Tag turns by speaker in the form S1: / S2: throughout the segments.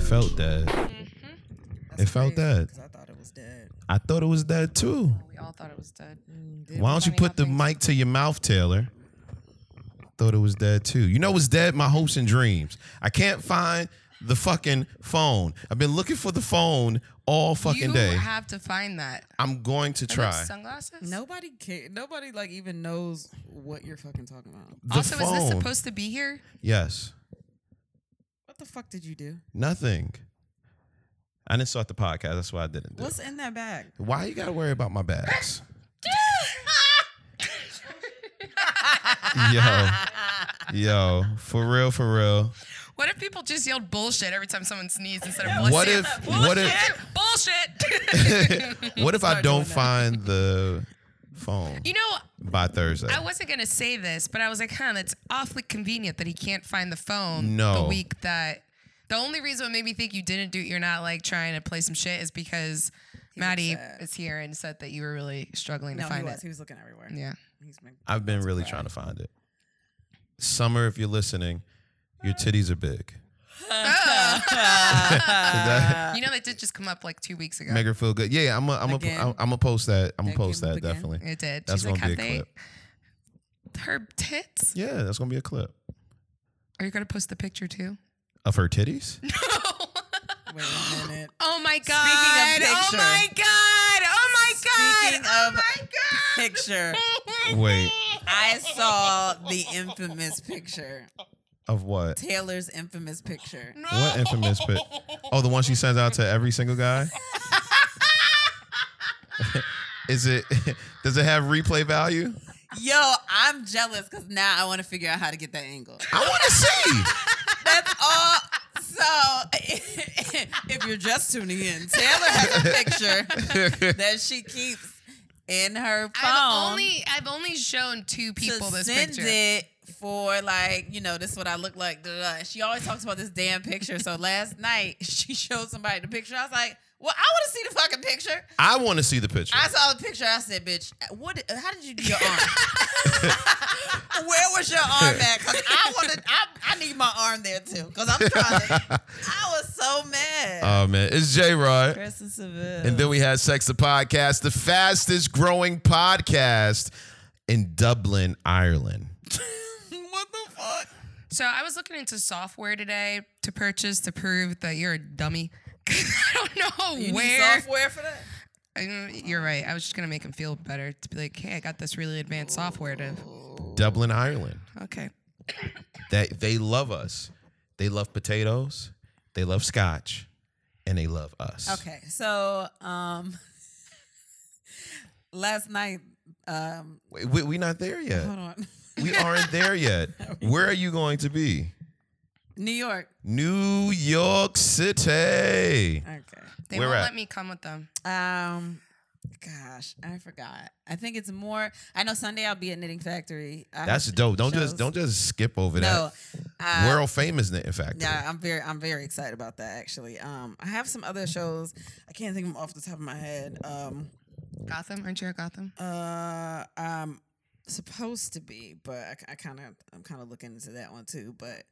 S1: felt that.
S2: Mm-hmm.
S3: That's
S1: It felt
S3: crazy,
S1: that.
S3: 'cause I thought it was dead.
S1: I thought it was dead too.
S3: We all thought it was dead.
S1: Why don't you put the mic to your mouth, Taylor? Thought it was dead too. You know what's dead? My hopes and dreams. I can't find the fucking phone. I've been looking for the phone all fucking
S2: you
S1: day.
S2: have to find that.
S1: I'm going to
S2: Are those
S1: try.
S2: Sunglasses?
S3: Nobody care. Nobody like even knows what you're fucking talking about.
S1: The
S2: Also,
S1: phone.
S2: is this supposed to be here?
S1: yes.
S3: What the fuck did you do?
S1: Nothing. I didn't start the podcast. That's why I didn't do
S3: What's
S1: it.
S3: in that bag?
S1: Why you gotta worry about my bags? yo, yo, for real, for real.
S2: What if people just yelled bullshit every time someone sneezed instead of bullshit?
S1: What if- what if-
S2: bullshit?
S1: what if I don't find the phone
S2: you know,
S1: by Thursday?
S2: I wasn't gonna say this, but I was like, huh, that's awfully convenient that he can't find the phone
S1: No.
S2: the week that. The only reason what made me think you didn't do, you're not like trying to play some shit, is because Maddie
S3: sad.
S2: is here and said that you were really struggling
S3: uh, No,
S2: to
S3: he
S2: find
S3: was.
S2: it.
S3: He was looking everywhere.
S2: Yeah.
S3: He's been-
S1: I've been really
S3: bad.
S1: trying to find it. Summer, if you're listening, your titties are big. Uh,
S2: you know, that did just come up like two weeks ago.
S1: Make her feel good. Yeah, I'm a, I'm
S3: Again.
S1: a, I'm gonna post that. I'm gonna
S3: That came
S1: post
S3: up
S1: that
S3: again.
S1: definitely.
S2: It did.
S1: That's
S2: She's like,
S1: gonna
S2: have
S1: be a
S2: they
S1: clip.
S2: her tits?
S1: Yeah, that's gonna be a clip
S2: Are you gonna post the picture too?
S1: of her titties.
S3: Wait a minute.
S2: Oh my god! oh
S3: picture.
S2: my god! Oh my god!
S3: Speaking
S2: oh
S3: of
S2: my god!
S3: Picture.
S1: Wait,
S3: I saw the infamous picture.
S1: of what?
S3: Taylor's infamous picture.
S1: What infamous pic? Oh, the one she sends out to every single guy. Is it? Does it have replay value?
S3: Yo, I'm jealous because now I want to figure out how to get that angle.
S1: I want to see.
S3: That's all. So, if you're just tuning in, Taylor has a picture that she keeps in her phone.
S2: I've only I've only shown two people
S3: to
S2: this
S3: send
S2: picture.
S3: it for like you know this is what I look like. da, da, da. And She always talks about this damn picture. So last night she showed somebody the picture. I was like, well, I want to see the fucking picture.
S1: I want to see the picture.
S3: I saw the picture. I said, bitch, what? How did you do your arm? Where was your arm at? Cause I want to. I, I need my arm there too. Cause I'm trying. To, I was so mad.
S1: Oh man, it's J Rod.
S3: Kristen Seville.
S1: And then we had Sex the Podcast, the fastest growing podcast in Dublin, Ireland.
S3: what the fuck?
S2: So I was looking into software today to purchase to prove that you're a dummy. I don't know
S3: You
S2: where.
S3: need software for that?
S2: Mm, You're right. I was just gonna make him feel better to be like, hey, I got this really advanced software to.
S1: Dublin, Ireland.
S2: Okay.
S1: That they love us. They love potatoes. They love scotch. And they love us.
S3: Okay, so um, last night, um,
S1: Wait, we, we not there yet.
S3: hold on,
S1: We aren't there yet. Where are you going to be?
S3: New York.
S1: New York City.
S3: Okay,
S2: They
S1: Where
S2: won't
S1: at?
S2: let me come with them.
S3: um, gosh, I forgot. I think it's more. I know Sunday I'll be at Knitting Factory. I
S1: That's
S3: have
S1: dope. Don't
S3: shows.
S1: just don't just skip over
S3: no.
S1: that.
S3: Uh,
S1: World famous knitting factory.
S3: yeah, I'm very, I'm very excited about that. Actually, um, I have some other shows. I can't think of them off the top of my head. Um,
S2: Gotham, aren't you at Gotham?
S3: Uh, I'm supposed to be, but I, I kind of I'm kind of looking into that one too. But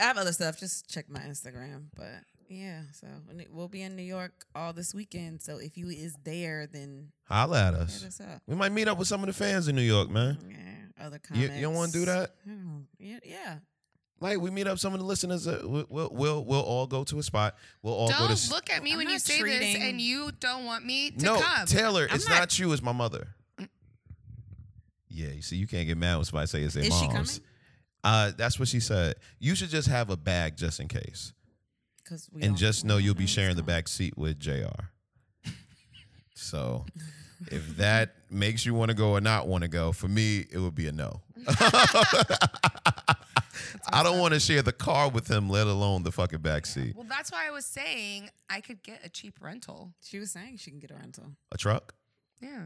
S3: I have other stuff. Just check my Instagram. But yeah, so and it- we'll be in New York all this weekend. So if you is there, then
S1: Holla at us.
S3: hit us up.
S1: We might meet up with some of the fans in New York, man.
S3: Yeah, other
S1: You,
S3: comments.
S1: you don't want to do that?
S3: I don't- Yeah, yeah.
S1: Like we meet up some of the listeners. Uh, we'll, we'll we'll we'll all go to a spot. We'll all go to.
S2: Don't
S1: s-
S2: look at me
S3: I'm
S2: when you
S3: not
S2: say this
S3: treating-
S2: and you don't want me to
S1: no,
S2: come.
S1: Taylor,
S3: I'm
S1: it's not,
S3: not-
S1: you. It's my mother. Yeah, you see, you can't get mad when somebody say it's their
S3: Is she
S1: mom's.
S3: coming?
S1: Uh, that's what she said. You should just have a bag just in case,
S3: Cause we
S1: and
S3: don't-
S1: just
S3: we
S1: know
S3: don't
S1: you'll be
S3: what's
S1: sharing the
S3: going on.
S1: back seat with Jr. so, if that makes you want to go or not want to go, for me, it would be a no. I don't want to share the car with him, let alone the fucking back seat.
S2: Well, that's why I was saying I could get a cheap rental.
S3: She was saying she can get a rental,
S1: A truck?
S2: Yeah.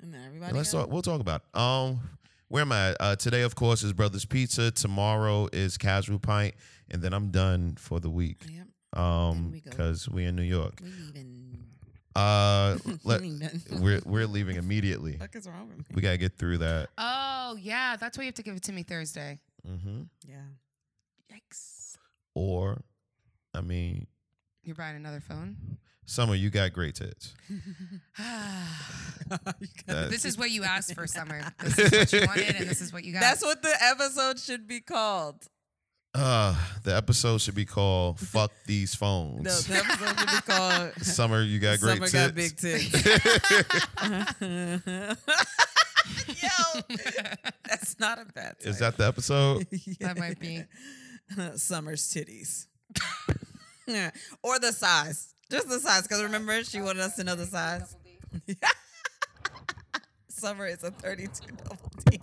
S3: and then everybody.
S1: Let's
S3: go.
S1: talk. We'll talk about. It. Um, where am I? at? Uh, today, of course, is Brothers Pizza. Tomorrow is Casual Pint, and then I'm done for the week.
S3: Yep.
S1: Um,
S3: we go.
S1: because we in New York.
S3: We even.
S1: Uh, let,
S3: we even-
S1: we're we're leaving immediately.
S3: fuck is wrong with me?
S1: We gotta get through that.
S2: Oh, yeah. That's why you have to give it to me Thursday.
S1: Mm-hmm.
S3: Yeah.
S2: Yikes.
S1: Or, I mean,
S2: You're buying another phone?
S1: Summer, you got great tits.
S2: this is what you asked for, Summer. This is what you wanted, and this is what you got.
S3: That's what the episode should be called.
S1: Uh, the episode should be called "Fuck These Phones."
S3: No, the episode should be called
S1: Summer, you got great
S3: Summer
S1: tits.
S3: Got Big Tits. Yo, that's not a bad
S1: Is
S3: title.
S1: that the episode?
S2: That might be.
S3: Summer's titties. or the size. Just the size. Because remember, she wanted us to know the size. Summer is a 32 double D.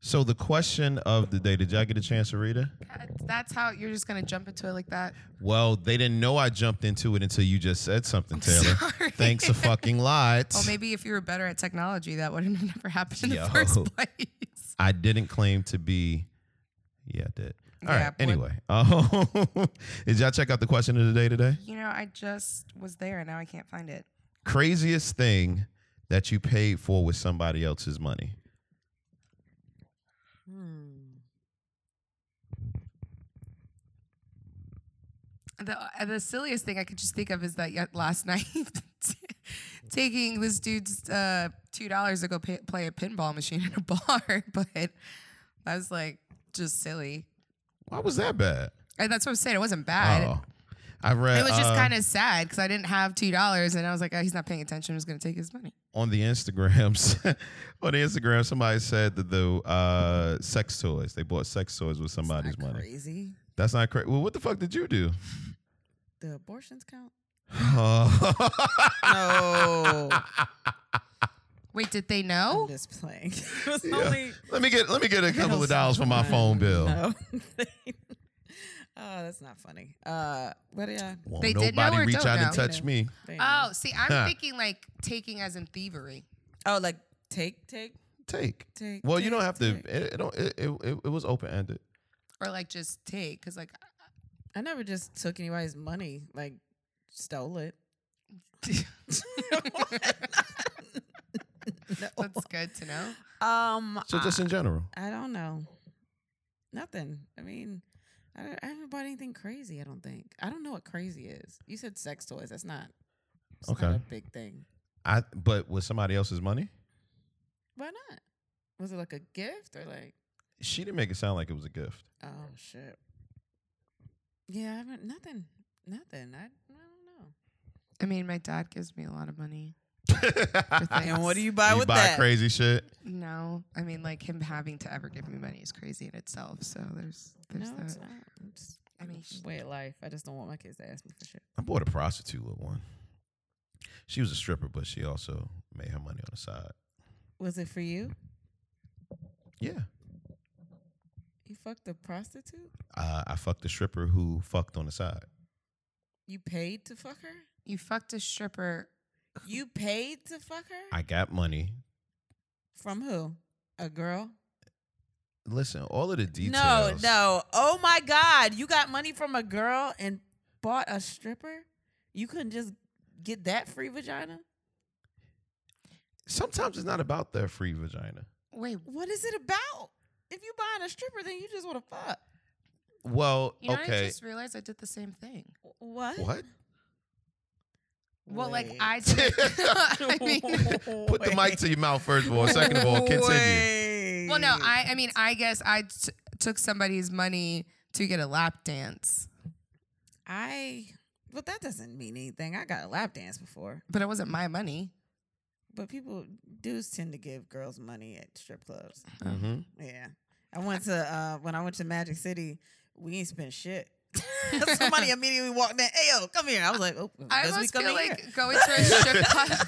S1: So the question of the day. Did y'all get a chance to read it?
S2: That's how you're just gonna jump into it like that.
S1: Well, they didn't know I jumped into it until you just said something, Taylor.
S2: sorry.
S1: Thanks a fucking lot.
S2: Well, maybe if you were better at technology, that wouldn't have never happened in
S1: Yo.
S2: the first place.
S1: I didn't claim to be. Yeah, I did. All right.
S2: Yeah, boy.
S1: Anyway, oh, did y'all check out the question of the day today?
S2: You know, I just was there, and now I can't find it.
S1: Craziest thing that you paid for with somebody else's money.
S2: The uh, the silliest thing I could just think of is that yet last night, taking this dude's uh, two dollars to go pay, play a pinball machine in a bar, but that was like just silly.
S1: Why was that bad?
S2: And that's what I'm saying. It wasn't bad.
S1: Oh, I read.
S2: It was just
S1: uh,
S2: kind of sad because I didn't have two dollars, and I was like, oh, he's not paying attention. I'm just gonna take his money.
S1: on the Instagrams. on the Instagram, somebody said that the uh, sex toys. They bought sex toys with somebody's money.
S3: Crazy.
S1: That's not crazy. Well, what the fuck did you do?
S3: The abortions count?
S1: Oh.
S3: No.
S2: Wait, did they know?
S3: I'm just playing. It was
S1: Yeah.
S3: only.
S1: Let me get let me get a couple
S3: Hell,
S1: of dollars for my
S3: no,
S1: phone bill.
S3: no. oh, that's not funny. Uh, but yeah.
S1: Won't
S2: They
S1: nobody
S2: did know or
S1: reach
S2: don't
S1: out and
S2: know?
S1: touch me.
S3: they know.
S2: Oh, see, I'm thinking like taking as in thievery.
S3: Oh, like take, take,
S1: Take.
S3: take.
S1: Well, you don't
S3: take,
S1: have to. It,
S3: take.
S1: it don't. It, it, it, it was open ended.
S2: or like just take because like
S3: I never just took anybody's money, like stole it.
S2: that's good to know
S3: Um,
S1: So just
S2: Ah.
S1: in general,
S3: I don't know. Nothing. I mean, I, don't- I haven't bought anything crazy. I don't think. I don't know what crazy is. You said sex toys. That's not. it's not
S1: Okay.
S3: a big thing.
S1: I but with somebody else's money,
S3: Why not? Was it like a gift or like?
S1: she didn't make it sound like it was a gift.
S3: Oh shit. Yeah, I haven't. Nothing. Nothing. I, I don't
S2: i mean my dad gives me a lot of money for
S1: you
S2: things.
S3: you buy
S1: buy crazy shit.
S2: no i mean like him having to ever give me money is crazy in itself so there's there's
S3: No,
S2: that
S3: it's not. It's
S2: i mean sh-
S3: way of life. I just don't want my kids to ask me for shit.
S1: I bought a prostitute with one. She was a stripper, but she also made her money on the side.
S3: Was it for you?
S1: Yeah,
S3: You fucked a prostitute?
S1: uh, I fucked a stripper who fucked on the side.
S3: You paid to fuck her?
S2: you fucked a stripper
S3: You paid to fuck her?
S1: I got money.
S3: From who? A girl?
S1: Listen, all of the details.
S3: No, no. Oh my God. You got money from a girl and bought a stripper? You couldn't just get that free vagina?
S1: Sometimes it's not about their free vagina.
S2: wait
S3: What is it about? If you buying a stripper, then you just want to fuck.
S1: Well,
S2: you know what i
S1: okay.
S2: just realized i did the same thing
S3: What?
S1: What?
S2: well like
S3: Wait.
S2: i did i mean
S1: Put the mic to your mouth first of all. Second of all, continue.
S3: Wait.
S2: Well, no, I I mean, I guess I t- took somebody's money to get a lap dance,
S3: I. Well, that doesn't mean anything. I got a lap dance before,
S2: but it wasn't my money.
S3: but people dudes tend to give girls money at strip clubs.
S1: Mm-hmm.
S2: Mm.
S3: Yeah, I went to uh when I went to Magic City, we ain't spent shit. Somebody immediately walked in. Hey, yo, come here. I was like, oh,
S2: I
S3: guess we
S2: almost
S3: come
S2: feel
S3: in
S2: like
S3: here."
S2: going to a strip club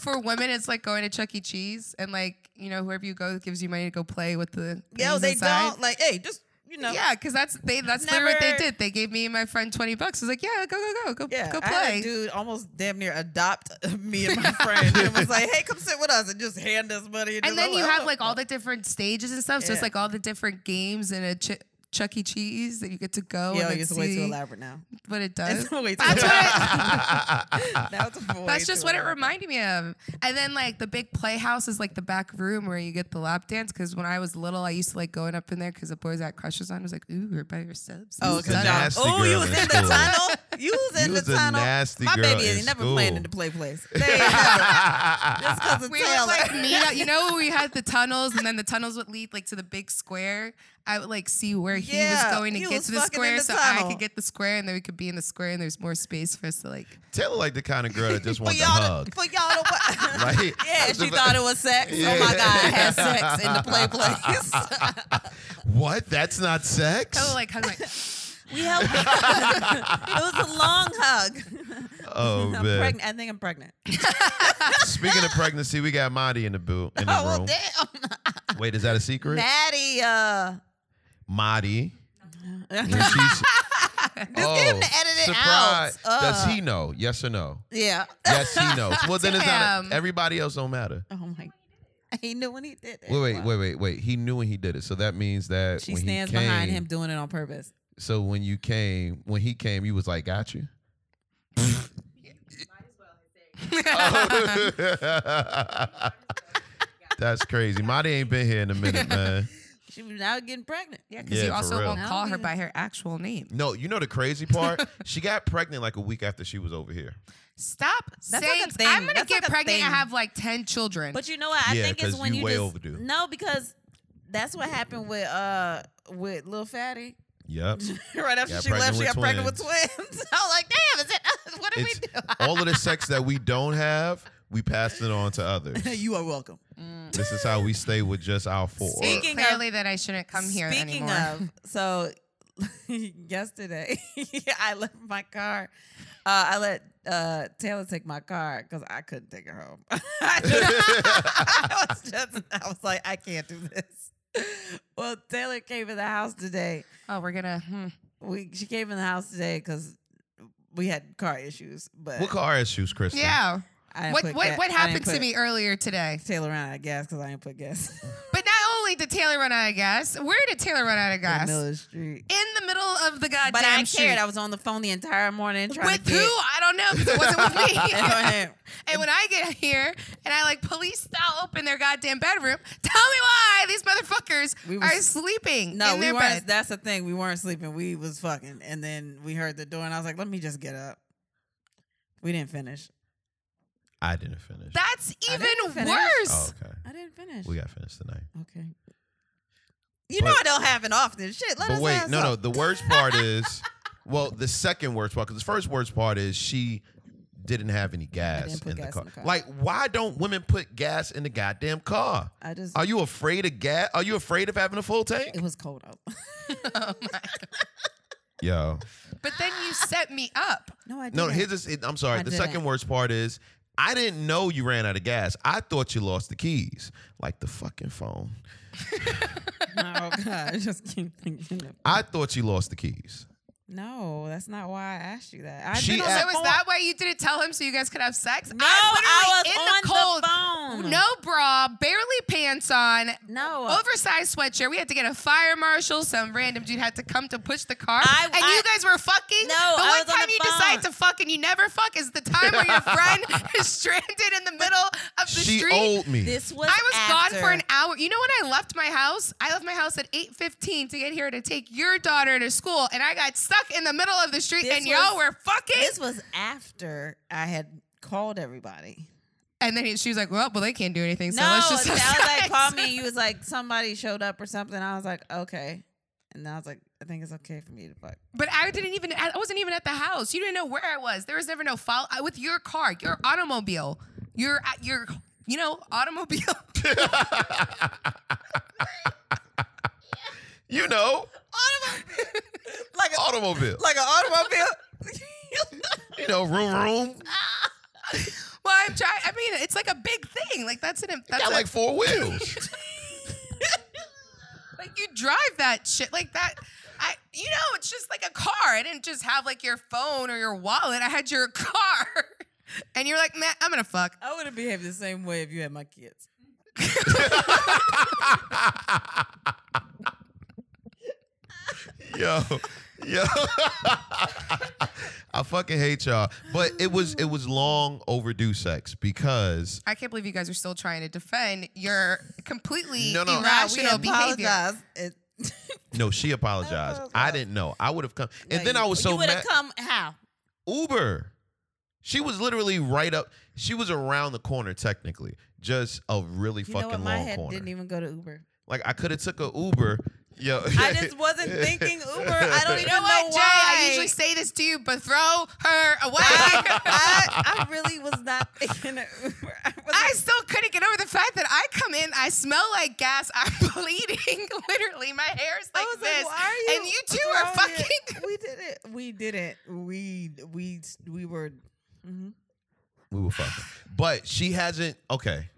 S2: for women. It's like going to Chuck E. Cheese and like you know whoever you go gives you money to go play with the
S3: yo,
S2: things
S3: they
S2: inside.
S3: don't like. Hey, just you know,
S2: Yeah, because that's they. That's literally what they
S3: Never-
S2: did. They gave me and my friend twenty bucks. I was like, "Yeah, go, go, go, go,
S3: yeah.
S2: go
S3: I had a
S2: play."
S3: dude almost damn near adopt me and my friend. and was like, hey, come sit with us and just hand us money.
S2: And then
S3: I'm
S2: you
S3: like,
S2: have
S3: "Oh."
S2: like all the different stages and stuff. So it's
S3: Yeah.
S2: like all the different games and a chi- Chuck E. Cheese that you get to go
S3: Yo,
S2: and like,
S3: it's way too
S2: see
S3: elaborate now.
S2: what it does.
S3: It's way too
S2: That's what I-
S3: That was way
S2: That's just
S3: too
S2: what it
S3: elaborate.
S2: reminded me of. And then like the big playhouse is like the back room where you get the lap dance. Because when I was little, I used to like going up in there because the boys I had crushes on was like, "Ooh, you're by yourselves."
S3: Oh,
S1: was
S3: okay.
S1: a nasty
S3: oh, you
S1: girl
S3: was
S1: in
S3: in the
S1: school.
S3: tunnel. You was in
S1: You
S3: the
S1: was a
S3: tunnel.
S1: nasty
S3: My
S1: girl
S3: baby is
S1: in
S3: never playing
S1: school.
S3: in the play place. They ain't never. Just because of
S2: we
S3: Taylor.
S2: would like meet up. You know, we had the tunnels, and then the tunnels would lead like to the big square. I would like see where he
S3: Yeah,
S2: was going to
S3: he
S2: get
S3: was
S2: to the
S3: fucking in
S2: square,
S3: the
S2: so I
S3: tunnel.
S2: could get the square, and then we could be in the square, and there's more space for us to like.
S1: Taylor like the kind of girl that just
S3: for
S1: wants to
S3: y'all,
S1: hug.
S3: to, for y'all to what?
S1: Right?
S3: Yeah, she thought it was sex. Oh
S1: Yeah.
S3: my God, I had sex in the play place.
S1: What? That's not sex?
S2: Oh, like hug like.
S3: we held. it was a long hug.
S1: Oh,
S3: I'm
S1: man.
S3: pregnant. I think I'm pregnant.
S1: Speaking of pregnancy, we got Monty in the boo in the
S3: oh well,
S1: room.
S3: damn,
S1: Wait, is that a secret?
S3: Natty. Uh,
S1: Marty. When
S3: just
S1: she's,
S3: get him to edit it out. Uh,
S1: Oh, Does he know? Yes or no?
S3: Yeah.
S1: Yes, he knows. Well, then it's not.
S2: Damn.
S1: A, everybody else don't matter.
S3: Oh my. He knew when he did that.
S1: Wait, wait, wait, wait, wait. He knew when he did it, so that means that
S3: She
S1: when
S3: stands
S1: he came,
S3: behind him doing it on purpose.
S1: So when you came, when he came, you was like, "Got you." That's crazy. Marty ain't been here in a minute, man.
S3: She was now getting pregnant.
S2: Yeah, because
S1: Yeah,
S2: you
S1: for
S2: also
S1: real.
S2: won't
S3: I
S2: call
S3: don't
S2: her
S3: even-
S2: by her actual name.
S1: No, you know the crazy part? she got pregnant like a week after she was over here.
S2: Stop
S3: like
S2: saying
S3: a thing.
S2: I'm gonna
S3: That's
S2: get
S3: like a
S2: pregnant
S3: thing.
S2: and have like ten children.
S3: But you know what? I
S1: Yeah,
S3: think it's
S1: 'cause
S3: when
S1: you
S3: you
S1: way
S3: just
S1: overdue.
S3: no because that's what happened with uh with Lil Fatty.
S1: Yep.
S3: right after
S1: Got
S3: she left,
S1: pregnant
S3: she
S1: with
S3: got pregnant with
S1: twins.
S3: twins. I was like, damn, is it? What did
S1: It's-
S3: we
S1: All of the sex that we don't have, we pass it on to others.
S3: do? you are welcome.
S2: Mm.
S1: This is how we stay with just our four.
S3: Speaking of-
S2: clearly that I shouldn't come here
S3: Speaking
S2: anymore.
S3: of, so yesterday I left my car. Uh, I let uh, Taylor take my car because I couldn't take her home. I, just- I was just, I was like, I can't do this. Well, Taylor came in the house today.
S2: oh, we're gonna. Hmm.
S3: We she came in the house today because we had car issues. But
S1: what car issues, Kristen?
S2: Yeah.
S3: I didn't
S2: What
S3: put
S2: what
S3: ga-
S2: what
S3: I didn't
S2: happened to
S3: put
S2: me earlier today?
S3: Taylor ran out of gas because I didn't put gas
S2: But not only did Taylor run out of gas, where did Taylor run out of
S3: in the
S2: gas?
S3: middle of the street.
S2: In the middle of the goddamn
S3: But I cared.
S2: street.
S3: I was on the phone the entire morning trying
S2: with
S3: to
S2: who?
S3: get.
S2: I don't know because it wasn't with me.
S3: Who?
S2: and when I get here and I like police style open their goddamn bedroom, tell me why these motherfuckers
S3: We was-
S2: are sleeping
S3: No,
S2: in
S3: we
S2: their
S3: weren't.
S2: bed.
S3: That's the thing. We weren't sleeping. We was fucking, and then we heard the door, and I was like, "Let me just get up." We didn't finish.
S1: I didn't finish.
S2: That's
S3: I
S2: even
S3: didn't
S2: worse.
S3: finish.
S1: oh, okay.
S3: I didn't finish.
S1: We got finished tonight.
S3: okay. You
S1: But-
S3: know I don't have an off this shit. Let
S1: but
S3: us
S1: wait,
S3: have
S1: no, no.
S3: some.
S1: The worst part is, well, the second worst part, because the first worst part is she didn't have any gas,
S3: didn't put
S1: in, the
S3: gas
S1: car.
S3: in the car.
S1: Like, why don't women put gas in the goddamn car?
S3: I just.
S1: Are you afraid of gas? Are you afraid of having a full tank?
S3: it was cold out.
S2: Oh my God.
S1: Yo,
S2: But then you set me up.
S3: No, I didn't.
S1: no. Here's this. I'm sorry.
S3: I
S1: the
S3: didn't.
S1: second worst part is. I didn't know you ran out of gas. I thought you lost the keys, like the fucking phone.
S3: oh god, I just keep thinking. Of,
S1: I thought you lost the keys.
S3: no, that's not why I asked you that. I
S1: She
S3: been on
S1: asked-
S3: the
S2: So is
S3: phone.
S2: that why you didn't tell him so you guys could have sex?
S3: No,
S2: I'm
S3: I
S2: literally
S3: was on the phone.
S2: No bra, barely pants on,
S3: no.
S2: oversized sweatshirt. We had to get a fire marshal. Some random dude had to come to push the car.
S3: I-
S2: and
S3: I-
S2: you guys were fucking.
S3: No,
S2: the
S3: I
S2: one
S3: was on
S2: time
S3: the
S2: you
S3: phone.
S2: decide to fuck and you never fuck is the time where your friend is stranded in the middle of the
S1: she
S2: street.
S1: owed me.
S3: this was.
S2: I was gone for
S3: after.
S2: an hour. You know when I left my house? I left my house at 8:15 to get here to take your daughter to school and I got stuck in the middle of the street
S3: This
S2: and y'all
S3: was-
S2: were fucking
S3: This was after I had called everybody.
S2: And then he, she was like, "Well, well, they can't do anything, so
S3: no,
S2: let's just."
S3: that
S2: have
S3: was like,
S2: sex."
S3: call me. You was like, somebody showed up or something. I was like, okay. And I was like, I think it's okay for me to fuck.
S2: But I didn't even. I wasn't even at the house. You didn't know where I was. There was never no follow I- with your car, your automobile, your uh, your you know automobile.
S1: you know,
S3: Like, a,
S1: automobile.
S3: like an automobile.
S1: You know, room, room.
S2: well, I'm trying. I mean, it's like a big thing. Like that's an. That's
S1: Got
S2: a-
S1: like four wheels.
S2: like you drive that shit like that. I you know it's just like a car. I didn't just have like your phone or your wallet. I had your car, and you're like, "Man, I'm gonna fuck."
S3: I would have behaved the same way if you had my kids.
S1: yo, yo. I fucking hate y'all. But it was it was long overdue sex because
S2: I can't believe you guys are still trying to defend your completely
S1: No, no. Nah, we
S2: irrational Oh. behavior.
S3: apologize. It,
S1: no, she apologized. I didn't know. I would have come, and
S3: No,
S1: then
S3: you-
S1: I was
S3: Oh, You
S1: so
S3: would
S1: mad.
S3: have come how?
S1: Uber. She was literally right up. She was around the corner technically, just a really
S3: You know
S1: fucking
S3: what? My
S1: long
S3: head
S1: corner.
S3: didn't even go to Uber.
S1: like I could have took a Uber. Yo,
S3: I just wasn't thinking Uber. I don't
S2: You
S3: even
S2: know what, Jay? I
S3: why.
S2: usually say this to you, but throw her away.
S3: I, I, I really was not thinking of Uber. I was
S2: I still couldn't get over the fact that I come in, I smell like gas, I'm bleeding, literally, my hair is like this, and you two are
S3: throwing
S2: fucking.
S3: It? We did it. We did it. We we we were. mhm.
S1: we were fucking. But she hasn't. Okay,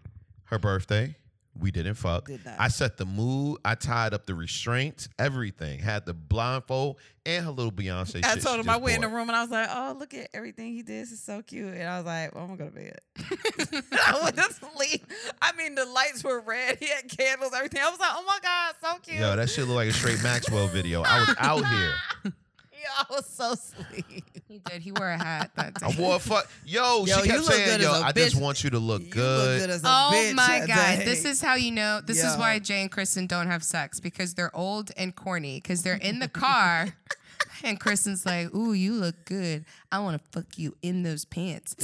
S1: her birthday. We didn't fuck.
S3: Did not.
S1: I set the mood. I tied up the restraints. Everything had the blindfold and her little Beyonce.
S3: I
S1: shit
S3: told
S1: she
S3: him I
S1: just
S3: went in the
S1: bought.
S3: room and I was like, "Oh, look at everything he did. This is so cute." And I was like, well, "I'm gonna go to bed." I went to sleep. I mean, the lights were red. He had candles, everything. I was like, "Oh my god, so cute!"
S1: Yo, that shit looked like a straight Maxwell video. I was out here.
S3: Yo, I was so sleep.
S2: He did. He wore a hat that day.
S1: I wore a fuck. Yo,
S3: Yo,
S1: she
S3: you
S1: kept
S3: look
S1: saying,
S3: good
S1: "Yo,
S3: as a
S1: I just
S3: bitch.
S1: want you to look
S3: You look
S1: good."
S3: good as a
S2: Oh
S3: bitch
S2: my
S3: that
S2: god!
S3: day.
S2: This is how you know. This is
S3: Yo.
S2: why Jay and Kristen don't have sex because they're old and corny. Because they're in the car, and Kristen's like, "Ooh, you look good. I want to fuck you in those pants."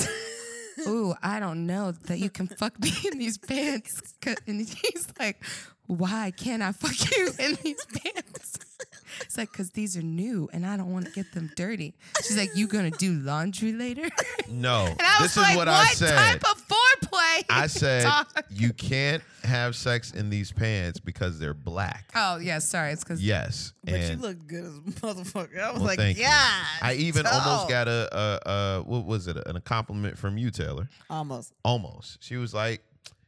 S2: Ooh, I don't know that you can fuck me in these pants. 'Cause- And he's like, "Why can't I fuck you in these pants?" It's like, "Cause these are new, and I don't want to get them dirty." She's like, "You gonna do laundry later?"
S1: No,
S2: And I
S1: this
S2: was like,
S1: is what,
S2: what
S1: I said.
S2: type of foreplay?
S1: I said
S2: Talk.
S1: you can't have sex in these pants because they're black.
S2: Oh yeah, sorry. It's because
S1: Yes,
S3: But you
S1: and
S3: look good as a motherfucker. I was
S1: well,
S3: like,
S1: thank you.
S3: "Yeah."
S1: I even almost
S3: dog."
S1: got a, a, a what was it? An, a compliment from you, Taylor.
S3: almost.
S1: Almost. She was like,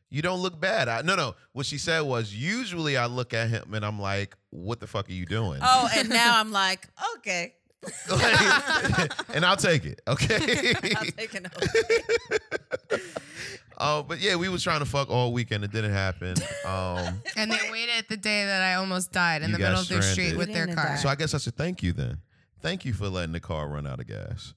S1: "You don't look bad." I, no, no. What she said was, usually I look at him and I'm like, "What the fuck are you doing?"
S3: Oh, and now I'm like, okay,
S1: Like, and I'll take it. Okay.
S3: I'll take an
S1: Oh, but yeah, we was trying to fuck all weekend. It didn't happen. Um,
S2: and they waited the day that I almost died in
S1: You
S2: the
S1: got
S2: middle of their
S1: stranded.
S2: street
S1: You
S2: with their
S3: didn't
S2: car.
S3: die.
S1: so I guess I should thank you then. Thank you for letting the car run out of gas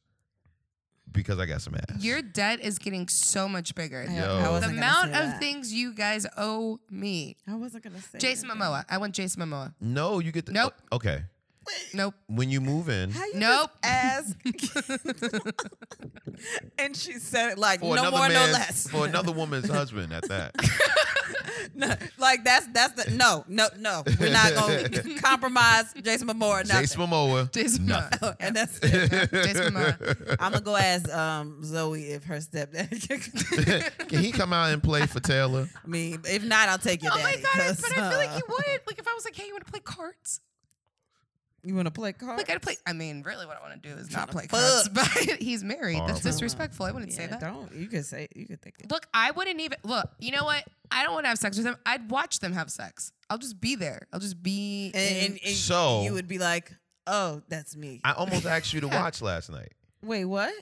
S1: because I got some ass.
S2: Your debt is getting so much bigger.
S1: Yeah.
S2: The
S1: wasn't
S2: amount of things you guys owe me.
S3: I wasn't gonna say
S2: Jason
S3: anything.
S2: Momoa. I want Jason Momoa.
S1: no, you get the
S2: Nope.
S1: oh, okay.
S2: Nope.
S1: When you move in
S3: How you just
S2: Nope.
S3: ask? and she said it like
S1: for
S3: no
S1: another
S3: more,
S1: man's,
S3: no less.
S1: for another woman's husband at that.
S3: No, like that's that's the no, no, no. We're not gonna compromise Jason Momoa. Nothing.
S1: Jason Momoa.
S2: Jason Momoa.
S3: and that's
S2: Jason Momoa.
S3: I'm gonna go ask um, Zoe if her stepdad. Can,
S1: Can he come out and play for Taylor?
S3: I mean, if not, I'll take your
S2: Oh my
S3: daddy.
S2: god! I-
S3: 'cause,
S2: But I feel like
S3: uh,
S2: he would. Like if I was like, hey, you want to play cards?
S3: You want to play cards?
S2: Like I'd play. I mean, really, what I want to do is not play
S3: Tryna
S2: cards. But he's married.
S1: Horrible.
S2: That's disrespectful. I wouldn't say that.
S3: Don't. You could say. You could think. That.
S2: Look, I wouldn't even look. You know what? I don't want to have sex with them. I'd watch them have sex. I'll just be there. I'll just be. in-
S3: And, and, and
S1: So-
S3: you would be like, "Oh, that's me."
S1: I almost asked you to
S2: Yeah.
S1: watch last night
S3: Wait, what?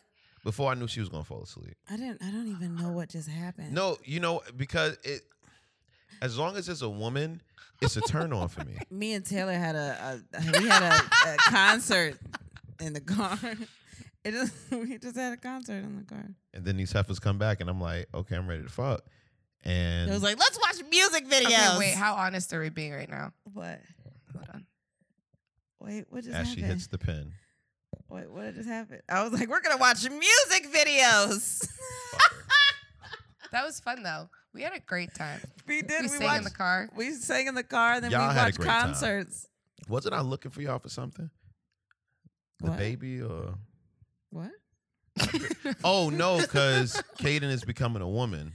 S1: before I knew she was gonna fall asleep.
S3: I didn't. I don't even know what just happened.
S1: No, you know because it. As long as it's a woman, it's a turn on for me.
S3: Me and Taylor had a, a we had a, a concert in the car. It just, we just had a concert in the car.
S1: And then these heifers come back, and I'm like, okay, I'm ready to fuck. And
S3: It was like, let's watch music videos.
S2: Okay, wait. How honest are we being right now?
S3: what?
S2: Hold on.
S3: Wait, what just
S1: as she
S3: happened?
S1: hits the pin,
S3: Wait, what just happened? I was like, we're gonna watch music videos.
S2: That was fun though. We had a great time.
S3: we did.
S2: we
S3: We,
S2: sang in
S3: watched.
S2: the car.
S3: we sang in the car, and then
S1: Y'all
S3: we
S1: had a
S3: watched
S1: great time.
S3: concerts.
S1: wasn't I looking for y'all for something? The
S3: What?
S1: baby or
S3: What?
S1: oh no, because Caden is becoming a woman.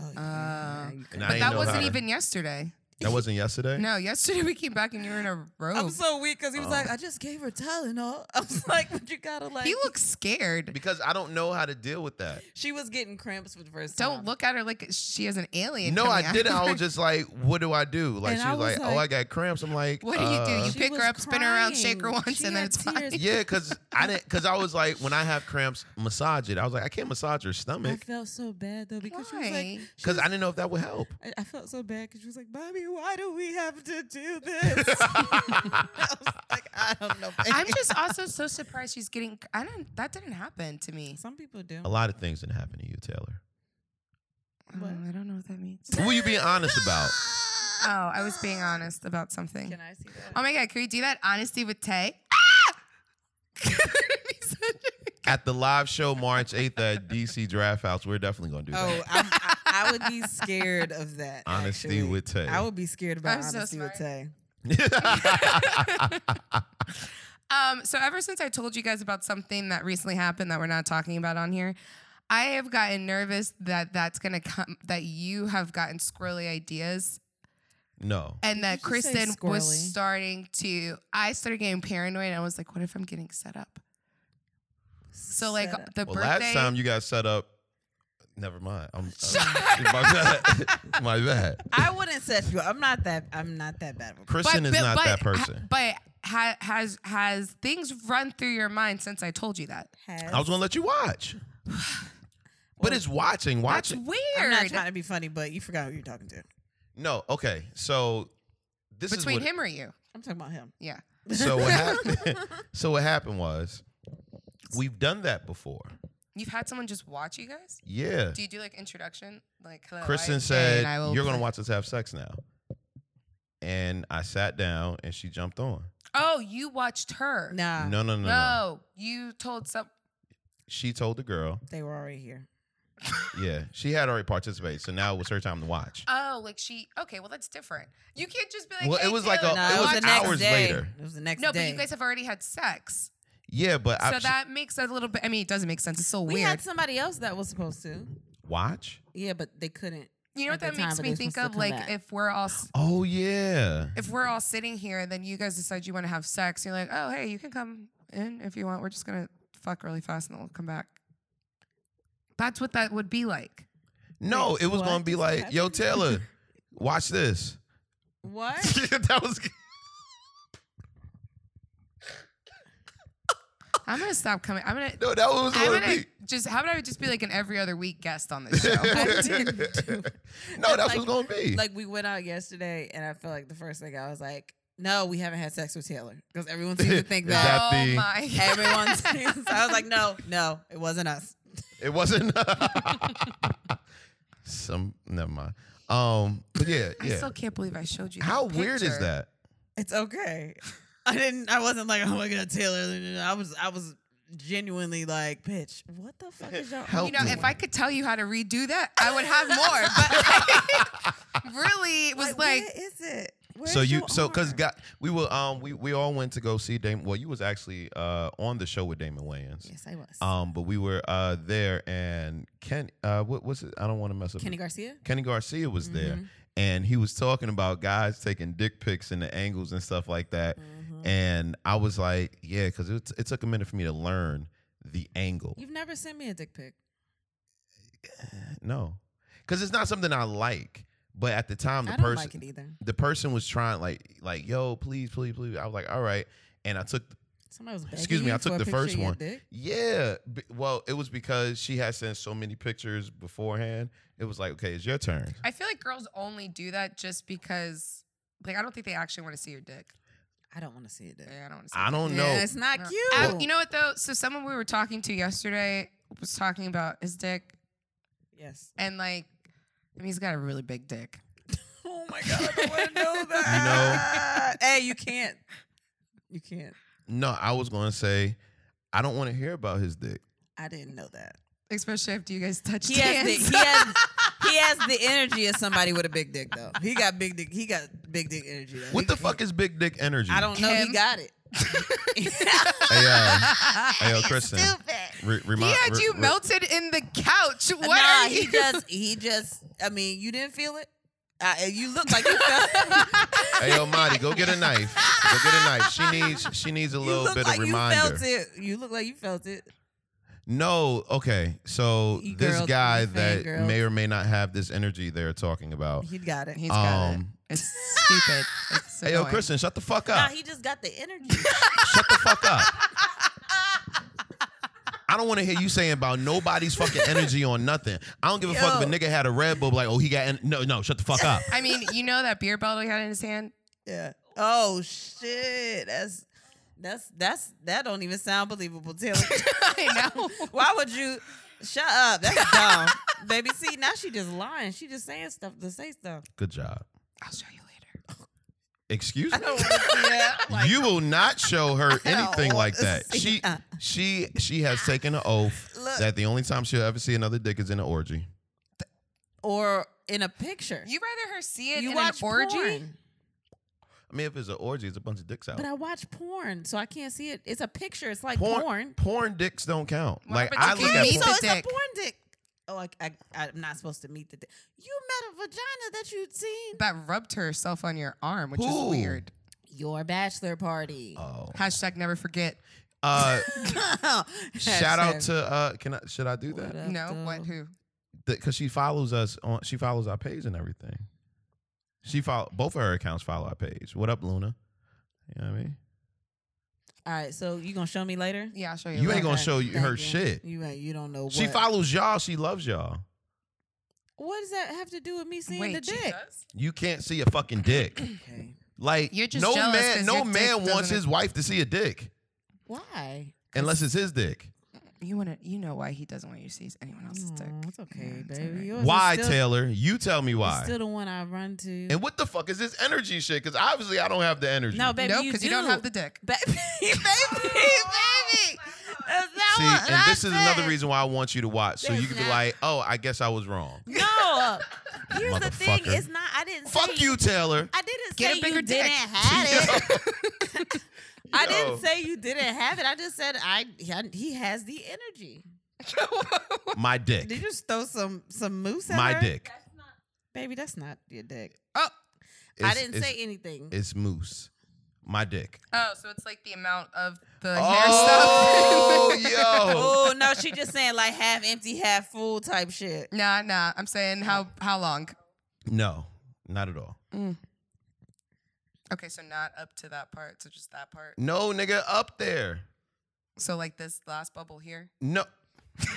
S3: Oh,
S2: Uh,
S3: you
S1: and I
S2: But
S1: ain't
S2: that
S1: know
S2: wasn't
S1: her.
S2: even yesterday.
S1: That wasn't yesterday.
S2: No, yesterday we came back and you were in a
S3: I'm
S2: robe.
S3: so weak because he was
S1: Oh.
S3: like, I just gave her Tylenol. I was like, but you gotta like.
S2: He looks scared.
S1: because I don't know how to deal with that.
S3: She was getting cramps for the first time.
S2: Don't look at her like she is an alien.
S1: no,
S2: coming
S1: I didn't.
S2: out of
S1: I
S2: her.
S1: was just like, what do I do? Like
S3: And
S1: she
S3: I
S1: was, like,
S3: was
S1: oh, I
S3: like-
S1: got cramps. I'm like,
S2: What do you do?
S1: uh,
S2: You pick her
S3: was
S2: up, spin her around, shake her
S3: crying.
S2: once,
S3: She
S2: and then
S3: had
S2: it's
S3: tears.
S2: fine.
S1: yeah, because I didn't. Because I was like, when I have cramps, massage it. I was like, I can't massage her
S3: I
S1: stomach
S3: felt so bad though because she was
S2: Why?
S3: like,
S1: because I didn't know if that would help.
S3: I, I felt so bad because she was like, Bobby, why do we have to do this? I was like, I don't know.
S2: I'm
S3: babe.
S2: just also so surprised she's getting. I didn't. That didn't happen to me.
S3: Some people do.
S1: A lot of things didn't happen to you, Taylor.
S3: What?
S2: Um, I don't know what that means.
S1: Who are you being honest about?
S2: Oh, I was being honest about something.
S3: Can I see that?
S2: Oh my god, can we do that? Honesty with Tay. Ah!
S1: At the live show March 8th at DC Draft House, we're definitely going to do
S3: Oh,
S1: that.
S3: I'm, I, I would be scared of that.
S1: Honesty
S3: actually.
S1: with Tay.
S3: I would be scared about
S2: I'm so
S3: honesty with Tay.
S2: um, so ever since I told you guys about something that recently happened that we're not talking about on here, I have gotten nervous that that's gonna come. That you have gotten squirrely ideas,
S1: no.
S2: and that
S3: Did you say
S2: Kristen was
S3: squirrely?
S2: starting to. I started getting paranoid. And I was like, what if I'm getting set up? So like uh,
S3: Set up.
S2: the
S1: Well,
S2: birthday.
S1: last time you got set up. Never mind. I'm, I'm- my bad. my bad.
S3: I wouldn't set you. up. I'm not that. I'm not that bad. Of a
S1: Kristen is not that
S2: ha-
S1: person.
S2: But ha- has has things run through your mind since I told you that?
S3: Has.
S1: I was gonna let you watch, but it's watching,
S2: That's
S1: watching.
S2: weird.
S3: I'm not trying to be funny, but you forgot who you're talking to.
S1: No, okay. So this
S2: Between
S1: is what,
S2: him or you?
S3: I'm talking about him.
S2: Yeah.
S1: So what happened? so what happened was we've done that before.
S2: You've had someone just watch you guys?
S1: Yeah.
S2: Do you do like introduction? Like hello.
S1: Kristen
S2: I'm Jay,
S1: said,
S2: and I will
S1: "You're gonna
S2: play-"
S1: watch us have sex now," and I sat down and she jumped on.
S2: Oh, you watched her.
S3: Nah,
S1: No, no, no,
S2: Uh, No,
S1: no.
S2: you told some
S1: She told the girl.
S3: they were already here.
S1: Yeah, she had already participated, so now it was her time to watch.
S3: Uh,
S2: Oh, like she okay, well that's different. You can't just be like
S1: Well, it
S2: "Hey,
S1: was like a-
S2: Taylor,
S1: it
S3: Nah, it
S1: was
S3: was
S2: watch
S3: the
S2: us."
S3: next
S1: hours
S3: day.
S1: later.
S3: It was the next
S2: No,
S3: day.
S2: but you guys have already had sex.
S1: Yeah, but
S2: so
S1: I
S2: that makes a little bit I mean, it doesn't make sense. It's so
S3: we
S2: weird.
S3: had somebody else that was supposed to.
S1: watch.
S3: Yeah, but they couldn't.
S2: You know what
S3: at
S2: that
S3: the time,
S2: makes
S3: but
S2: me
S3: they're
S2: think
S3: supposed
S2: of?
S3: to come
S2: Like
S3: back.
S2: if we're all s-
S1: Oh yeah.
S2: if we're all sitting here, then you guys decide you want to have sex. You're like, oh hey, you can come in if you want. We're just gonna fuck really fast and we'll come back. That's what that would be like.
S1: No,
S3: Wait,
S1: it was
S3: what?
S1: gonna be like, yo, Taylor, watch this.
S3: What?
S1: that was
S2: I'm gonna stop coming. I'm gonna.
S1: no, that was
S2: I'm
S1: gonna
S2: gonna
S1: be.
S2: just how about I just be like an every other week guest on this show?
S3: didn't do it.
S1: no, that's
S3: Like-
S1: what's gonna be.
S3: like we went out yesterday, and I felt like the first thing I was like, "No, we haven't had sex with Taylor," because everyone seems to think
S1: Is
S3: that.
S1: that
S2: oh
S1: the-
S2: my!
S3: Everyone seems. I was like, "No, no, it wasn't us."
S1: it wasn't. Some never mind. Um, but yeah,
S2: I
S1: yeah.
S2: still can't believe I showed you. that
S1: How weird is
S2: picture.
S1: that?
S3: It's okay. I didn't. I wasn't like, "Oh my god, Taylor." I was. I was genuinely like, "Bitch, what the fuck is y'all?"
S1: Help
S2: You know,
S1: me.
S2: if I could tell you how to redo that, I would have more. But I really was like,
S3: where is it? Where's
S1: So you
S3: your
S1: so because
S3: arm?
S1: got we were um we we all went to go see Damon. Well, you was actually uh on the show with Damon Wayans.
S3: Yes, I was.
S1: Um, but we were uh there and Ken uh what was it? I don't want to mess up.
S3: Kenny Garcia.
S1: Kenny Garcia was there
S3: Mhm.
S1: and he was talking about guys taking dick pics and the angles and stuff like that.
S3: Mhm.
S1: And I was like, yeah, because it, it took a minute for me to learn the angle. Eh,
S3: You've never sent me a dick pic.
S1: No, because it's not something I like. But at the time, the
S3: I don't
S1: person
S3: like it either.
S1: the person was trying like like yo, please, please, please. I was like, all right, and I took
S3: Somebody was begging
S1: Excuse me,
S3: you
S1: I took
S3: for a
S1: the
S3: picture
S1: first
S3: of your
S1: one.
S3: dick?
S1: yeah. B- well, it was because she had sent so many pictures beforehand. It was like, okay, it's your turn.
S2: I feel like girls only do that just because, like, I don't think they actually want to see your dick.
S3: I don't want to see it. dick.
S2: Yeah, I don't want to. See
S1: I
S2: your
S1: don't
S3: Yeah,
S1: know.
S3: it's not
S2: dick.
S3: cute.
S2: Uh, I- you know what though? So someone we were talking to yesterday was talking about his dick,
S3: Yes.
S2: and like, I mean, he's got a really big dick.
S3: Oh my god, I want to know
S1: that.
S3: that. You know, hey, you can't. You can't.
S1: No, I was gonna say, I don't want to hear about his dick.
S3: I didn't know that.
S2: Especially after you guys touched
S3: He has the he
S2: hands.
S3: has he has the energy of somebody with a big dick though. He got big dick. He got big dick energy. Though.
S1: What
S3: He-
S1: the fuck is big dick energy?
S3: I don't know.
S2: Kim?
S3: He got it.
S1: Hey, uh, hey, yo, Kristen. Re-
S2: he
S1: remind,
S2: had
S1: re-
S2: you
S1: re-
S2: melted in the couch. What
S3: nah,
S2: are you?
S3: he just he just. I mean, you didn't feel it. Uh, you look like you felt.
S1: Hey, yo, Marty, go get a knife. Go get a knife. She needs she needs a
S3: you
S1: little
S3: look
S1: bit
S3: like
S1: of
S3: you
S1: reminder.
S3: felt it. You look like you felt it.
S1: No, okay. So
S3: You
S1: this
S3: girls,
S1: guy
S3: you
S1: that
S3: fangirls.
S1: may or may not have this energy they're talking about.
S3: He got it.
S2: He's
S1: Um,
S2: It's stupid. It's
S1: hey, yo, Kristen, shut the fuck
S3: Nah,
S1: up.
S3: he just got the energy.
S1: shut the fuck up. I don't want to hear you saying about nobody's fucking energy on nothing. I don't give a fuck if a
S3: Yo.
S1: nigga had a Red Bull, like, oh, he got en- no, no, shut the fuck up.
S2: I mean, you know that beer bottle he had in his hand?
S3: Yeah. Oh shit. That's that's that's that don't even sound believable, Taylor.
S2: I know.
S3: Why would you shut up? That's dumb. Baby, see, now she just lying. She just saying stuff to say stuff.
S1: Good job.
S2: I'll show you later.
S1: Excuse
S3: I
S1: me.
S3: don't wanna see that. Like,
S1: you will not show her anything
S3: don't
S1: like
S3: wanna
S1: that.
S3: see
S1: She
S3: that.
S1: she she has taken an oath
S3: Look.
S1: that the only time she'll ever see another dick is in an orgy.
S3: or in a picture.
S2: You rather her see it
S3: You
S2: in
S3: watch
S2: an orgy?
S3: porn.
S1: I mean, if it's an orgy, it's a bunch of dicks out.
S3: But I watch porn, so I can't see it. It's a picture. It's like
S1: porn,
S3: porn.
S1: porn dicks don't count.
S2: Well,
S1: like
S2: but
S1: I
S2: you
S1: look
S2: can't
S1: at
S2: meet
S1: porn.
S3: so
S2: the
S3: it's
S2: dick.
S3: a porn dick. Oh, I, I, I'm not supposed to meet the dick. You met a vagina that you'd seen.
S2: That rubbed herself on your arm, which
S1: Who?
S2: is weird.
S3: Your bachelor party.
S1: Oh.
S2: Hashtag never forget.
S1: Uh, shout out
S3: Hashtag
S1: to uh, can I should I do
S3: What
S1: that?
S3: up,
S2: no, what?
S3: dog?
S2: Who?
S1: Because she follows us on. She follows our page and everything. She follow both of her accounts follow our page. What up, Luna? You know what I mean?
S3: All right, so you gonna show me later?
S2: Yeah, I'll show you.
S1: You
S2: later.
S1: ain't gonna
S3: Okay,
S1: show you-
S3: thank
S1: her
S3: you.
S1: shit.
S3: You ain't- you don't know what.
S1: She follows y'all. She loves y'all.
S3: What does that have to do with me seeing
S2: Wait,
S3: the
S2: she
S3: dick?
S2: does?
S1: You can't see a fucking dick.
S3: Okay.
S1: Like
S2: You're just
S1: no
S2: jealous
S1: man,
S2: 'cause
S1: no
S2: your dick
S1: man wants
S2: doesn't-
S1: his wife to see a dick
S3: Why?
S1: unless it's his dick.
S2: You want to? You know why he doesn't want you to see anyone else's dick?
S3: Aw, Mm, it's okay,
S2: Yeah, it's all
S3: baby.
S2: right.
S3: Yours is
S1: Why,
S3: still,
S1: Taylor? You tell me
S3: it's
S1: why.
S3: Still the one I run to.
S1: And what the fuck is this energy shit? Because obviously I don't have the energy.
S3: no, baby,
S2: nope,
S3: you,
S2: because
S3: do.
S2: you, don't have the dick.
S3: Ba- baby, baby, baby. That's not
S1: See,
S3: what
S1: and
S3: I
S1: this is another
S3: said.
S1: reason why I want you to watch, so
S3: That's
S1: you can be
S3: not-
S1: like, "Oh, I guess I was wrong."
S3: No. Here's the thing.
S1: Motherfucker.
S3: It's not. I didn't.
S1: Fuck
S3: say,
S1: you, Taylor.
S3: I didn't
S2: Get a
S3: say
S2: bigger
S3: you
S2: dick.
S3: didn't have it. I didn't
S1: Yo.
S3: say you didn't have it. I just said I he- he has the energy.
S1: my
S3: Did
S1: dick.
S3: you just throw some some moose at
S1: My
S3: her?
S1: dick.
S3: Baby, that's not your dick.
S2: oh,
S3: I
S1: It's-
S3: didn't
S1: it's-
S3: say anything.
S1: It's moose. My dick.
S2: oh, so it's like the amount of the
S1: Oh,
S2: hair stuff.
S1: yo.
S3: Oh no, she just saying like half empty, half full type shit.
S2: nah, nah. I'm saying how how long?
S1: No, not at all.
S2: Okay, so not up to that part. So just that part.
S1: No, nigga, up there.
S2: So like this last bubble here.
S1: No.
S3: Mm,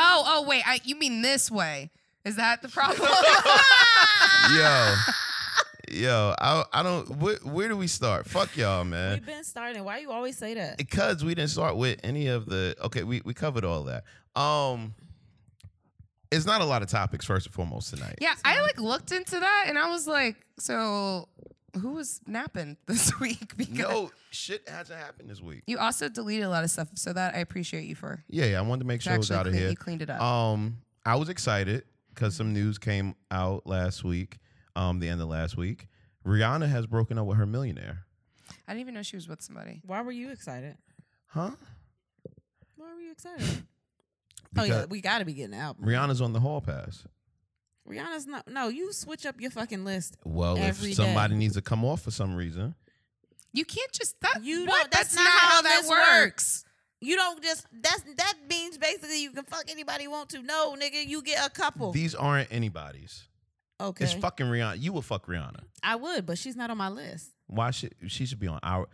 S2: Oh, oh, wait. I, you mean this way? Is that the problem?
S1: Yo. Yo, I, I don't. Wh- where do we start? Fuck y'all, man.
S3: We've been starting. Why you always say that?
S1: because we didn't start with any of the okay we, we covered all that um it's not a lot of topics first and foremost tonight
S2: yeah, I like looked into that and I was like, so who was napping this week? Because
S1: no shit hasn't happened this week
S2: you also deleted a lot of stuff, so that I appreciate you for.
S1: yeah, yeah i wanted to make
S2: It's
S1: sure it was
S2: actually
S1: out of
S2: clean-
S1: here
S2: you cleaned it up.
S1: um i was excited because some news came out last week um the end of last week rihanna has broken up with her millionaire
S2: I didn't even know she was with somebody.
S3: Why were you excited?
S1: huh
S3: Why were you excited? oh yeah, we gotta be getting out.
S1: rihanna's on the hall pass
S3: Rihanna's not. No, you switch up your fucking list.
S1: well
S3: Every
S1: if
S3: day.
S1: somebody needs to come off for some reason
S2: You can't just that.
S3: You don't-
S2: what?
S3: that's not how this works. You don't just that's that means basically you can fuck anybody you want to. No, nigga, you get a couple.
S1: these aren't anybody's
S3: okay,
S1: it's fucking rihanna you would fuck rihanna
S3: I would, but she's not on my list.
S1: Why should she should be on our?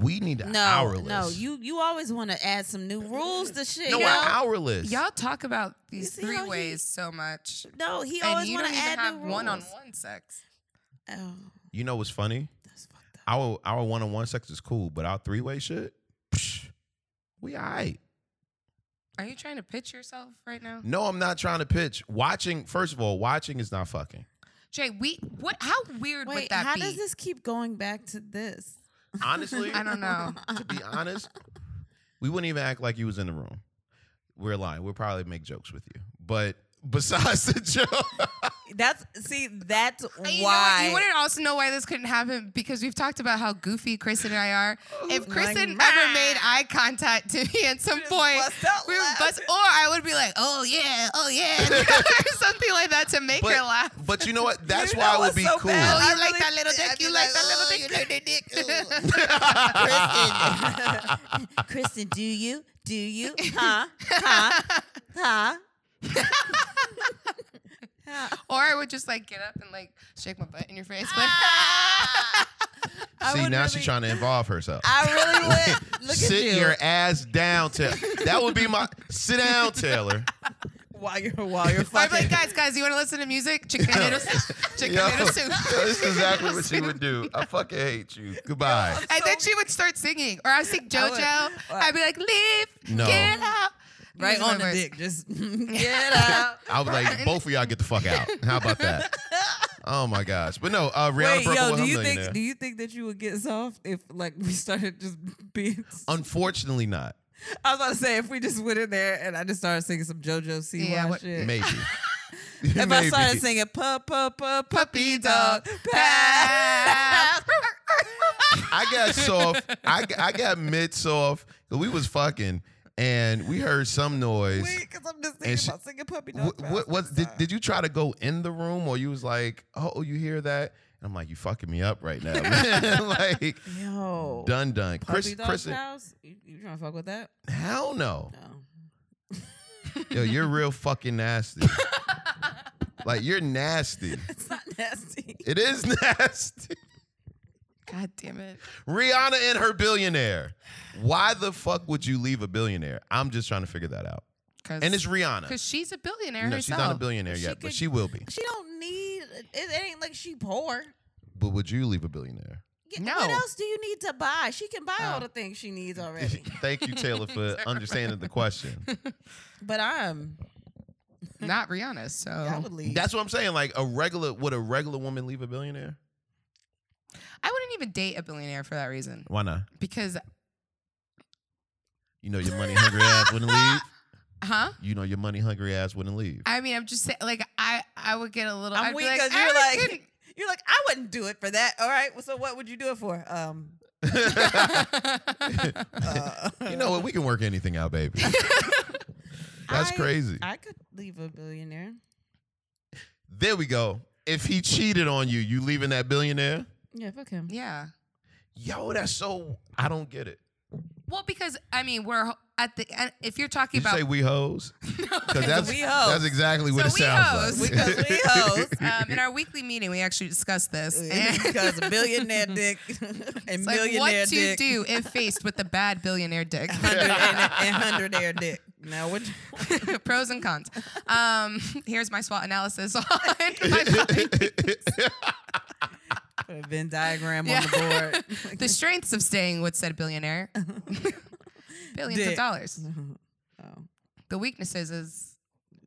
S1: We need an
S3: No,
S1: hour list.
S3: no, you you always want to add some new rules to shit.
S1: no
S3: yo.
S1: an hour list.
S2: Y'all talk about these
S3: see how
S2: three
S3: he-
S2: ways so much,
S3: no, he
S2: and
S3: always
S2: you
S3: want
S2: don't
S3: to
S2: even
S3: add
S2: have
S3: new rules.
S2: one-on-one sex.
S3: Oh,
S1: You know what's funny?
S3: that's fucked up.
S1: Our our one on one sex is cool, but our three way shit, psh, we alright.
S2: Are you trying to pitch yourself right now,
S1: No, I'm not trying to pitch. Watching, first of all, watching is not fucking.
S2: Jay? We what? How weird would
S3: Wait,
S2: that
S3: how
S2: be?
S3: does this keep going back to this?
S1: Honestly,
S2: I don't know.
S1: to be honest, we wouldn't even act like you was in the room. We're lying. We'll probably make jokes with you, but besides the joke,
S3: That's see, that's
S2: And you know what?
S3: why.
S2: you wouldn't also know why this couldn't happen because we've talked about how goofy Kristen and I are. If Kristen
S3: Like,
S2: ever made
S3: "Rah!"
S2: eye contact to me at some
S3: just
S2: point,
S3: bust out
S2: we would
S3: laughing.
S2: bust, or I would be like, "Oh yeah, oh yeah," or something like that to make
S1: but,
S2: her laugh.
S1: but you know what? That's
S3: You
S1: why
S3: know
S1: it would
S3: what's
S1: be
S3: so
S1: cool.
S2: Oh,
S3: bad?
S2: you
S3: I
S2: like
S3: really-
S2: that little dick?
S3: I'd be
S2: You like
S3: like,
S2: that
S3: "Oh,
S2: little dick?
S3: you like that
S2: dick?
S3: Kristen, do you? Do you? Huh? Huh? Huh? Ah.
S2: or I would just like get up and like shake my butt in your face, but
S1: See,
S3: would
S1: now she's
S3: really-
S1: trying to involve herself.
S3: I really would. Look
S1: sit
S3: at you.
S1: your ass down, Taylor. That would be my sit down, Taylor.
S3: while you're while you're
S2: I'm like,
S3: fucking.
S2: guys, guys, you want to listen to music? Chicken noodle soup. Chicken
S1: Yo,
S2: noodle soup.
S1: this is exactly what she would do. I fucking hate you. Goodbye.
S2: And then she would start singing, or I'd sing
S3: I would-
S2: JoJo. I'd be like, "Leave,
S1: No.
S2: get out."
S3: right
S2: These are
S3: on
S2: my
S3: the
S2: words.
S3: dick. Just get out.
S1: I was like, both of y'all get the fuck out. How about that? Oh my gosh. But no, uh, Rihanna
S3: Wait,
S1: Burke
S3: yo,
S1: will
S3: do
S1: hum
S3: you
S1: millionaire.
S3: think do you think that you would get soft if like we started just being?
S1: Unfortunately, not.
S3: I was about to say if we just went in there and I just started singing some JoJo CY
S2: Yeah, what-
S3: shit.
S1: Maybe.
S3: If I
S1: Maybe.
S3: started singing pup pup pup puppy dog
S2: Dog.
S3: pass.
S1: I got soft. I, g- I got mid soft. We was fucking, and we heard some noise.
S3: Wait, because I'm just
S1: And
S3: thinking
S1: she-
S3: about singing puppy dog.
S1: What, what, what did, did you try to go in the room, or you was like, oh, you hear that? And I'm like, you fucking me up right now. man." like,
S3: Yo,
S1: done, done.
S3: puppy
S1: Chris,
S3: dog
S1: Chris,
S3: house. You, you trying to fuck with that?
S1: hell no.
S3: No.
S1: Yo, you're real fucking nasty. like you're nasty.
S3: It's not nasty.
S1: It is nasty.
S2: God damn it!
S1: Rihanna and her billionaire. Why the fuck would you leave a billionaire? I'm just trying to figure that out. And it's Rihanna.
S2: because she's a billionaire
S1: No,
S2: herself.
S1: she's not a billionaire
S3: She
S1: yet, but
S3: could-
S1: she will be.
S3: She don't need. It, it ain't like she poor.
S1: But would you leave a billionaire?
S3: Yeah,
S2: No.
S3: What else do you need to buy? She can buy all
S2: Oh.
S3: the things she needs already.
S1: Thank you, Taylor, for understanding the question.
S3: but I'm.
S2: Not Rihanna. So
S3: I would leave.
S1: That's what I'm saying. Like a regular, would a regular woman leave a billionaire?
S2: I wouldn't even date a billionaire for that reason
S1: Why not?
S2: because,
S1: You know your money hungry ass wouldn't leave.
S2: huh?
S1: You know your money hungry ass wouldn't leave.
S2: I mean, I'm just saying, like I, I would get a little.
S3: I'm
S2: I'd be
S3: weak
S2: like,
S3: because
S2: I
S3: you're like
S2: couldn't-
S3: you're like I wouldn't do it for that. All right. So what would you do it for? Um. uh,
S1: you know what? We can work anything out, baby. That's
S3: I-
S1: crazy.
S3: I could leave a billionaire.
S1: There we go. If he cheated on you, you leaving that billionaire?
S3: Yeah, fuck him.
S2: yeah.
S1: Yo, that's so. I don't get it.
S2: Well, because I mean, we're at the end. If you're talking
S1: Did you
S2: about
S1: say we hoes? Because that's
S3: we hoes.
S1: that's exactly what it
S2: So we
S1: sounds
S2: hoes.
S1: like.
S3: Because we hoes.
S2: um, in our weekly meeting, we actually discussed this. And
S3: because billionaire dick and
S2: it's like
S3: millionaire
S2: what to
S3: dick
S2: do if faced with a bad billionaire dick.
S3: and, and hundredaire dick. Now what?
S2: Pros and cons. Um, here's my SWOT analysis on my body.
S3: Put a Venn diagram on
S2: Yeah.
S3: the board.
S2: the strengths of staying with said billionaire. Billions
S3: Uh, Dick.
S2: of dollars.
S3: oh,
S2: The weaknesses is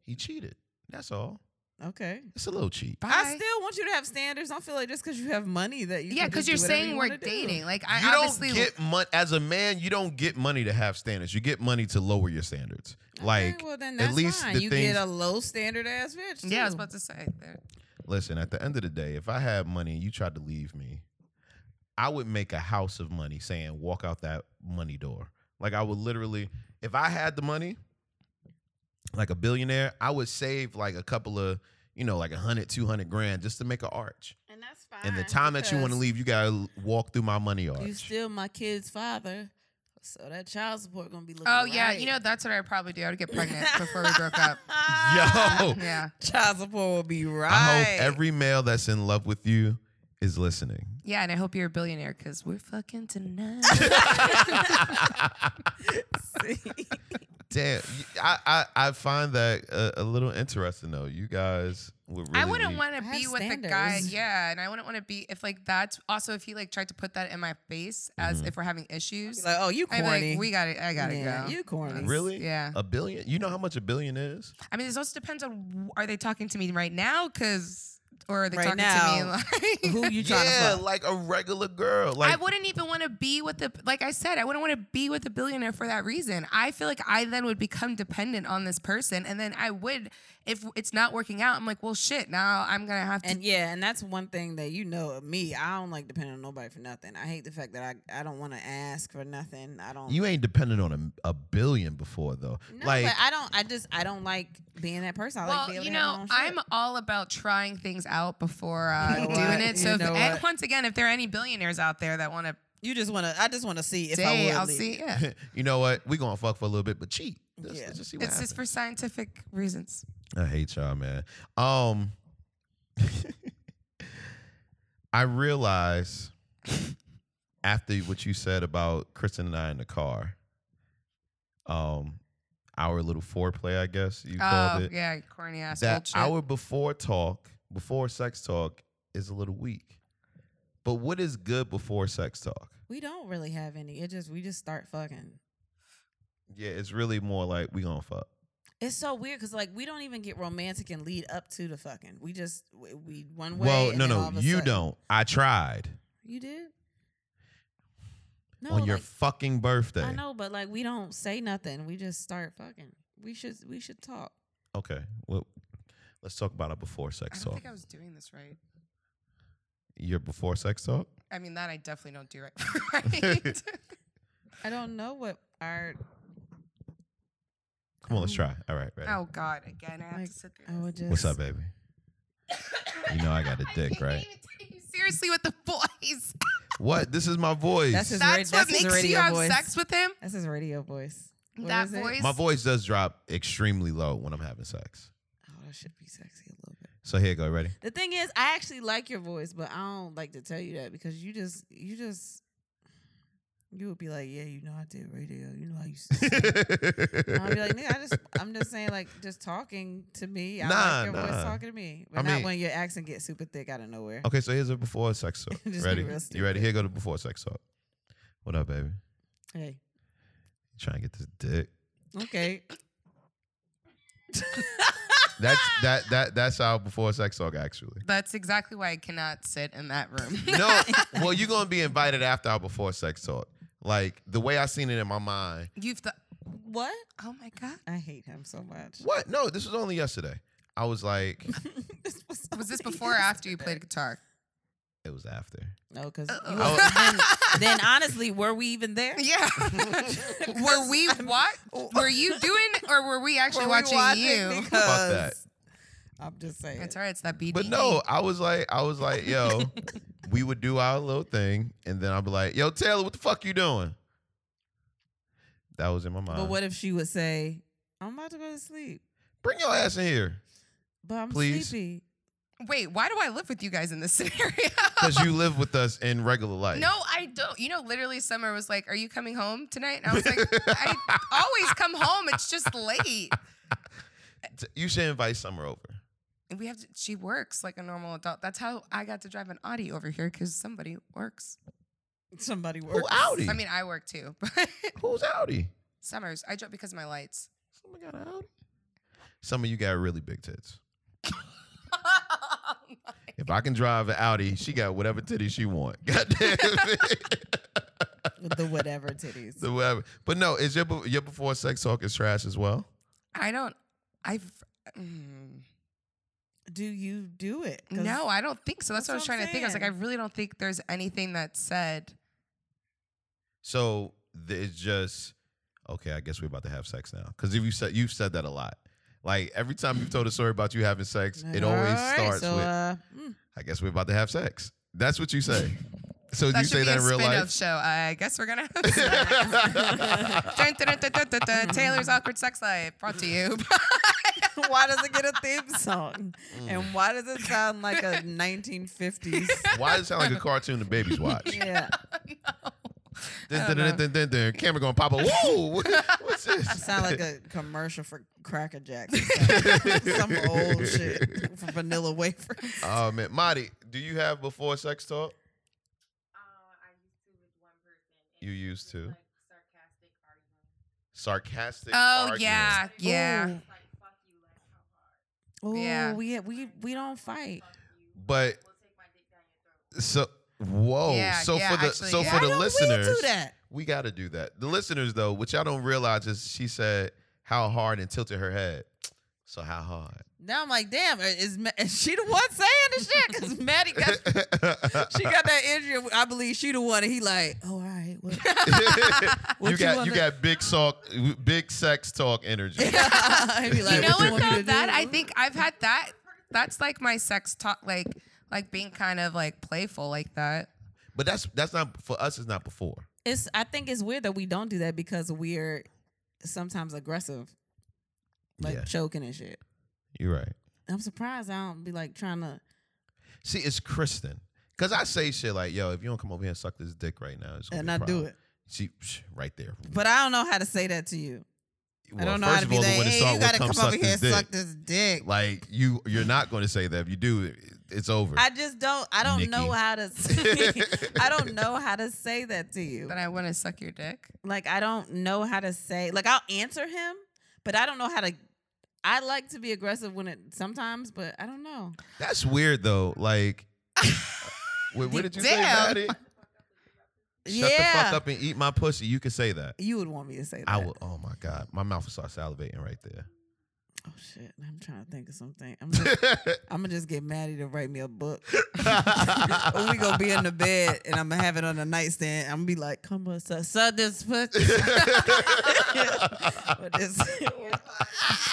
S1: he cheated. That's all.
S3: okay.
S1: It's a little cheat.
S2: bye.
S3: I still want you to have standards. I feel like just because you have money that you
S2: yeah,
S3: because
S2: because you're saying we're dating. Like I
S1: you
S2: obviously
S1: don't get money as a man. You don't get money to have standards. You get money to lower your standards. Like
S3: well, then
S1: at
S3: that's
S1: least
S3: fine.
S1: the
S3: you
S1: things.
S3: get a low standard ass bitch.
S2: yeah, I was
S3: too.
S2: about to say. there-
S1: listen, at the end of the day, if I had money and you tried to leave me, I would make a house of money saying walk out that money door. Like I would literally, if I had the money, like a billionaire, I would save like a couple of, you know, like a hundred, two hundred grand just to make an arch.
S3: and that's fine.
S1: and the time that you want to
S3: Ah, because
S1: leave, you gotta walk through my money arch.
S3: you still my kid's father, so that child support gonna be looking.
S2: Oh yeah,
S3: right.
S2: you know that's what I'd probably do. I would get pregnant before we broke up.
S1: Yo,
S2: Yeah,
S3: child support will be right.
S1: I hope every male that's in love with you is listening.
S2: yeah, and I hope you're a billionaire because we're fucking tonight.
S3: See?
S1: Damn, you- I, I I find that uh, a, a little interesting though. You guys would really
S2: I wouldn't
S1: be-
S2: want to
S3: I have
S2: be with a guy.
S3: standards.
S2: Yeah, and I wouldn't want to be if like that's also if he like tried to put that in my face as
S1: Mm-hmm.
S2: if we're having issues.
S3: like, oh, you
S2: I'd
S3: corny.
S2: be like, we got it. I gotta
S3: Yeah,
S2: go.
S3: You corny.
S1: really
S2: Yeah.
S1: a billion. You know how much a billion is?
S2: I mean, it also depends on wh- are they talking to me right now? Cause or are they
S3: Right
S2: talking
S3: now,
S2: to me like?
S3: Who you trying
S1: Yeah,
S3: to fuck?
S1: like a regular girl.
S2: I
S1: Like
S2: wouldn't even want to be with the like I said, I wouldn't want to be with a billionaire for that reason. I feel like I then would become dependent on this person, and then I would if it's not working out. I'm like, well, shit. Now I'm gonna have to.
S3: And yeah, and that's one thing that you know of me. I don't like depending on nobody for nothing. I hate the fact that I, I don't want to ask for nothing. I don't.
S1: you ain't dependent on a, a billion before though.
S3: no,
S1: like
S3: but I don't. I just I don't like being that person. I like
S2: well,
S3: being able
S2: you
S3: to have my
S2: know,
S3: own shit.
S2: I'm all about trying things out before uh,
S3: You know
S2: doing
S3: what?
S2: it. So,
S3: You
S2: if,
S3: know
S2: and
S3: what?
S2: once again, if there are any billionaires out there that want to
S3: You just want to. I just want to see if I
S2: date,
S3: will.
S2: I'll
S3: leave.
S2: see. Yeah.
S1: you know what? We gonna fuck for a little bit, but cheat. Let's,
S3: Yeah.
S1: let's just see what
S2: it's just for
S1: happens.
S2: scientific reasons.
S1: I hate y'all, man. Um, I realize after what you said about Kristen and I in the car, um, our little foreplay, I guess you
S2: Oh,
S1: called it.
S2: yeah, corny ass old
S1: that
S2: shit.
S1: hour before talk, before sex talk, is a little weak. But what is good before sex talk?
S3: We don't really have any. It just we just start fucking.
S1: Yeah, it's really more like we gonna fuck.
S3: It's so weird because like we don't even get romantic and lead up to the fucking. We just we, we one way.
S1: well,
S3: and
S1: no,
S3: then all
S1: no,
S3: of a
S1: you
S3: sudden-
S1: don't. I tried
S3: You did. No,
S1: on your
S3: like,
S1: fucking birthday.
S3: I know, but like we don't say nothing. We just start fucking. We should we should talk.
S1: Okay, well, let's talk about our before
S2: I
S1: sex
S2: don't
S1: talk.
S2: think I was doing this right.
S1: Your before sex talk.
S2: I mean, that I definitely don't do right. right?
S3: I don't know what our.
S1: Come on, let's try. All right, ready.
S2: oh God, again, I have
S3: Like,
S2: to sit
S3: I
S2: through.
S3: would just.
S1: What's up, baby?
S2: this.
S1: You know I got a dick,
S2: can't
S1: right?
S2: even take you seriously with the voice.
S1: What? This is my voice.
S3: That's his- ra-
S2: That's what
S3: that's his
S2: makes you
S3: radio
S2: have
S3: voice.
S2: sex with him.
S3: That's his radio voice. What
S2: that
S3: is it?
S2: voice.
S1: my voice does drop extremely low when I'm having sex.
S3: Oh, that should be sexy a little bit.
S1: So here you go. Ready?
S3: The thing is, I actually like your voice, but I don't like to tell you that because you just, you just, you would be like, yeah, you know, I did radio. You know, I used to. Sing. And I'd be like, nigga, I just, I'm just saying, like, just talking to me. I
S1: Nah,
S3: like your voice
S1: nah.
S3: talking to me, but
S1: I
S3: not
S1: mean- Oh.
S3: when your accent gets super thick out of nowhere.
S1: Okay, so here's a before sex talk.
S3: Just be
S1: ready?
S3: real
S1: You ready?
S3: stupid.
S1: Here go the before sex talk. What up, baby?
S3: Hey,
S1: Trying to get this dick.
S3: okay.
S1: That's that that that's our before sex talk actually.
S2: That's exactly why I cannot sit in that room.
S1: No, well, you're gonna be invited after our before sex talk. Like the way I seen it in my mind.
S2: You've the.
S3: what?
S2: Oh my God.
S3: I hate him so much.
S1: What? No, this was only yesterday. I was like,
S3: This was,
S2: Was this
S3: only
S2: before or after you
S3: yesterday.
S2: played guitar?
S1: it was after.
S3: No, because
S1: I
S3: then honestly, were we even there?
S2: Yeah. were we what? Were you doing or were we actually
S3: Were we
S2: watching,
S3: watching
S2: you?
S3: Because
S1: About that.
S3: I'm just saying.
S2: That's all right. It's that BD.
S1: But no, I was like, I was like, yo, we would do our little thing, and then I'd be like, yo, Taylor, what the fuck you doing? That was in my mind.
S3: But what if she would say, "I'm about to go to sleep,
S1: Bring your ass in here,
S3: but I'm
S1: Please?
S3: sleepy."
S2: Wait, why do I live with you guys in this scenario?
S1: because you live with us in regular life.
S2: No, I don't. You know, literally, Summer was like, Are you coming home tonight? And I was like, I always come home. It's just late.
S1: T- you should invite Summer over.
S2: And we have to, she works like a normal adult. That's how I got to drive an Audi over here because somebody works.
S3: Somebody
S1: Who
S3: works.
S1: Audi?
S2: I mean, I work too, but
S1: who's Audi?
S2: Summers, I drove because of my lights.
S1: Summer got an Audi. Summer, you got really big tits. If I can drive an Audi, she got whatever titties she want. Goddamn it.
S3: With the whatever titties.
S1: so whatever. But no, is your be- your before sex talk is trash as well?
S2: I don't, I've, mm,
S3: do you do it? 'Cause
S2: no, I don't think so. That's,
S3: That's
S2: what I was
S3: what
S2: trying
S3: I'm
S2: to think. I was like, I
S3: saying.
S2: really don't think there's anything that's said.
S1: So th- it's just okay. I guess we're about to have sex now. Because if you said you've said that a lot, like every time you've told a story about you having sex,
S3: like,
S1: it always
S3: "All right,
S1: starts
S3: so,
S1: with
S3: uh, mm,
S1: "I guess we're about to have sex." That's what you say. So do
S2: That
S1: you
S2: should
S1: say
S2: be
S1: that
S2: a
S1: in real
S2: spin-off
S1: life?
S2: show. Uh, I guess we're gonna. Have sex. Dun, dun, dun, dun, dun, dun. Taylor's awkward sex life brought to you.
S3: why does it get a theme song? And why does it sound like a 1950s?
S1: Mm. Why does it sound like a cartoon the babies watch?
S3: yeah,
S1: Dun, dun, dun, dun, dun, dun. Camera going pop up. Whoa! What's this?
S3: sound like a commercial for Cracker Jacks. or something. Some old shit for vanilla wafers.
S1: Oh man, Marty, do you have before sex talk? You used to. Sarcastic.
S2: oh
S1: arguing.
S2: yeah, yeah.
S3: Ooh,
S2: Yeah.
S3: we we we don't fight.
S1: But so whoa.
S2: Yeah,
S1: so
S2: yeah,
S1: for the
S2: actually,
S1: so
S2: yeah.
S1: for
S3: Why
S1: the
S3: don't
S1: listeners,
S3: we do that?
S1: we gotta do that. The listeners though, which I don't realize is she said how hard and tilted her head. So how hard?
S3: Now I'm like, damn, uh, is, Ma- is she the one saying this shit? Because Maddie got she got that injury. I believe she the one. And he like, oh, all right. Well.
S1: you
S3: What you
S1: got
S3: wanna-
S1: you got big talk, big sex talk energy.
S3: He be
S2: you
S3: like,
S2: know
S3: you
S2: what
S3: want me
S2: though?
S3: to
S2: That
S3: do?
S2: I think I've had that. That's like my sex talk, like like being kind of like playful like that.
S1: But that's that's not for us. It's not before.
S3: it's. I think it's weird that we don't do that because we're sometimes aggressive, like
S1: Yeah.
S3: choking and shit.
S1: You're right.
S3: I'm surprised I don't be like trying to.
S1: See, it's Kristen. Cause I say shit like, "Yo, if you don't come over here and suck this dick right now, it's gonna
S3: and
S1: be a
S3: I do
S1: problem."
S3: it.
S1: She psh, right there.
S3: But I don't know how to say that to you. I
S1: Well,
S3: don't know how
S1: first
S3: to
S1: of
S3: be
S1: all,
S3: like,
S1: the woman
S3: hey,
S1: start
S3: you
S1: with,
S3: gotta
S1: "Come
S3: come over
S1: suck
S3: here and
S1: this dick."
S3: suck this dick.
S1: Like you, you're not going to say that. If you do, it- it's over.
S3: I just don't. I don't know
S1: Nikki.
S3: how to. Say, I don't know how to say that to you.
S2: Then I want to suck your dick.
S3: Like I don't know how to say. Like I'll answer him, but I don't know how to. I like to be aggressive when it sometimes, but I don't know.
S1: That's weird though. Like, wait, what did you
S2: Damn.
S1: say about it?
S3: yeah,
S1: Shut the fuck up and eat my pussy. You can say that.
S3: you would want me to say that.
S1: I will. Oh my god, my mouth will start salivating right there.
S3: Oh shit! I'm trying to think of something. I'm. Just, I'm gonna just get Maddie to write me a book. Or we gonna be in the bed and I'm gonna have it on the nightstand. I'm gonna be like, come on, suck, suck this pussy. Or this-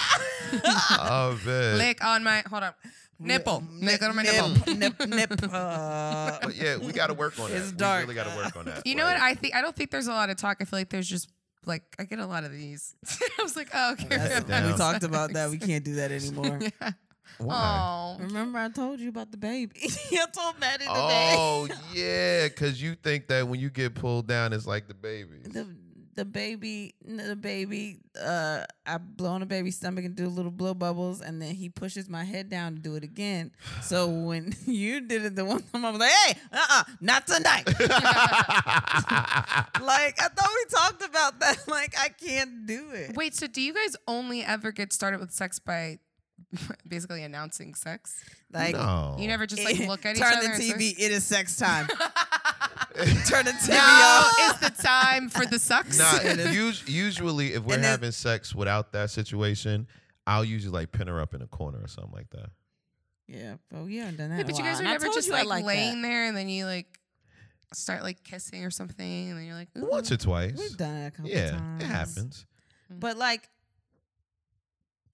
S1: oh man.
S2: Lick on my hold on. Nipple. Lick on my nipple.
S3: nip, nip, nip. uh,
S1: But yeah, we got to work on that.
S3: It's
S1: We
S3: dark.
S1: really got to work on that.
S2: You know what?
S1: Like,
S2: I think I don't think there's a lot of talk. I feel like there's just like I get a lot of these. I was like, oh, okay.
S1: That's-
S2: I'm
S1: Damn.
S3: we talked about that.
S2: sorry.
S3: We can't do that anymore.
S2: yeah.
S1: Why?
S2: Oh.
S3: Remember, I told you about the baby. I told Maddie the
S1: Oh yeah, because you think that when you get pulled down, it's like the baby.
S3: baby. The, the baby, the baby. Uh, I blow on the baby's stomach and do little blow bubbles, and then he pushes my head down to do it again. So when you did it the one time, I was like, "Hey, uh, uh not tonight." like I thought we talked about that. Like I can't do it.
S2: Wait, so do you guys only ever get started with sex by basically announcing sex?
S3: Like
S1: no.
S2: You never just like
S3: it-
S2: look at each
S3: turn
S2: other.
S3: the
S2: and say-
S3: TV. It is sex time. turn the TV
S2: Now
S3: off.
S2: is the time for the sucks.
S1: Nah,
S3: And then-
S1: us- usually if we're
S3: and then-
S1: having sex without that situation, I'll usually like pin her up in a corner or something like that.
S3: Yeah. Oh yeah. Done that.
S2: Yeah,
S3: in
S2: but
S3: a
S2: you guys
S3: while. And
S2: are
S3: I
S2: never
S3: told
S2: just
S3: you I
S2: like,
S3: like that.
S2: laying there and then you like start like kissing or something and then you're like, Ooh.
S1: Once or
S3: We've
S1: twice.
S3: done it a couple
S1: Yeah,
S3: times.
S1: it happens.
S3: But like,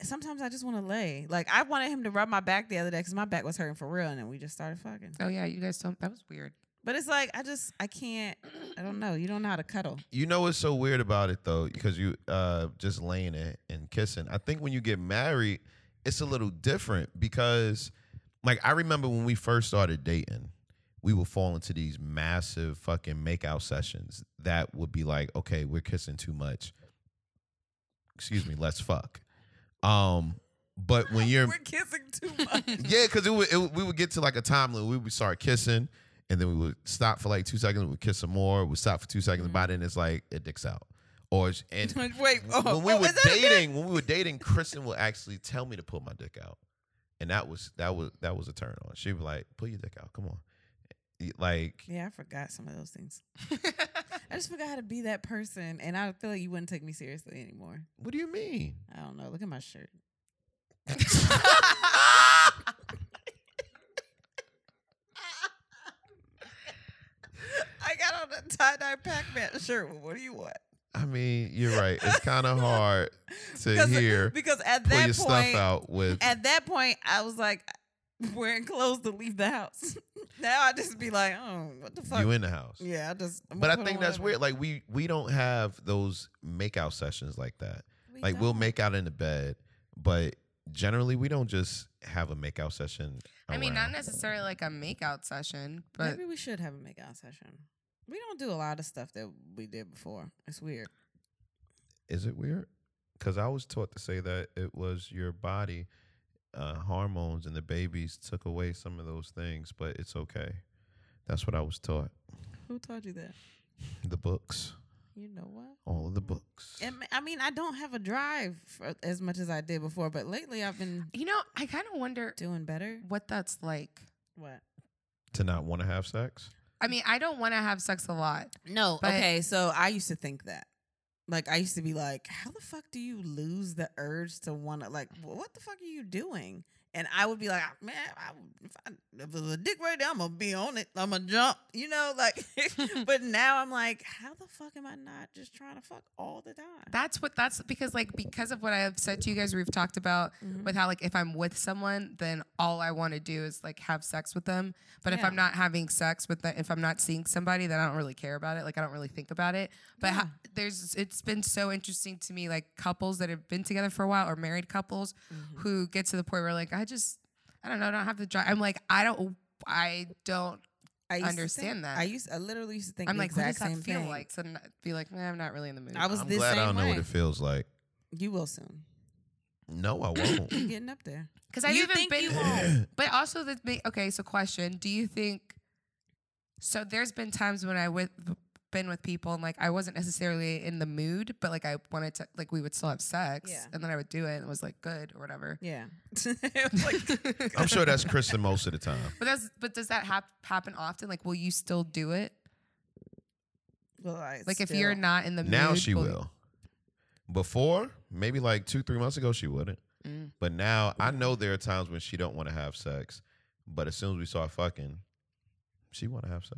S3: sometimes I just want to lay. Like I wanted him to rub my back the other day because my back was hurting for real, and then we just started fucking.
S2: Oh yeah, you guys don't. That was weird.
S3: But it's like I just I can't. I don't know. You don't know how to cuddle.
S1: You know what's so weird about it though, because you uh just laying it and kissing. I think when you get married, it's a little different because like I remember when we first started dating, we would fall into these massive fucking makeout sessions that would be like, okay, we're kissing too much. Excuse me, let's fuck. Um, but when you're
S3: We're kissing too much.
S1: Yeah, because it would, it would- we would get to like a time limit. We would start kissing, and then we would stop for like two seconds. We would kiss some more. We would stop for two
S3: Mm-hmm.
S1: seconds. By then, it's like it dicks out. Or it's- and
S3: Wait. Oh,
S1: when we
S3: oh,
S1: were
S3: is that a dick?
S1: dating, when we were dating, Kristen would actually tell me to pull my dick out, and that was that was that was a turn on. She would be like, "Pull your dick out, come on." Like
S3: Yeah, I forgot some of those things. I just forgot how to be that person, and I feel like you wouldn't take me seriously anymore.
S1: What do you mean?
S3: I don't know. Look at my shirt. I got on a tie dye Pac Man shirt. What do you want?
S1: I mean, you're right. It's kind of hard to
S3: Because-
S1: hear
S3: Because at
S1: pull your
S3: that
S1: stuff
S3: point,
S1: out with.
S3: at that point, I was like wearing clothes to leave the house. now I just be like, oh, what the fuck?
S1: You in the house.
S3: yeah, I just. I'm
S1: But I
S3: gonna put
S1: think
S3: on
S1: that's
S3: whatever.
S1: weird. Like we we don't have those makeout sessions like that.
S3: We
S1: like we'll
S3: don't.
S1: make out in the bed, but generally we don't just have a makeout session.
S2: I mean, not
S1: around.
S2: necessarily like a makeout session, but
S3: Maybe we should have a makeout session. We don't do a lot of stuff that we did before. It's weird.
S1: Is it weird? Because I was taught to say that it was your body uh, hormones and the babies took away some of those things, but it's okay. That's what I was taught.
S3: Who taught you that?
S1: The books,
S3: You know what?
S1: all of the books.
S3: And I mean, I don't have a drive for as much as I did before, but lately I've been
S2: you know, I kind of wonder
S3: doing better.
S2: what that's like.
S3: What?
S1: to not want to have sex.
S2: I mean, I don't want to have sex a lot.
S3: No.
S2: But-
S3: okay, so I used to think that. Like I used to be like, how the fuck do you lose the urge to want to like, wh- what the fuck are you doing? And I would be like, "Ah, man, I, would- if I if there's a dick right there, I'm gonna be on it. I'm gonna jump, you know, like. but now I'm like, how the fuck am I not just trying to fuck all the time?
S2: That's what that's because like because of what I have said to you guys, we've talked about
S3: Mhm.
S2: with how like if I'm with someone, then all I want to do is like have sex with them. But if
S3: Yeah.
S2: I'm not having sex with the, if I'm not seeing somebody, then I don't really care about it. Like I don't really think about it. But
S3: Yeah.
S2: ho- there's it's been so interesting to me like couples that have been together for a while or married couples
S3: Mm-hmm.
S2: who get to the point where like I just I don't know, I don't have the drive. I'm like I don't I don't
S3: I used to think-
S2: understand that.
S3: I used I literally used to think
S2: I'm
S3: the
S2: like, what does
S3: exact
S2: that
S3: same
S2: feel
S3: thing.
S2: like? To not be like, nah, I'm not really in the mood.
S3: I was
S1: I'm
S3: the
S1: glad
S3: same
S1: I don't know what
S3: way.
S1: it feels like.
S3: You will soon.
S1: No, I won't.
S3: You're getting up there.
S2: Because I've
S3: You
S2: even
S3: think
S2: been.
S3: you won't.
S2: But also the thing. Okay, so question: Do you think? So there's been times when I with been with people and like I wasn't necessarily in the mood, but like I wanted to like we would still have sex,
S3: Yeah.
S2: and then I would do it and it was like good or whatever.
S3: Yeah. Like,
S1: I'm sure that's Kristen most of the time.
S2: But that's but does that hap- happen often? Like, will you still do it?
S3: well, I
S2: Like, if
S3: still-
S2: you're not in the mood,
S1: Now she
S2: you-
S1: will. Before, maybe like two, three months ago, she wouldn't.
S2: Mm.
S1: But now I
S3: Mm-hmm.
S1: know there are times when she don't want to have sex, but as soon as we start fucking, she want to have sex.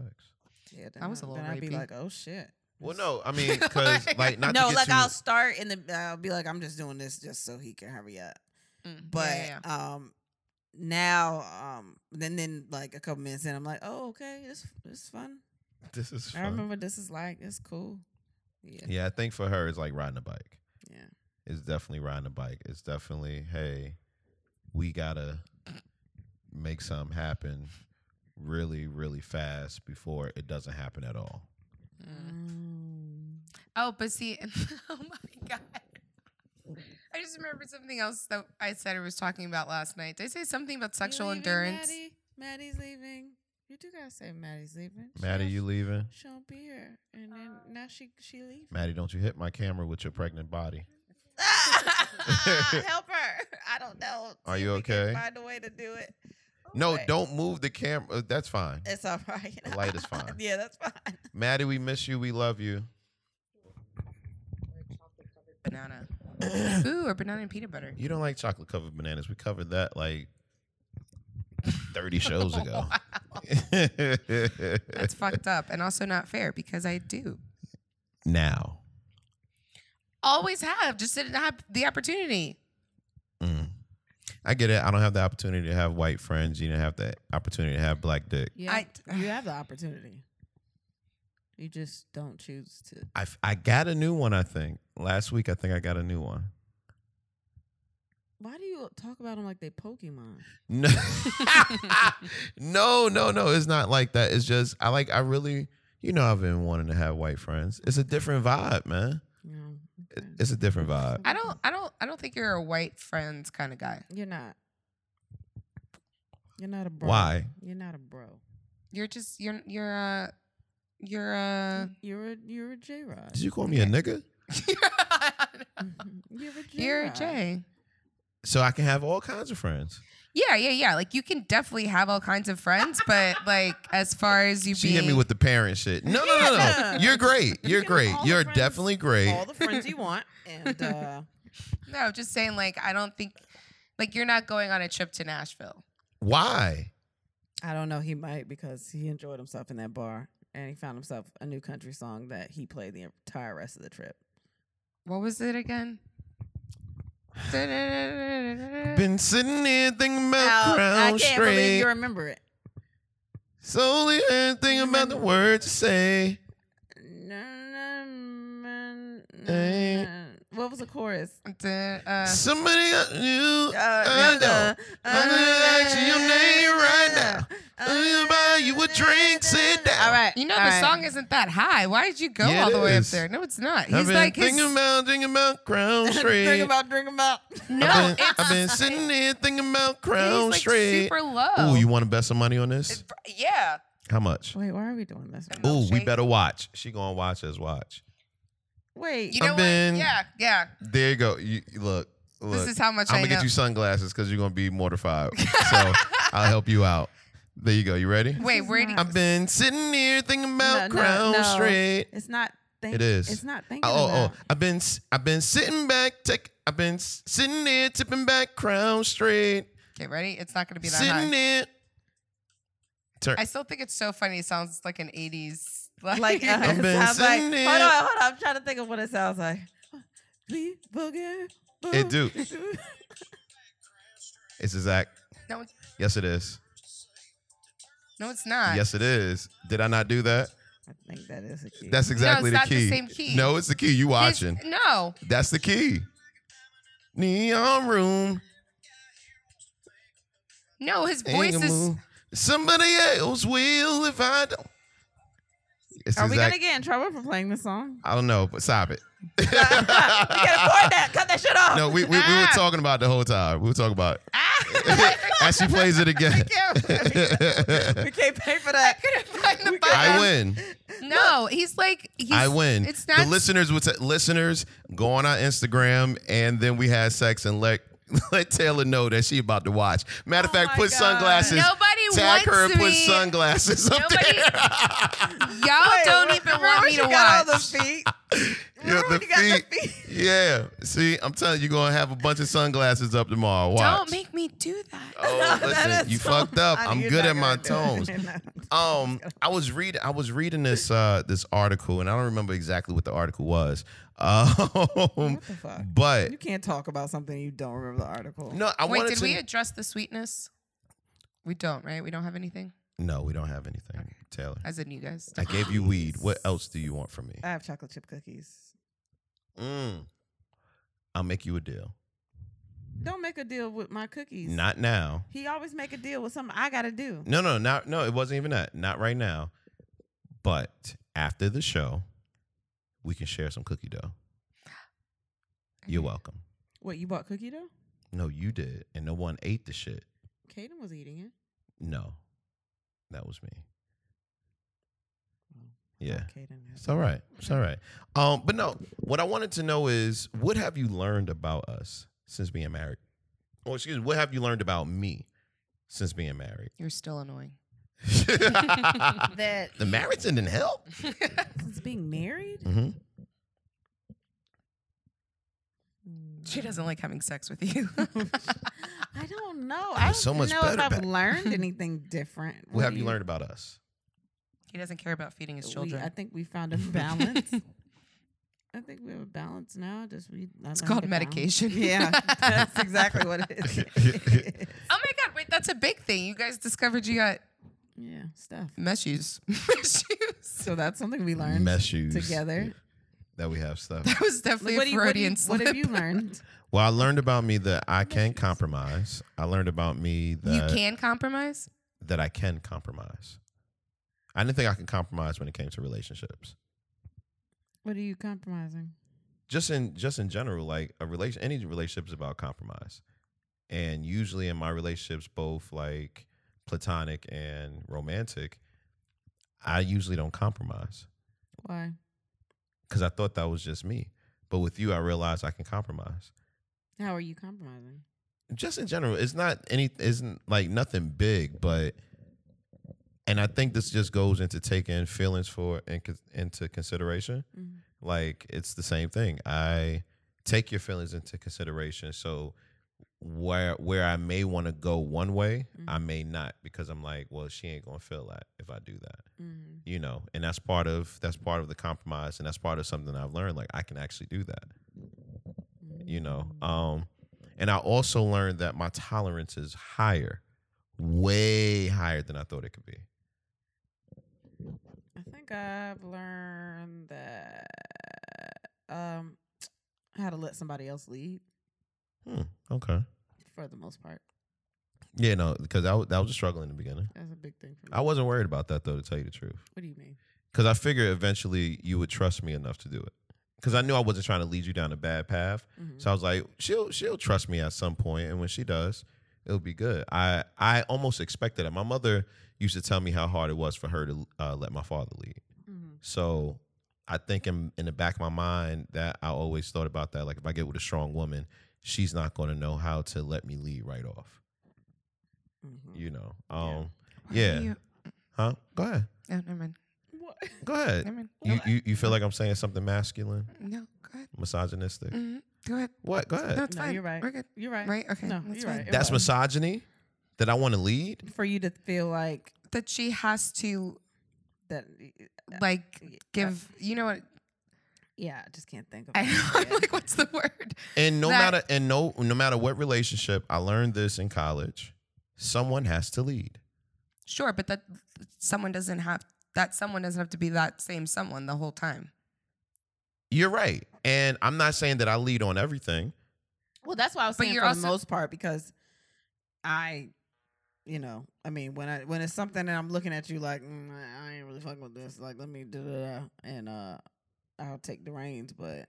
S3: yeah, then
S2: I was a
S3: I'll-
S2: little
S3: then I'd be
S2: rapey.
S3: like, oh shit.
S1: Well, no, I mean, because like not to
S3: no,
S1: get
S3: like
S1: too-
S3: I'll start and then I'll be like, I'm just doing this just so he can hurry up.
S2: Mm, yeah,
S3: But
S2: yeah, yeah.
S3: um, now um, then then like a couple minutes in, I'm like, oh okay, this this is fun.
S1: This is
S3: I
S1: fun.
S3: remember this is like it's cool. Yeah,
S1: Yeah, I think for her, it's like riding a bike.
S3: yeah.
S1: It's definitely riding a bike. It's definitely hey, we gotta make something happen really, really fast before it doesn't happen at all.
S2: Mm.
S3: Mm.
S2: Oh, but see, oh my god! I just remembered something else that I said I was talking about last night. Did I say something about sexual endurance?
S3: Maddie? Maddie's leaving. You do gotta say Maddie's leaving. She
S1: Maddie,
S3: don't-
S1: you leaving?
S3: She don't be here, and then now she she leaving.
S1: Maddie, don't you hit my camera with your pregnant body.
S3: Help her! I don't know.
S1: Are
S3: See
S1: you
S3: if we can
S1: okay?
S3: Find a way to do it.
S1: No,
S3: But
S1: don't move the camera. That's fine.
S3: It's all right.
S1: The light is fine.
S3: yeah, that's fine.
S1: Maddie, we miss you. We love you.
S2: Banana. Ooh, or banana and peanut butter.
S1: You don't like chocolate covered bananas. We covered that like 30 shows ago.
S2: That's fucked up and also not fair because I do.
S1: now.
S2: Always have. Just didn't have the opportunity.
S1: Mm. I get it. I don't have the opportunity to have white friends. You don't have the opportunity to have black dick.
S3: Yeah,
S2: I-
S3: you have the opportunity. You just don't choose to.
S1: I, I got a new one, I think. Last week, I think I got a new one.
S3: Why do you talk about them like they Pokemon?
S1: No, no, no, no. It's not like that. It's just I like I really, you know, I've been wanting to have white friends. It's a different vibe, man.
S3: You know,
S1: It-
S3: okay.
S1: It's a different vibe.
S2: I don't I don't I don't think you're a white friends kind of guy.
S3: you're not. You're not a bro.
S1: Why?
S3: You're not a bro.
S2: You're just you're you're uh you're uh
S3: You're a you're a J Rod.
S1: Did you call me a nigga?
S3: Mm. You're a J.
S2: you're a J.
S1: So I can have all kinds of friends.
S2: Yeah, yeah, yeah. Like you can definitely have all kinds of friends, but like as far as you
S1: She
S2: being
S1: hit me with the parent shit. No, no, no, no.
S3: Yeah.
S1: You're great. You're
S3: can have
S1: great.
S3: all the
S1: You're
S3: friends,
S1: definitely great.
S3: All the friends you want, and uh,
S2: No, I'm just saying like I don't think like you're not going on a trip to Nashville.
S1: Why?
S3: I don't know. He might because he enjoyed himself in that bar, and he found himself a new country song that he played the entire rest of the trip.
S2: What was it again? Been
S1: Been sitting here thinking about
S3: I
S1: Crown
S3: can't believe
S1: Street.
S3: you remember it.
S1: Solely and thinking about the words to say. Hey.
S3: What was the chorus?
S2: uh,
S1: Somebody else knew.
S3: Uh,
S1: I
S3: no,
S1: know.
S3: uh,
S1: I'm gonna ask you your name right now. I'm gonna buy you a drink. Sit down.
S3: All right.
S2: you know
S3: all
S2: the
S3: right.
S2: song isn't that high. Why did you go
S1: Yeah,
S2: all
S1: it
S2: the way
S1: is.
S2: up there? No, it's
S1: I've
S2: not. He's
S1: been
S2: like his
S1: thinking about, thinking about Crown Street.
S3: Drink about, drink about.
S2: no.
S1: I've, been, I've been sitting here thinking about
S2: He's
S1: Crown
S2: like
S1: Street.
S2: super low.
S1: Ooh, you want to bet some money on this?
S2: yeah.
S1: How much?
S3: Wait, why are we doing this?
S2: And
S1: Ooh, we
S2: milkshake.
S1: better watch. She gonna watch us watch.
S3: Wait,
S2: You
S1: I've
S2: know what?
S1: been-
S2: Yeah, yeah.
S1: There you go. You, you look, look.
S2: This is how much
S1: I'm
S2: I
S1: gonna
S2: know.
S1: get you sunglasses because you're gonna be mortified. so I'll help you out. There you go. You ready?
S2: Wait,
S3: is
S2: where do you,
S3: not-
S1: I've been sitting here thinking about
S3: No, no,
S1: Crown
S3: no.
S1: Street.
S3: it's not. Think-
S1: It is.
S3: It's not thinking
S1: Oh, oh,
S3: about.
S1: oh. I've been s- I've been sitting back, take, I've been s- sitting there tipping back Crown Street,
S2: Okay, ready? It's not gonna be that high.
S1: sitting there. Turn.
S2: I still think it's so funny. It sounds like an 80s.
S3: Like, uh,
S1: I've been
S3: I was like,
S1: sitting
S3: hold on,
S1: in-
S3: hold on. I'm trying to think of what it sounds like. Leave again.
S1: It do. It's exact.
S2: no, it-
S1: Yes, it is.
S2: no, it's not.
S1: Yes, it is. Did I not do that?
S3: I think that is a key.
S1: That's exactly
S2: not
S1: the
S2: the
S1: key.
S2: same key.
S1: No, it's the key. You
S2: His-
S1: watching?
S2: no.
S1: That's the key. Neon room.
S2: No, his
S1: ain't
S2: voice
S1: a
S2: is
S1: move. Somebody else will if I don't. It's
S3: Are we
S1: exact-
S3: gonna get in trouble for playing this song?
S1: I don't know, but stop it.
S3: we can afford that. Cut that shit off.
S1: No, we, we, we were
S3: Ah.
S1: talking about it the whole time. We were talking about it. As she plays it again.
S3: we can't pay for that.
S2: Find the
S1: I
S2: button.
S1: win.
S2: No, he's like he's,
S1: I win.
S2: It's not
S1: the listeners would say, listeners go on our Instagram and then we had sex and let let Taylor know that she about to watch. Matter of
S3: Oh
S1: fact,
S3: my
S1: put
S3: God.
S1: sunglasses.
S2: Nobody
S1: tag her
S2: wants
S1: and put
S2: me.
S1: sunglasses up
S2: Nobody-
S1: there.
S2: y'all
S3: Wait,
S2: don't
S3: what-
S2: even
S3: remember
S2: want me
S3: she
S2: to
S3: got
S2: watch.
S3: All the feet.
S1: Yeah,
S3: Remember when you got the feet?
S1: Yeah. See, I'm telling you, you're gonna have a bunch of sunglasses up tomorrow. Watch.
S2: Don't make me do that.
S1: Oh,
S3: That
S1: listen,
S3: is
S1: you
S3: so-
S1: fucked up.
S3: I know
S1: I'm
S3: you're
S1: good at my
S3: not gonna
S1: tones.
S3: do it.
S1: Um, I was reading. I was reading this uh this article, and I don't remember exactly what the article was. Um,
S3: What the fuck?
S1: but
S3: You can't talk about something you don't remember the article.
S1: no, I
S2: Wait,
S1: wanted
S2: did
S1: to.
S2: we address the sweetness? We don't, right? We don't have anything.
S1: no, we don't have anything, Taylor.
S2: As in you guys.
S1: I gave you weed. What else do you want from me?
S3: I have chocolate chip cookies.
S1: Mm. I'll make you a deal.
S3: Don't make a deal with my cookies.
S1: Not now.
S3: He always make a deal with something I gotta do.
S1: No, no, not no. It wasn't even that. Not right now. But after the show, we can share some cookie dough.
S2: Mm-hmm.
S1: You're welcome.
S3: What you bought cookie dough?
S1: No, you did, and no one ate the shit.
S3: Kaden was eating it.
S1: No, that was me.
S2: Mm.
S3: Oh,
S1: Yeah,
S3: Oh, Kaden. had-
S1: it's all right. It's all right. Um, but no, what I wanted to know is, what have you learned about us since being married? Or excuse me, what have you learned about me since being married?
S2: You're still annoying.
S1: the
S2: That
S1: marriage didn't help.
S3: Since being married,
S1: Mm-hmm. Mm.
S2: she doesn't like having sex with you.
S3: I don't know.
S1: That
S3: I don't
S1: was so much
S3: know
S1: better
S3: if I've
S1: back-
S3: learned anything different.
S1: What have
S3: do
S1: you learned about us?
S2: he doesn't care about feeding his
S3: We-
S2: children.
S3: I think we found a balance. I think we have a balance now. Just we. I
S2: it's
S3: learned
S2: called
S3: a balance.
S2: medication.
S3: Yeah, that's exactly what it is.
S2: Oh my god, wait, that's a big thing. You guys discovered you got
S3: yeah, stuff.
S2: mesh shoes. Mesh shoes.
S3: So that's something we learned.
S1: Mesh shoes.
S3: together.
S1: That we have stuff.
S2: That was definitely
S3: what,
S2: a
S3: do you- what, do you,
S2: Freudian
S3: what
S2: slip.
S3: have you learned?
S1: Well, I learned about me that I can compromise. I learned about me
S2: You
S1: that
S2: can compromise.
S1: that I can compromise. I didn't think I could compromise when it came to relationships.
S3: What are you compromising?
S1: Just in just in general, like a relation any relationship is about compromise. And usually in my relationships, both like platonic and romantic, I usually don't compromise.
S3: Why?
S1: Cause I thought that was just me. But with you, I realized I can compromise.
S3: How are you compromising?
S1: just in general, it's not any isn't like nothing big, but and I think this just goes into taking feelings for and into consideration.
S3: Mhm.
S1: Like it's the same thing. I take your feelings into consideration. So where where I may want to go one way, I may not because I'm like, well, she ain't gonna feel that if I do that
S3: Mhm.
S1: you know and that's part of that's part of the compromise and that's part of something i've learned like i can actually do that you know
S3: Mm-hmm.
S1: um and i also learned that my tolerance is higher way higher than i thought it could be
S3: I think I've learned that um how to let somebody else lead
S1: hmm okay
S3: for the most part.
S1: yeah no because that, wa- that was a struggle in the beginning
S3: That's a big thing for me.
S1: i wasn't worried about that though to tell you the truth
S3: what do you mean?
S1: because i figured eventually you would trust me enough to do it because i knew i wasn't trying to lead you down a bad path
S3: Mhm.
S1: So I was like, she'll she'll trust me at some point, and when she does, it'll be good. I I almost expected it. My mother used to tell me how hard it was for her to uh, let my father lead.
S3: Mhm.
S1: So I think in in the back of my mind that I always thought about that. Like if I get with a strong woman, she's not going to know how to let me lead right off.
S3: Mhm.
S1: You know.
S3: Yeah.
S1: Um.
S2: Why are
S1: Yeah.
S2: you-
S1: Huh? Go ahead.
S2: Oh, never mind.
S3: What?
S1: Go ahead.
S2: Never mind.
S1: You, you you feel like I'm saying something masculine,
S2: No, go ahead.
S1: misogynistic?
S2: Mhm. Go ahead.
S1: What? Go
S2: No,
S1: ahead.
S2: it's
S3: No,
S2: fine.
S3: you're right.
S2: We're good.
S3: You're right.
S2: Right? Okay.
S3: No,
S2: that's
S3: you're right.
S2: fine.
S3: It
S1: That's
S3: was.
S1: misogyny that I want to lead.
S3: For you to feel like
S2: That she has to
S3: that
S2: like
S3: yeah,
S2: give. You know what?
S3: yeah, I just can't think of
S2: I know. I'm
S3: it.
S2: like, what's the word?
S1: And no
S2: That-
S1: matter and no no matter what relationship, I learned this in college. Someone has to lead.
S2: Sure, but that someone doesn't have that someone doesn't have to be that same someone the whole time.
S1: You're right. And I'm not saying that I lead on everything.
S3: Well, that's why I was
S2: But
S3: saying
S2: you're
S3: for
S2: also-
S3: the most part because I you know, I mean, when I when it's something that I'm looking at you like mm, I I ain't really fucking with this. Like, let me da da da, and uh, I'll take the reins. But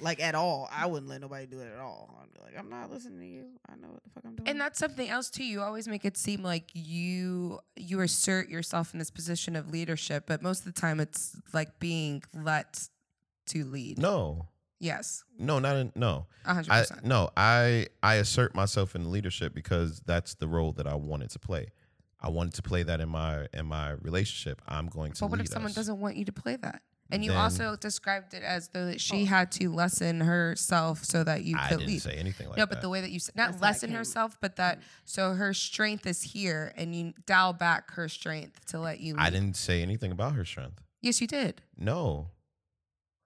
S3: like at all, I wouldn't let nobody do it at all. I'd be like, I'm not listening to you. I know what the fuck I'm doing.
S2: And that's something else too. You always make it seem like you you assert yourself in this position of leadership, but most of the time it's like being let to lead.
S1: No,
S2: Yes.
S1: no, not in, no.
S2: a hundred
S1: I
S2: percent.
S1: no, I I assert myself in leadership because that's the role that I wanted to play. I wanted to play that in my in my relationship. I'm going to.
S2: But what if
S1: lead
S2: someone
S1: us.
S2: doesn't want you to play that? And you
S1: Then- Oh.
S2: also described it as though that she had to lessen herself so that you
S1: I
S2: could
S1: didn't
S2: lead.
S1: say anything like
S2: no,
S1: that.
S2: but the way that you said, not
S3: That's how it
S2: lessen
S3: came.
S2: herself, but that
S3: Mm.
S2: so her strength is here, and you dial back her strength to let you. Lead.
S1: I didn't say anything about her strength.
S2: Yes, you did.
S1: No,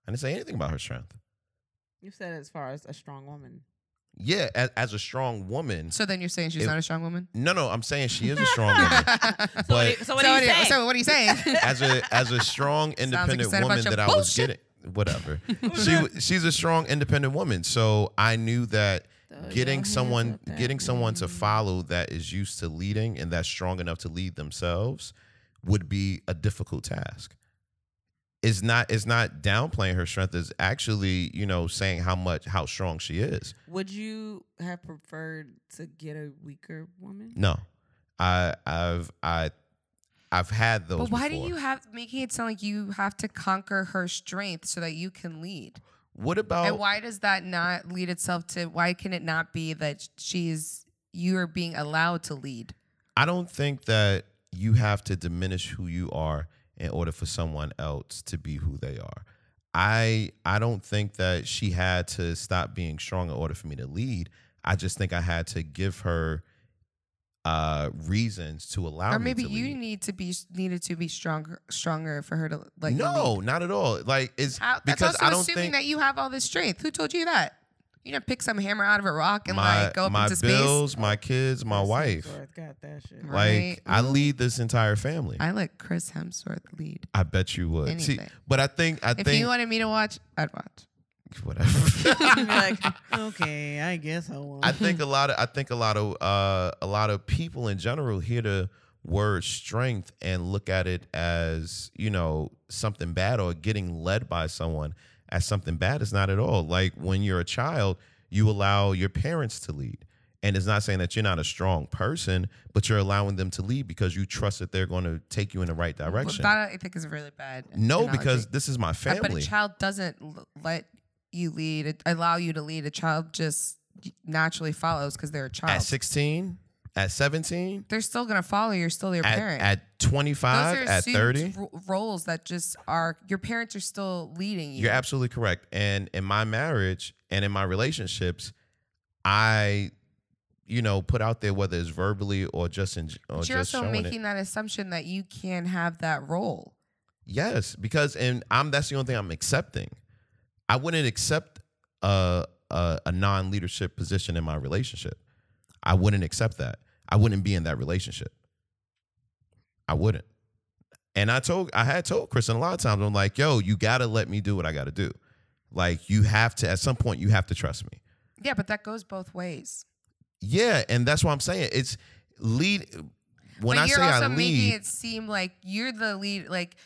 S1: I didn't say anything about her strength.
S3: you said as far as a strong woman.
S1: Yeah, as, as a strong woman.
S2: So then you're saying she's
S1: It-
S2: not a strong woman.
S1: no, no, I'm saying she is a strong woman.
S2: so,
S1: But-
S3: so what do you
S2: anyway,
S3: say?
S2: so what are you saying?
S1: as a as a strong
S2: like you
S1: independent
S2: said a
S1: woman
S2: bunch of
S1: that I was
S2: bullshit.
S1: getting whatever. she w- she's a strong independent woman, so I knew that
S3: Throw your
S1: getting
S3: hands
S1: someone
S3: up Oh, that
S1: getting someone to
S3: way.
S1: follow that is used to leading and that's strong enough to lead themselves would be a difficult task. It's not it's not downplaying her strength, it's actually, you know, saying how much how strong she is.
S3: Would you have preferred to get a weaker woman?
S1: No. I I've I I've had those
S2: But why
S1: before.
S2: do you have making it sound like you have to conquer her strength so that you can lead?
S1: What about
S2: And why does that not lead itself to why can it not be that she's you are being allowed to lead?
S1: I don't think that you have to diminish who you are in order for someone else to be who they are. I I don't think that she had to stop being strong in order for me to lead. I just think I had to give her uh reasons to allow
S2: or maybe
S1: me to
S2: you
S1: lead.
S2: need to be needed to be stronger stronger for her to like
S1: no, not at all. Like it's
S2: How, that's
S1: because
S2: also
S1: I don't
S2: assuming
S1: think
S2: that you have all this strength. Who told you that? You didn't pick some hammer out of a rock and
S1: my
S2: like go up
S1: my
S2: into
S1: bills, my kids, my
S3: Chris
S1: wife.
S3: Hemsworth got that shit.
S2: Right. Mm-hmm.
S1: Like I lead this entire family.
S2: space. I let Chris Hemsworth lead.
S1: I bet you would. See,
S2: Anything.
S1: but I think I
S2: If
S1: think
S2: you wanted me to watch, I'd watch.
S1: whatever.
S3: You're like, okay, I guess I will.
S1: I think a lot of I think a lot of uh, a lot of people in general hear the word strength and look at it as you know something bad or getting led by someone as something bad. It's not at all. Like when you're a child, you allow your parents to lead, and it's not saying that you're not a strong person, but you're allowing them to lead because you trust that they're going to take you in the right direction.
S2: That I think is really bad.
S1: no,
S2: analogy.
S1: because this is my
S2: Uh, But
S1: family.
S2: a child doesn't l- let you lead, it- allow you to lead. A child just naturally follows because they're a child.
S1: At 16, at 17,
S2: they're still gonna follow. You're still your
S1: at,
S2: parent.
S1: at 25,
S2: Those are
S1: at
S2: assumed
S1: 30.
S2: ro- roles that just are. Your parents are still leading you.
S1: You're absolutely correct. And in my marriage and in my relationships, I, you know, put out there whether it's verbally or just in or
S2: But you're
S1: oh, just
S2: also
S1: showing
S2: making
S1: it.
S2: that assumption that you can have that role.
S1: Yes, because and I'm that's the only thing I'm accepting. I wouldn't accept a a, a non leadership position in my relationship. I wouldn't accept that. I wouldn't be in that relationship. I wouldn't. And I told I had told Kristen a lot of times. I'm like, yo, you gotta let me do what I gotta do. Like you have to at some point you have to trust me.
S2: Yeah, but that goes both ways.
S1: Yeah, and that's what I'm saying. It's lead. When
S2: but
S1: I
S2: you're
S1: say
S2: also
S1: I
S2: making
S1: lead,
S2: it seem like you're the lead, like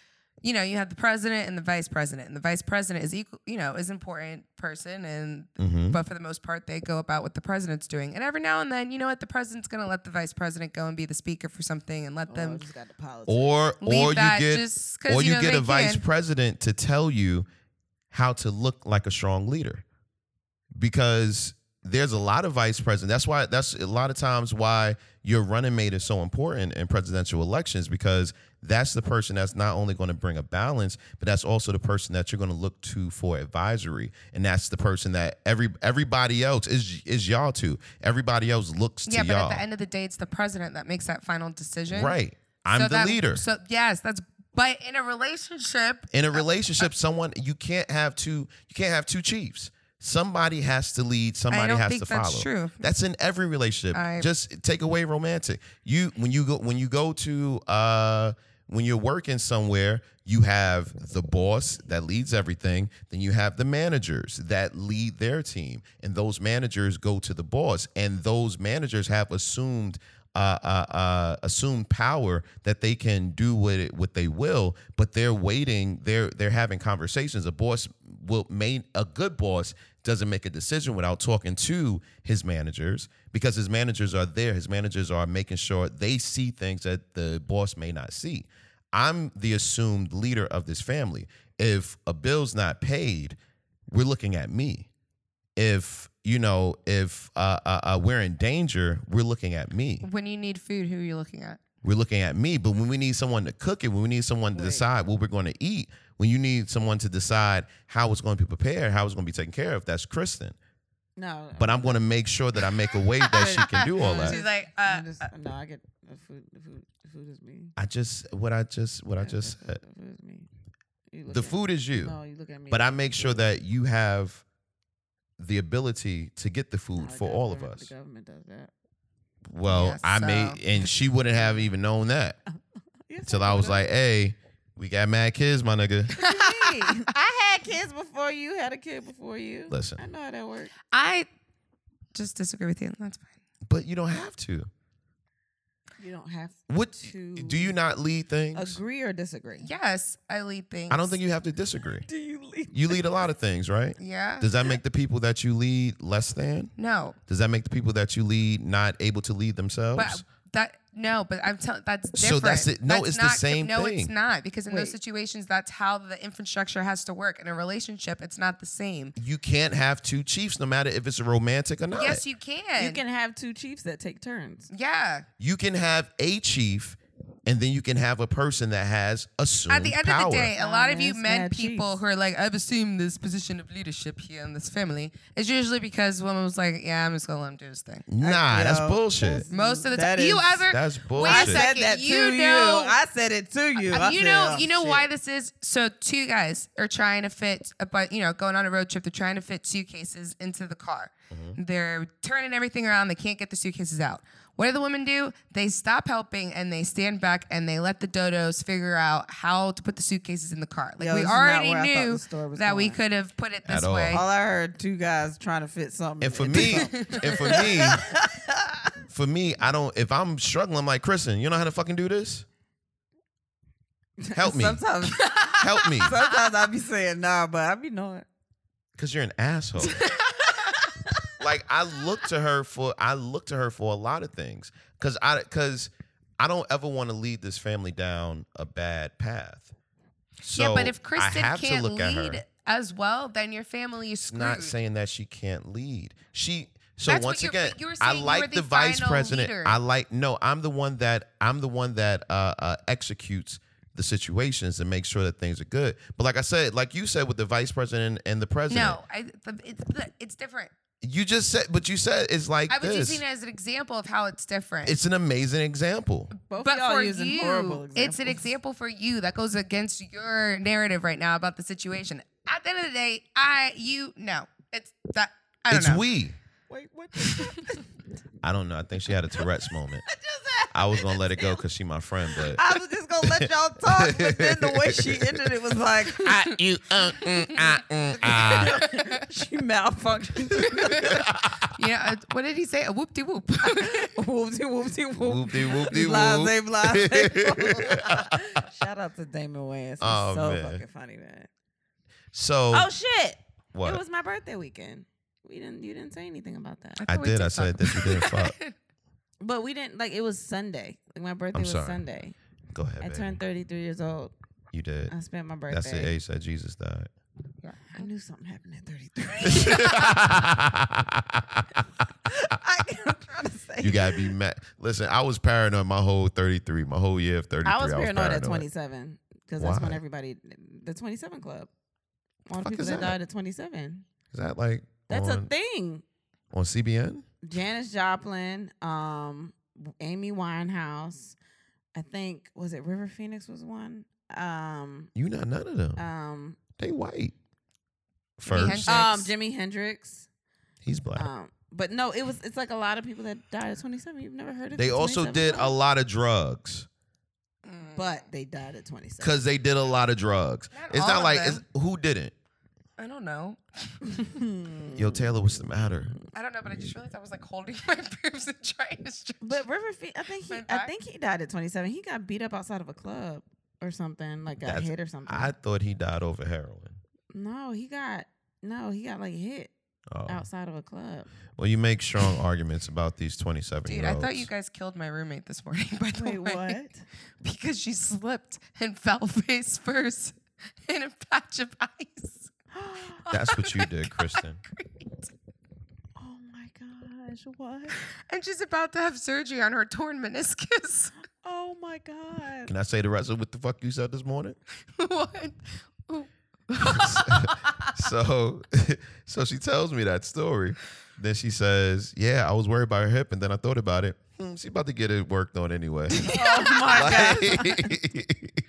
S2: you know, you have the president and the vice president, and the vice president is equal, you know, is important person, and
S1: Mhm.
S2: but for the most part, they go about what the president's doing. And every now and then, you know what, the president's gonna let the vice president go and be the speaker for something, and let
S3: Oh, I
S2: them
S3: just got the politics.
S1: or
S2: leave
S1: or you
S2: that
S1: get
S2: just because
S1: or you,
S2: know,
S1: get
S2: they
S1: a vice
S2: can.
S1: president to tell you how to look like a strong leader because there's a lot of vice president that's why that's a lot of times why your running mate is so important in presidential elections because that's the person that's not only going to bring a balance but that's also the person that you're going to look to for advisory and that's the person that every everybody else is is y'all to everybody else looks
S2: Yeah,
S1: to
S2: but
S1: y'all
S2: at the end of the day, it's the president that makes that final decision.
S1: right i'm
S2: So
S1: the
S2: that-
S1: leader
S2: So yes, that's but in a relationship,
S1: in a relationship someone you can't have two you can't have two chiefs somebody has to lead somebody
S2: I don't
S1: has
S2: think
S1: to follow
S2: that's true.
S1: That's in every relationship
S2: I-
S1: just take away romantic you when you go when you go to uh when you're working somewhere you have the boss that leads everything then you have the managers that lead their team and those managers go to the boss and those managers have assumed uh, uh, uh, assumed power that they can do what it, what they will, but they're waiting. They're they're having conversations. A boss will may a good boss doesn't make a decision without talking to his managers because his managers are there. His managers are making sure they see things that the boss may not see. I'm the assumed leader of this family. If a bill's not paid, we're looking at me if you know if uh, uh, uh, we're in danger we're looking at me
S2: When you need food, who are you looking at?
S1: we're looking at me but when we need someone to cook it when we need someone to
S3: Right.
S1: decide what we're going to eat when you need someone to decide how it's going to be prepared how it's going to be taken care of that's kristen
S3: No,
S1: but i'm going to make sure that i make a way that she can do all
S3: Right.
S2: She's
S1: that
S2: like, uh,
S3: I'm just, no, I get the food. The food, the food is me.
S1: i just what i just what i
S3: Yeah, the
S1: just
S3: food-
S1: said
S3: The food is me. You look
S1: the
S3: at-
S1: food is you
S3: No, you look at me.
S1: but i make sure that you have the ability to get the
S3: No,
S1: food
S3: the
S1: for all of
S3: government-
S1: us
S3: The government does that.
S1: well
S2: Yes,
S1: i may
S2: so-
S1: and she wouldn't have even known that
S3: Yes,
S1: Till
S3: they
S1: I
S3: do
S1: was
S3: that.
S1: like, hey, we got mad kids, my nigga.
S3: What do you mean? I had kids before you had a kid before you.
S1: Listen.
S3: I know how that works.
S2: I just disagree with you. and That's fine.
S1: But you don't have to.
S3: You don't have
S1: What
S3: to
S1: do you not lead things?
S3: agree or disagree.
S2: Yes, I lead things.
S1: I don't think you have to disagree.
S3: Do you leave?
S1: You lead a lot of things, right?
S2: Yeah.
S1: Does that make the people that you lead less than?
S2: no,
S1: Does that make the people that you lead not able to lead
S2: but
S1: themselves?
S2: that no, but I'm telling that's different.
S1: So that's the- no,
S2: That's
S1: it's the
S2: not-
S1: same
S2: No, it's
S1: thing.
S2: not because in those
S3: Wait.
S2: situations, that's how the infrastructure has to work. In a relationship, it's not the same.
S1: You can't have two chiefs, no matter if it's romantic or not.
S2: Yes, you can.
S3: You can have two chiefs that take turns.
S2: Yeah.
S1: You can have a chief, and then you can have a person that has assumed
S2: At the end
S1: power.
S2: of the day, a
S3: Oh,
S2: lot of
S3: man,
S2: you
S3: it's
S2: men
S3: mad
S2: people
S3: cheese.
S2: who are like, I've assumed this position of leadership here in this family, is usually because woman was like, Yeah, I'm just gonna let him do his thing.
S1: nah, that's
S3: Yo,
S1: bullshit.
S2: Most of the
S3: That
S2: time, you
S3: is-
S2: ever
S1: That's bullshit.
S2: Wait a second, you know,
S3: said it to you.
S2: Uh, you know, you know why this is. So two guys are trying to fit, a but you know, going on a road trip. They're trying to fit suitcases into the car.
S1: Mm-hmm.
S2: They're turning everything around. They can't get the suitcases out. What do the women do? They stop helping and they stand back and they let the dodos figure out how to put the suitcases in the car. Like
S3: Yo,
S2: we
S3: this is not
S2: already
S3: where I thought
S2: knew
S3: the story was
S2: that we
S3: going.
S2: could have put it
S1: At
S2: this
S1: all.
S2: way.
S1: All
S3: I heard two guys trying to fit something.
S1: And for me, and for me, for me, I don't. If I'm struggling, I'm like Kristen. You know how to fucking do this? Help me.
S3: Sometimes,
S1: Help me,
S3: sometimes I be saying nah, but I be knowing.
S1: because you're an asshole. like I look to her for. I look to her for a lot of things, because I because I don't ever want to lead this family down a bad path. So
S2: yeah, but if
S1: I
S2: Kristen
S1: have
S2: can't
S1: to look at her,
S2: lead as well, then your family is
S1: it's
S2: screwed.
S1: not saying that she can't lead. She so
S2: That's what
S1: once
S2: you're-
S1: again,
S2: you were
S1: I
S2: saying you were
S1: like
S2: the
S1: the, vice
S2: final
S1: president.
S2: leader.
S1: I like no, I'm the one that I'm the one that uh, uh, executes the situations and makes sure that things are good. But like I said, like you said with the vice president and the president,
S2: no, I, the, it's, it's different.
S1: you just said, but you said it's like
S2: I was
S1: this.
S2: using it as an example of how it's different.
S1: It's an amazing example.
S3: Both
S2: but
S3: y'all
S2: for
S3: using
S2: you,
S3: horrible
S2: it's an
S3: examples.
S2: example for you that goes against your narrative right now about the situation. At the end of the day, I you no, it's that I don't
S1: It's
S2: know.
S1: we.
S3: Wait, what? the-
S1: I don't know. I think she had a Tourette's moment. I was gonna let it go because she my friend, but
S3: I was just gonna let y'all talk, but then the way she ended it was like
S1: I, you, uh, mm, ah, mm, ah.
S3: she malfunctioned.
S2: Yeah, uh, what did he say? A whoop de whoop.
S3: whoopsie, whoopsie, whoop.
S1: Whoop de whoop de
S3: Blase,
S1: whoop.
S3: blase. Shout out to Damon Wayans. He's
S1: Oh,
S3: so
S1: man.
S3: fucking funny, man.
S1: So
S3: Oh shit!
S1: what?
S3: It was my birthday weekend. We didn't. You didn't say anything about that.
S1: I did. I said that you didn't fuck.
S3: But we didn't. Like it was Sunday. Like my birthday
S1: I'm
S3: was
S1: sorry.
S3: Sunday.
S1: Go ahead,
S3: I
S1: baby.
S3: turned 33 years old.
S1: you did.
S3: I spent my birthday.
S1: That's the age that Jesus died.
S3: I knew something happened at 33. I, am trying to say.
S1: you gotta be mad. Listen, I was paranoid my whole 33, my whole year of 33.
S3: I was paranoid at 27 because that's when
S1: Why?
S3: everybody, the 27 Club, all
S1: Fuck
S3: the people
S1: is
S3: that,
S1: that?
S3: died at 27.
S1: Is that like
S3: That's
S1: on,
S3: a thing.
S1: on CBN?
S3: Janis Joplin, um, Amy Winehouse. I think was it River Phoenix was one. Um,
S1: You not none of them.
S3: um,
S1: they white. First,
S2: Hendrix.
S3: um, Jimi Hendrix.
S1: he's black.
S3: Um, but no, it was it's like a lot of people that died at 27. You've never heard of.
S1: they
S3: the
S1: also
S3: 27
S1: did a
S3: Club?
S1: lot of drugs
S3: but they died at 27.
S1: because they did a lot of drugs.
S2: Not
S1: it's
S2: all
S1: not
S2: of
S1: like
S2: them.
S1: it's, who didn't.
S2: I don't know.
S1: Yo, Taylor, what's the matter?
S3: Mm.
S2: I don't know, but I just realized I was like holding my boobs and trying to stretch.
S3: But River Phoe- I think he,
S2: Went
S3: I
S2: back.
S3: think he died at 27. He got beat up outside of a club or something, like got
S1: That's-
S3: hit or something.
S1: I thought he died over heroin.
S3: no, he got no, he got like hit
S1: Oh.
S3: outside of a club.
S1: Well, you make strong arguments about these 27
S2: Dude,
S1: year
S2: I
S1: olds.
S2: thought you guys killed my roommate this morning. By the way, Because she slipped and fell face first in a patch of ice.
S1: That's what you
S2: on
S1: did,
S2: the
S1: Kristen.
S2: concrete.
S3: oh my gosh, what?
S2: And she's about to have surgery on her torn meniscus.
S3: Oh my god.
S1: Can I say the rest of what the fuck you said this morning?
S2: what? Ooh.
S1: so so she tells me that story. Then she says, Yeah, I was worried about her hip, and then I thought about it. Hmm, she about to get it worked on anyway.
S2: oh my
S1: Like-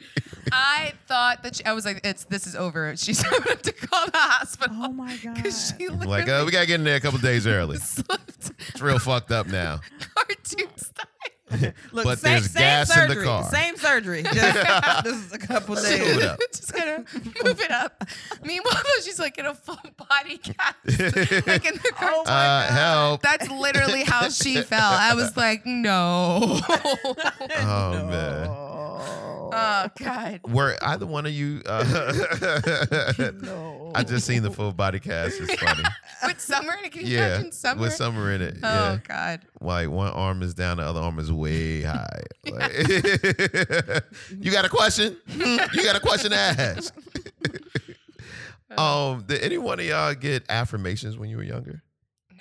S2: I thought that she, I was like, it's this is over. She's going to call the hospital.
S3: Oh my god.
S2: Because she literally
S1: like, uh, we gotta get in there a couple days early.
S2: slipped
S1: It's real fucked up now.
S2: cartoon style.
S3: Look,
S1: but
S3: same,
S1: there's
S3: same
S1: gas in the
S3: surgery,
S1: car.
S3: Same surgery. Just, this is a couple
S1: Chill it
S3: days.
S1: out.
S2: Just gonna move it up. Meanwhile, she's like in a full body cast, like in the
S3: Oh.
S2: cartoon.
S1: Uh, help.
S2: That's literally how she fell. I was like, no.
S1: Oh,
S3: no.
S1: man.
S2: oh God.
S1: Were either one of you? Uh,
S3: no.
S1: I just seen the full body cast. It's funny.
S2: With summer, in it, can you
S1: Yeah,
S2: imagine summer?
S1: with summer in it.
S2: oh
S1: yeah.
S2: God.
S1: Like one arm is down, the other arm is way high. Like- you got a question? Hmm? you got a question to ask? um, did any one of y'all get affirmations when you were younger?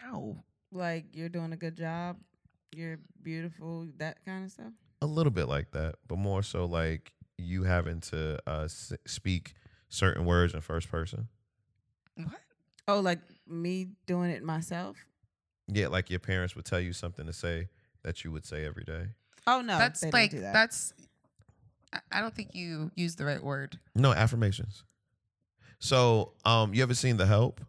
S2: No.
S3: like you're doing a good job, you're beautiful, that kind of stuff.
S1: A little bit like that, but more so like you having to uh, s- speak certain words in first person.
S2: What?
S3: Oh, like me doing it myself?
S1: Yeah, like your parents would tell you something to say that you would say every day.
S3: Oh no,
S2: that's
S3: they didn't
S2: like
S3: do that.
S2: that's. I- I don't think you used the right word.
S1: No affirmations. So, um, you ever seen The Help?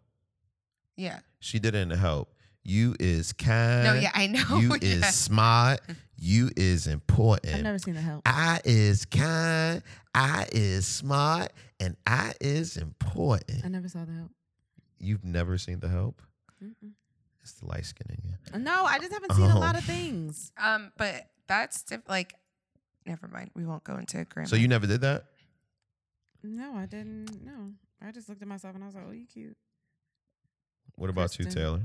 S2: Yeah.
S1: She did it in The Help. You is kind.
S2: No. Yeah, I know.
S1: Uh, You
S2: yeah.
S1: is smart. You is
S3: I've
S1: important.
S3: never seen the help.
S1: I is kind. I is smart. And I is important.
S3: I never saw the help.
S1: You've never seen The Help?
S3: Mm-mm.
S1: It's the light skin in you.
S3: No, I just haven't seen a
S1: Uh,
S3: lot
S1: Oh.
S3: of things.
S2: Um, but that's diff- like, never mind. We won't go into grammar.
S1: So you never did that?
S3: No, I didn't. No, I just looked at myself and I was like, "Oh, you cute,
S1: What about you,
S3: Kristen.
S1: Taylor?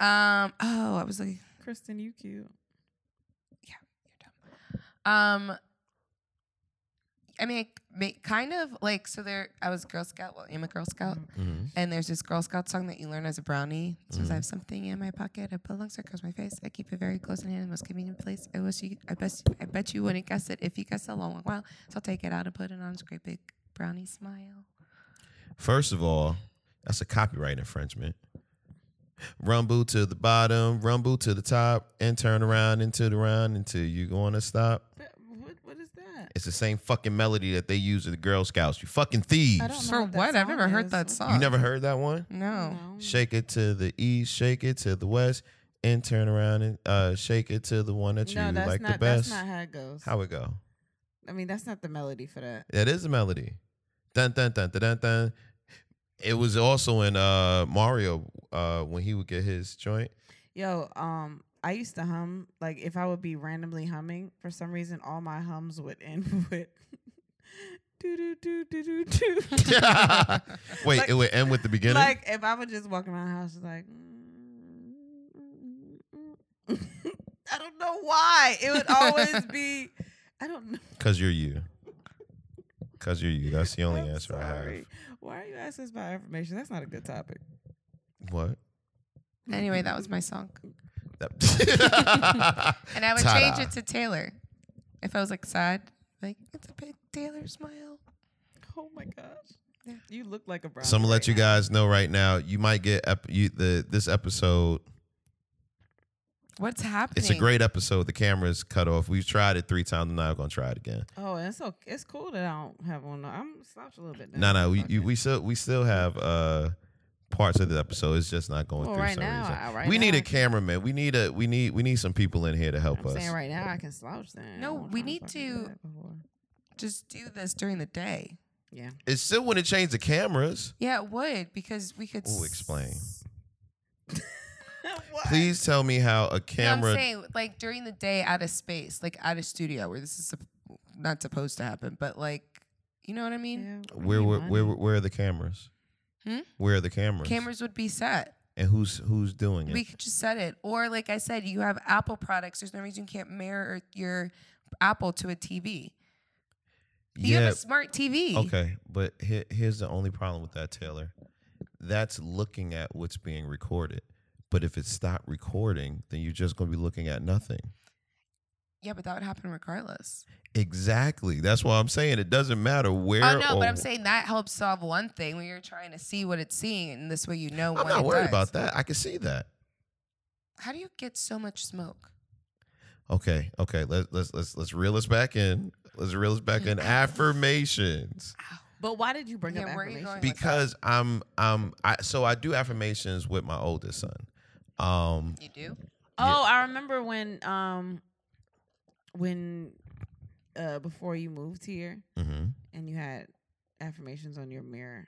S2: um. Oh, I was like,
S3: Kristen. You cute."
S2: you're dumb. Um. I mean, make, kind of like so. There, I was Girl Scout. Well, I'm a Girl Scout,
S1: Mm-hmm.
S2: and there's this Girl Scout song that you learn as a brownie. It says,
S1: Mhm.
S2: "I have something in my pocket. I put a long circle across my face. I keep it very close in hand, in the most convenient place. I wish you. I best. I bet you wouldn't guess it. If you guessed a long while, so I'll take it out and put it on this great big brownie smile."
S1: First of all, that's a copyright infringement. Rumble to the bottom, rumble to the top, and turn around and to the round until you're going to stop.
S3: But what? What is that?
S1: It's the same fucking melody that they use in the Girl Scouts. You fucking thieves.
S3: I don't know
S2: For
S3: what that
S2: what? I've
S3: song
S2: never heard
S3: is.
S2: that
S3: What-
S2: song.
S1: You never heard that one?
S2: No.
S3: No.
S1: Shake it to the east, shake it to the west, and turn around and uh, shake it to the one that you
S3: No, that's
S1: like
S3: not.
S1: the best.
S3: That's not how it goes.
S1: How it go?
S3: I mean, that's not the melody for that.
S1: That is a melody. Dun dun dun dun dun. dun. It was also in uh, Mario uh, when he would get his joint.
S3: Yo, um, I used to hum like if I would be randomly humming for some reason, all my hums would end with do do do do do do.
S1: Wait,
S3: Like-
S1: it would end with the beginning.
S3: Like if I would just walk around the house, just like I don't know why it would always be. I don't know.
S1: Cause you're you. Cause you're you. That's the only
S3: I'm
S1: answer
S3: sorry. Why are you asking us about information? That's not a good topic.
S1: I have. What?
S2: Anyway, that was my song.
S1: That-
S2: And I would
S1: Ta-da.
S2: change it to Taylor. If I was like sad, like it's a big Taylor smile.
S3: Oh my gosh,
S2: Yeah.
S3: you look like a brown.
S1: So I'm gonna let you guys know right now. You might get ep- you, the this episode.
S2: What's happening?
S1: It's a great episode. The camera's cut off. We've tried it three times. and Now we're gonna try it again.
S3: Oh, and it's okay. It's cool that I don't have one. I'm slouched a little bit.
S1: No,
S3: now.
S1: no. We
S3: Fuck
S1: you,
S3: it.
S1: we still we still have uh parts of the episode. It's just not going
S3: Well,
S1: through
S3: right
S1: some
S3: now,
S1: reason.
S3: I- right
S1: we need
S3: now
S1: a
S3: I-
S1: cameraman. We need a we need we need some people in here to help
S3: I'm
S1: us.
S3: saying right now I can slouch then. I
S2: No,
S3: don't know
S2: we
S3: if
S2: need
S3: I can do
S2: to-
S3: that before.
S2: Just do this during the day.
S3: Yeah.
S1: It still wouldn't change the cameras.
S2: Yeah, it would because we could.
S1: Ooh, explain.
S2: s-
S3: What?
S1: Please tell me how a
S2: No, I'm
S1: camera.
S2: saying like during the day at a space, like at a studio where this is sup- not supposed to happen, but like, you know what I mean?
S3: Yeah,
S1: where,
S3: we
S1: where
S3: money.
S1: where where are the cameras?
S2: Hmm?
S1: Where are the cameras?
S2: Cameras would be set.
S1: And who's who's doing it?
S2: We could just set it. Or like I said, you have Apple products. There's no reason you can't mirror your Apple to a TV. You have a smart TV.
S1: Okay, but here, here's the only problem with that, Taylor. That's looking at what's being recorded. But if it stopped recording, then you're just going to be looking at nothing.
S2: Yeah, but that would happen regardless.
S1: Exactly. That's why I'm saying it doesn't matter where.
S2: Oh no,
S1: or-
S2: but I'm saying that helps solve one thing when you're trying to see what it's seeing, and this way you know.
S1: I'm
S2: when
S1: not
S2: it
S1: worried
S2: does.
S1: about that. I can see that.
S2: How do you get so much smoke?
S1: Okay. Okay. Let's let's let's let's reel us back in. Let's reel us back in. Affirmations.
S3: But why did you bring
S2: Yeah,
S3: up
S2: where are you
S3: affirmation?
S2: going?
S1: because I'm I'm I so I do affirmations with my oldest son. Um
S2: You do.
S3: Oh, I remember when um when uh before you moved here
S1: mhm.
S3: and you had affirmations on your mirror.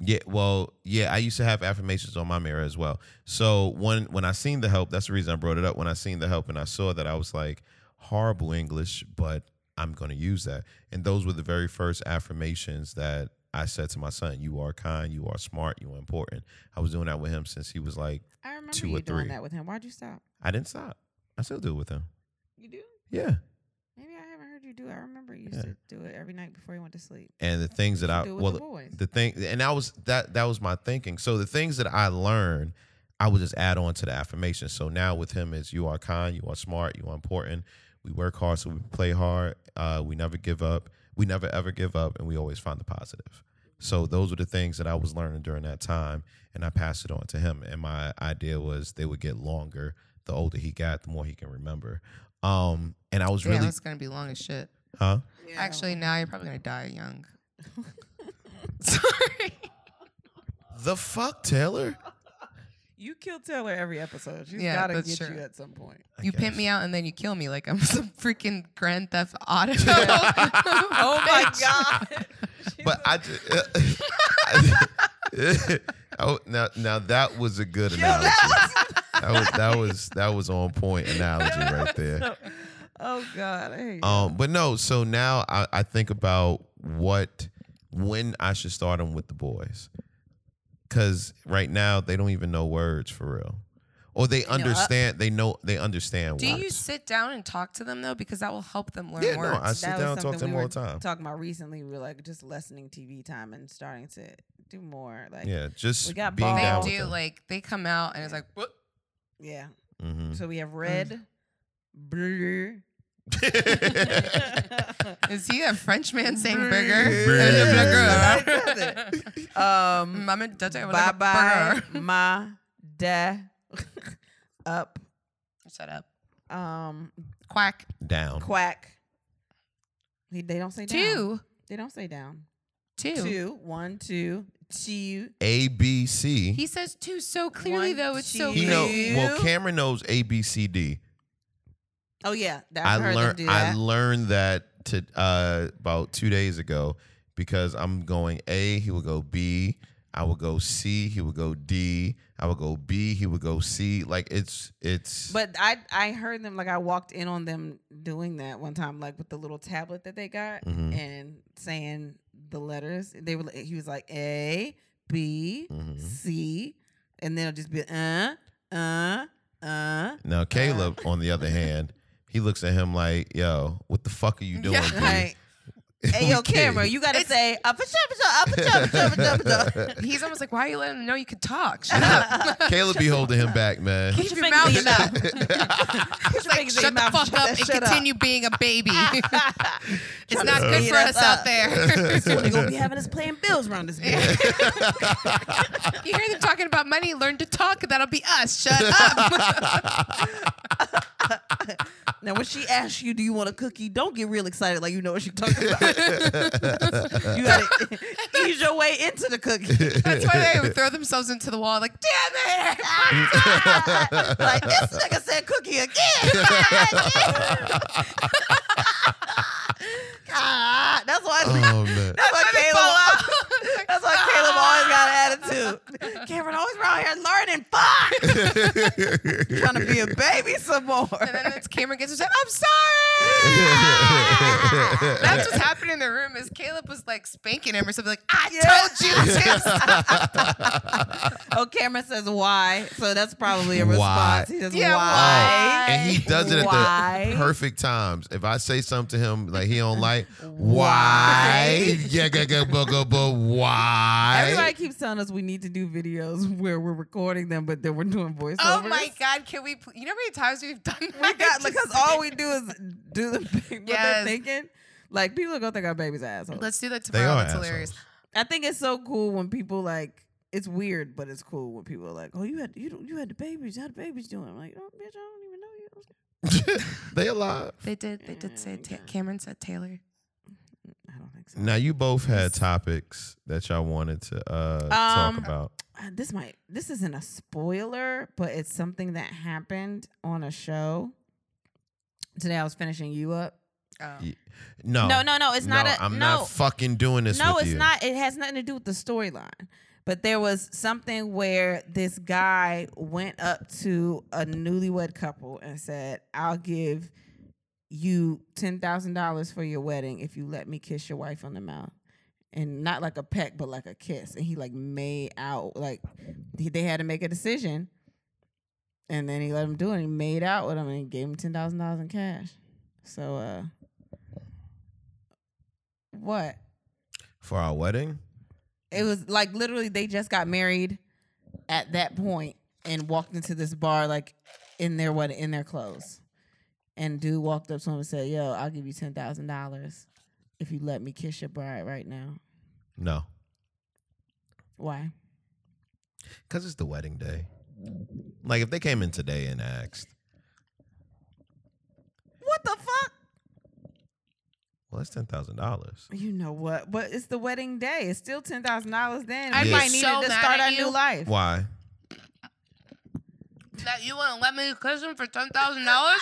S1: yeah, well, yeah, I used to have affirmations on my mirror as well. So when when I seen the help, that's the reason I brought it up. When I seen the help and I saw that I was like horrible English, but I'm going to use that. And those were the very first affirmations that I said to my son, you are kind, you are smart, you are important. I was doing that with him since he was like
S3: I remember
S1: Two
S3: you
S1: or
S3: doing
S1: three.
S3: that with him. Why'd you stop?
S1: I didn't stop. I still do it with him.
S3: You do?
S1: Yeah.
S3: Maybe I haven't heard you do. it. I remember you used
S1: Yeah.
S3: to do it every night before you went to sleep.
S1: And the things that
S3: You
S1: I
S3: do
S1: Uh,
S3: it with
S1: well
S3: the boys.
S1: the thing and that was that that was my thinking so the things that i learned i would just add on to the affirmation so now with him is you are kind you are smart you are important we work hard so we play hard uh, we never give up we never ever give up and we always find the positive so those were the things that i was learning during that time and i passed it on to him and my idea was they would get longer the older he got the more he can remember um and i was
S2: Damn,
S1: really
S2: it's gonna be long as shit.
S1: huh
S2: Actually, now you're probably gonna die young. Sorry.
S1: the fuck taylor
S3: you kill Taylor every episode. She's
S2: Yeah,
S3: gotta
S2: that's
S3: get
S2: true.
S3: you at some point.
S1: I
S2: You pimp
S1: guess.
S2: me out and then you kill me like I'm some freaking Grand Theft Auto.
S3: oh my
S2: bitch.
S3: god.
S1: But I just. oh, now, now that was a good analogy. That was that was that was on point analogy right there.
S3: Oh god, I hate you.
S1: Um, but no, so now I, I think about what when I should start them with the boys, because right now they don't even know words for real, or they
S3: I-
S1: understand. They know they understand.
S2: Do
S1: words.
S2: you sit down and talk to them though? Because that will help them learn
S1: Yeah, no,
S2: words.
S1: I sit
S3: That
S1: down
S3: was
S1: and talk to
S3: something
S1: them
S3: we
S1: all
S3: were
S1: the time.
S3: talking about recently. We were like just lessening TV time and starting to do more. Like
S1: yeah, just
S3: We got
S1: being
S3: balls.
S1: down.
S2: they
S1: with
S2: do
S1: them.
S2: like they come out and it's like "What?"
S3: yeah.
S1: Mhm.
S3: So we
S2: Mm.
S3: have red, blue.
S1: Mm-hmm.
S2: is he a French man saying
S1: Brrr.
S2: burger?
S3: um,
S2: Mama does it with
S3: bye
S2: like a
S3: bye,
S2: burger.
S3: my da up,
S2: Shut up.
S3: um,
S2: Quack.
S1: down.
S3: quack. He- They don't say down.
S2: Two.
S3: They don't say down.
S2: Two.
S3: Two, one, two, two.
S1: A B C.
S2: He says two so clearly
S3: One,
S2: though. It's so
S1: He
S3: two.
S1: know
S2: crazy.
S1: well. Cameron knows A B C D.
S3: Oh yeah, that,
S1: I
S3: I've heard them
S1: learned.
S3: do
S1: I
S3: that.
S1: learned that to uh, about two days ago because I'm going A. He would go B. I would go C. He would go D. I would go B. He would go C. Like it's it's.
S3: But I I heard them like I walked in on them doing that one time like with the little tablet that they got
S1: Mhm.
S3: and saying the letters. They were like- he was like A B
S1: Mhm.
S3: C, and then it'll just be uh uh uh.
S1: now Caleb, on the other hand, he looks at him like, "Yo, what the fuck are you doing?"
S2: Yeah,
S1: B?"
S3: Like, hey
S1: We
S3: yo, camera,
S1: kidding.
S3: you gotta
S2: It's-
S3: say up a up a up a up
S2: He's almost like, why are you letting him know you could talk? Shut up.
S1: Caleb be holding him back, man.
S2: Keep your
S3: fingers
S2: mouth
S3: in your
S2: shut.
S3: Put your fingers in your
S2: Shut the
S3: mouth.
S2: fuck up and
S3: Shut
S2: continue being a baby. it's
S3: Tryna
S2: not good
S3: speed
S2: for
S3: us
S2: us out
S3: up.
S2: there.
S3: So We're gonna be having us playing bills around this bitch.
S2: you hear them talking about money, learn to talk. That'll be us. Shut up.
S3: Now, when she asks you, "Do you want a cookie?" Don't get real excited, like you know what she's talking about. you gotta ease your way into the cookie.
S2: That's why they would throw themselves into the wall, like, damn it.
S3: like this nigga said, "Cookie again." God, that's why.
S1: oh man.
S3: That's why
S2: they
S1: Oh,
S3: Caleb.
S2: fall
S3: trying to be a baby some more.
S2: And then it's Cameron gets upset. I'm sorry. That's what's happened in the room. Is Caleb was like spanking him or something. Like I told you to stop.
S3: oh, Cameron says why, so that's probably a
S1: Why?
S3: response. He says
S2: Yeah,
S3: why.
S2: why?
S1: and he does it at
S3: Why?
S1: the perfect times. If I say something to him like he don't like, why? Yeah, go, go, go, go, go, why?
S3: Everybody keeps telling us we need to do videos where we're recording them, but then we're doing voiceovers.
S2: Oh my god! Can we? pl- You know how many times we've done that?
S3: We got
S2: Just-
S3: because all we do is do the what
S2: Yes.
S3: they're thinking. Like people are gonna think our babies are assholes.
S2: Let's do that
S1: They
S2: tomorrow.
S1: are
S2: That's hilarious.
S1: assholes.
S3: I think it's so cool when people like it's weird, but it's cool when people are like, "Oh, you had you don't- you had the babies. How the babies doing?" I'm like, "Oh, bitch, I don't even know you."
S1: they alive.
S2: They did. They did
S1: Mm,
S2: say. Ta- Cameron said Taylor.
S3: I don't think so.
S1: Now you both had topics that y'all wanted to uh, talk
S3: Um,
S1: about.
S3: Uh, this might this isn't a spoiler, but it's something that happened on a show. Today I was finishing you up.
S2: Oh.
S1: Yeah. No,
S3: No, no, no. It's not
S1: No,
S3: a
S1: I'm
S3: no.
S1: not fucking doing this.
S3: no,
S1: with
S3: it's
S1: you.
S3: not. It has nothing to do with the storyline. But there was something where this guy went up to a newlywed couple and said, "I'll give you ten thousand dollars for your wedding if you let me kiss your wife on the mouth." And not like a peck, but like a kiss. And he like made out like he, they had to make a decision. And then he let him do it. He made out with him and he gave him ten thousand dollars in cash. So uh what?
S1: for our wedding.
S3: It was like literally they just got married at that point and walked into this bar like in their what in their clothes. And dude walked up to him and said, "Yo, I'll give you ten thousand dollars if you let me kiss your bride right now."
S1: No,
S3: Why?
S1: because it's the wedding day. Like if they came in today and asked,
S3: What the fuck?
S1: well, that's ten thousand dollars.
S3: You know what? But it's the wedding day. It's still ten thousand dollars. Then
S2: I'd
S3: we
S1: be
S3: might need
S2: so
S3: it to
S2: mad
S3: start
S2: at
S3: our
S2: you.
S3: new life.
S1: Why?
S2: That you want to let me kiss him for ten thousand dollars?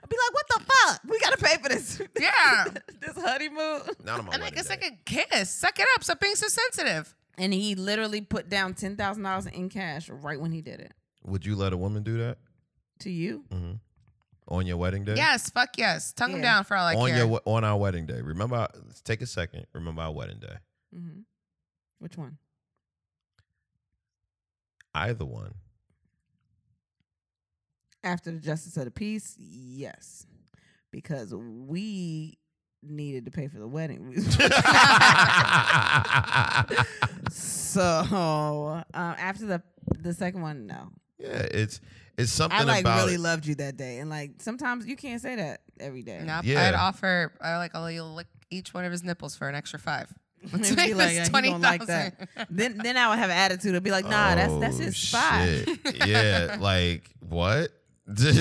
S3: I'd be like, "What the fuck? We gotta pay for this."
S2: Yeah.
S3: this honeymoon.
S1: Not on my
S2: And like
S1: wedding
S2: a
S1: day.
S2: second kiss. Suck it up. Stop being so sensitive.
S3: And he literally put down ten thousand dollars in cash right when he did it.
S1: Would you let a woman do that
S3: To you?
S1: Mm-hmm. on your wedding day?
S2: Yes. Fuck yes. Tongue him
S3: Yeah.
S2: down for all I
S1: on
S2: care.
S1: your we- on our wedding day. Remember, our- let's take a second. Remember our wedding day.
S3: Mm-hmm. Which one?
S1: Either one.
S3: After the justice of the peace, yes, because we needed to pay for the wedding.
S1: yeah,
S3: so um, after the the second one, no.
S1: it's it's something
S3: I like
S1: about
S3: really
S1: it.
S3: loved you that day, and like sometimes you can't say that every day.
S2: Nope. I'd
S1: Yeah.
S2: offer I like I'll you'll lick each one of his nipples for an extra five. Let's
S3: Be
S2: make
S3: like, "Yeah,
S2: this
S3: he
S2: twenty
S3: don't like
S2: thousand.
S3: Then then I would have attitude. I'd be like, nah, that's that's
S1: Oh,
S3: his spot.
S1: shit. Yeah, like what? I'm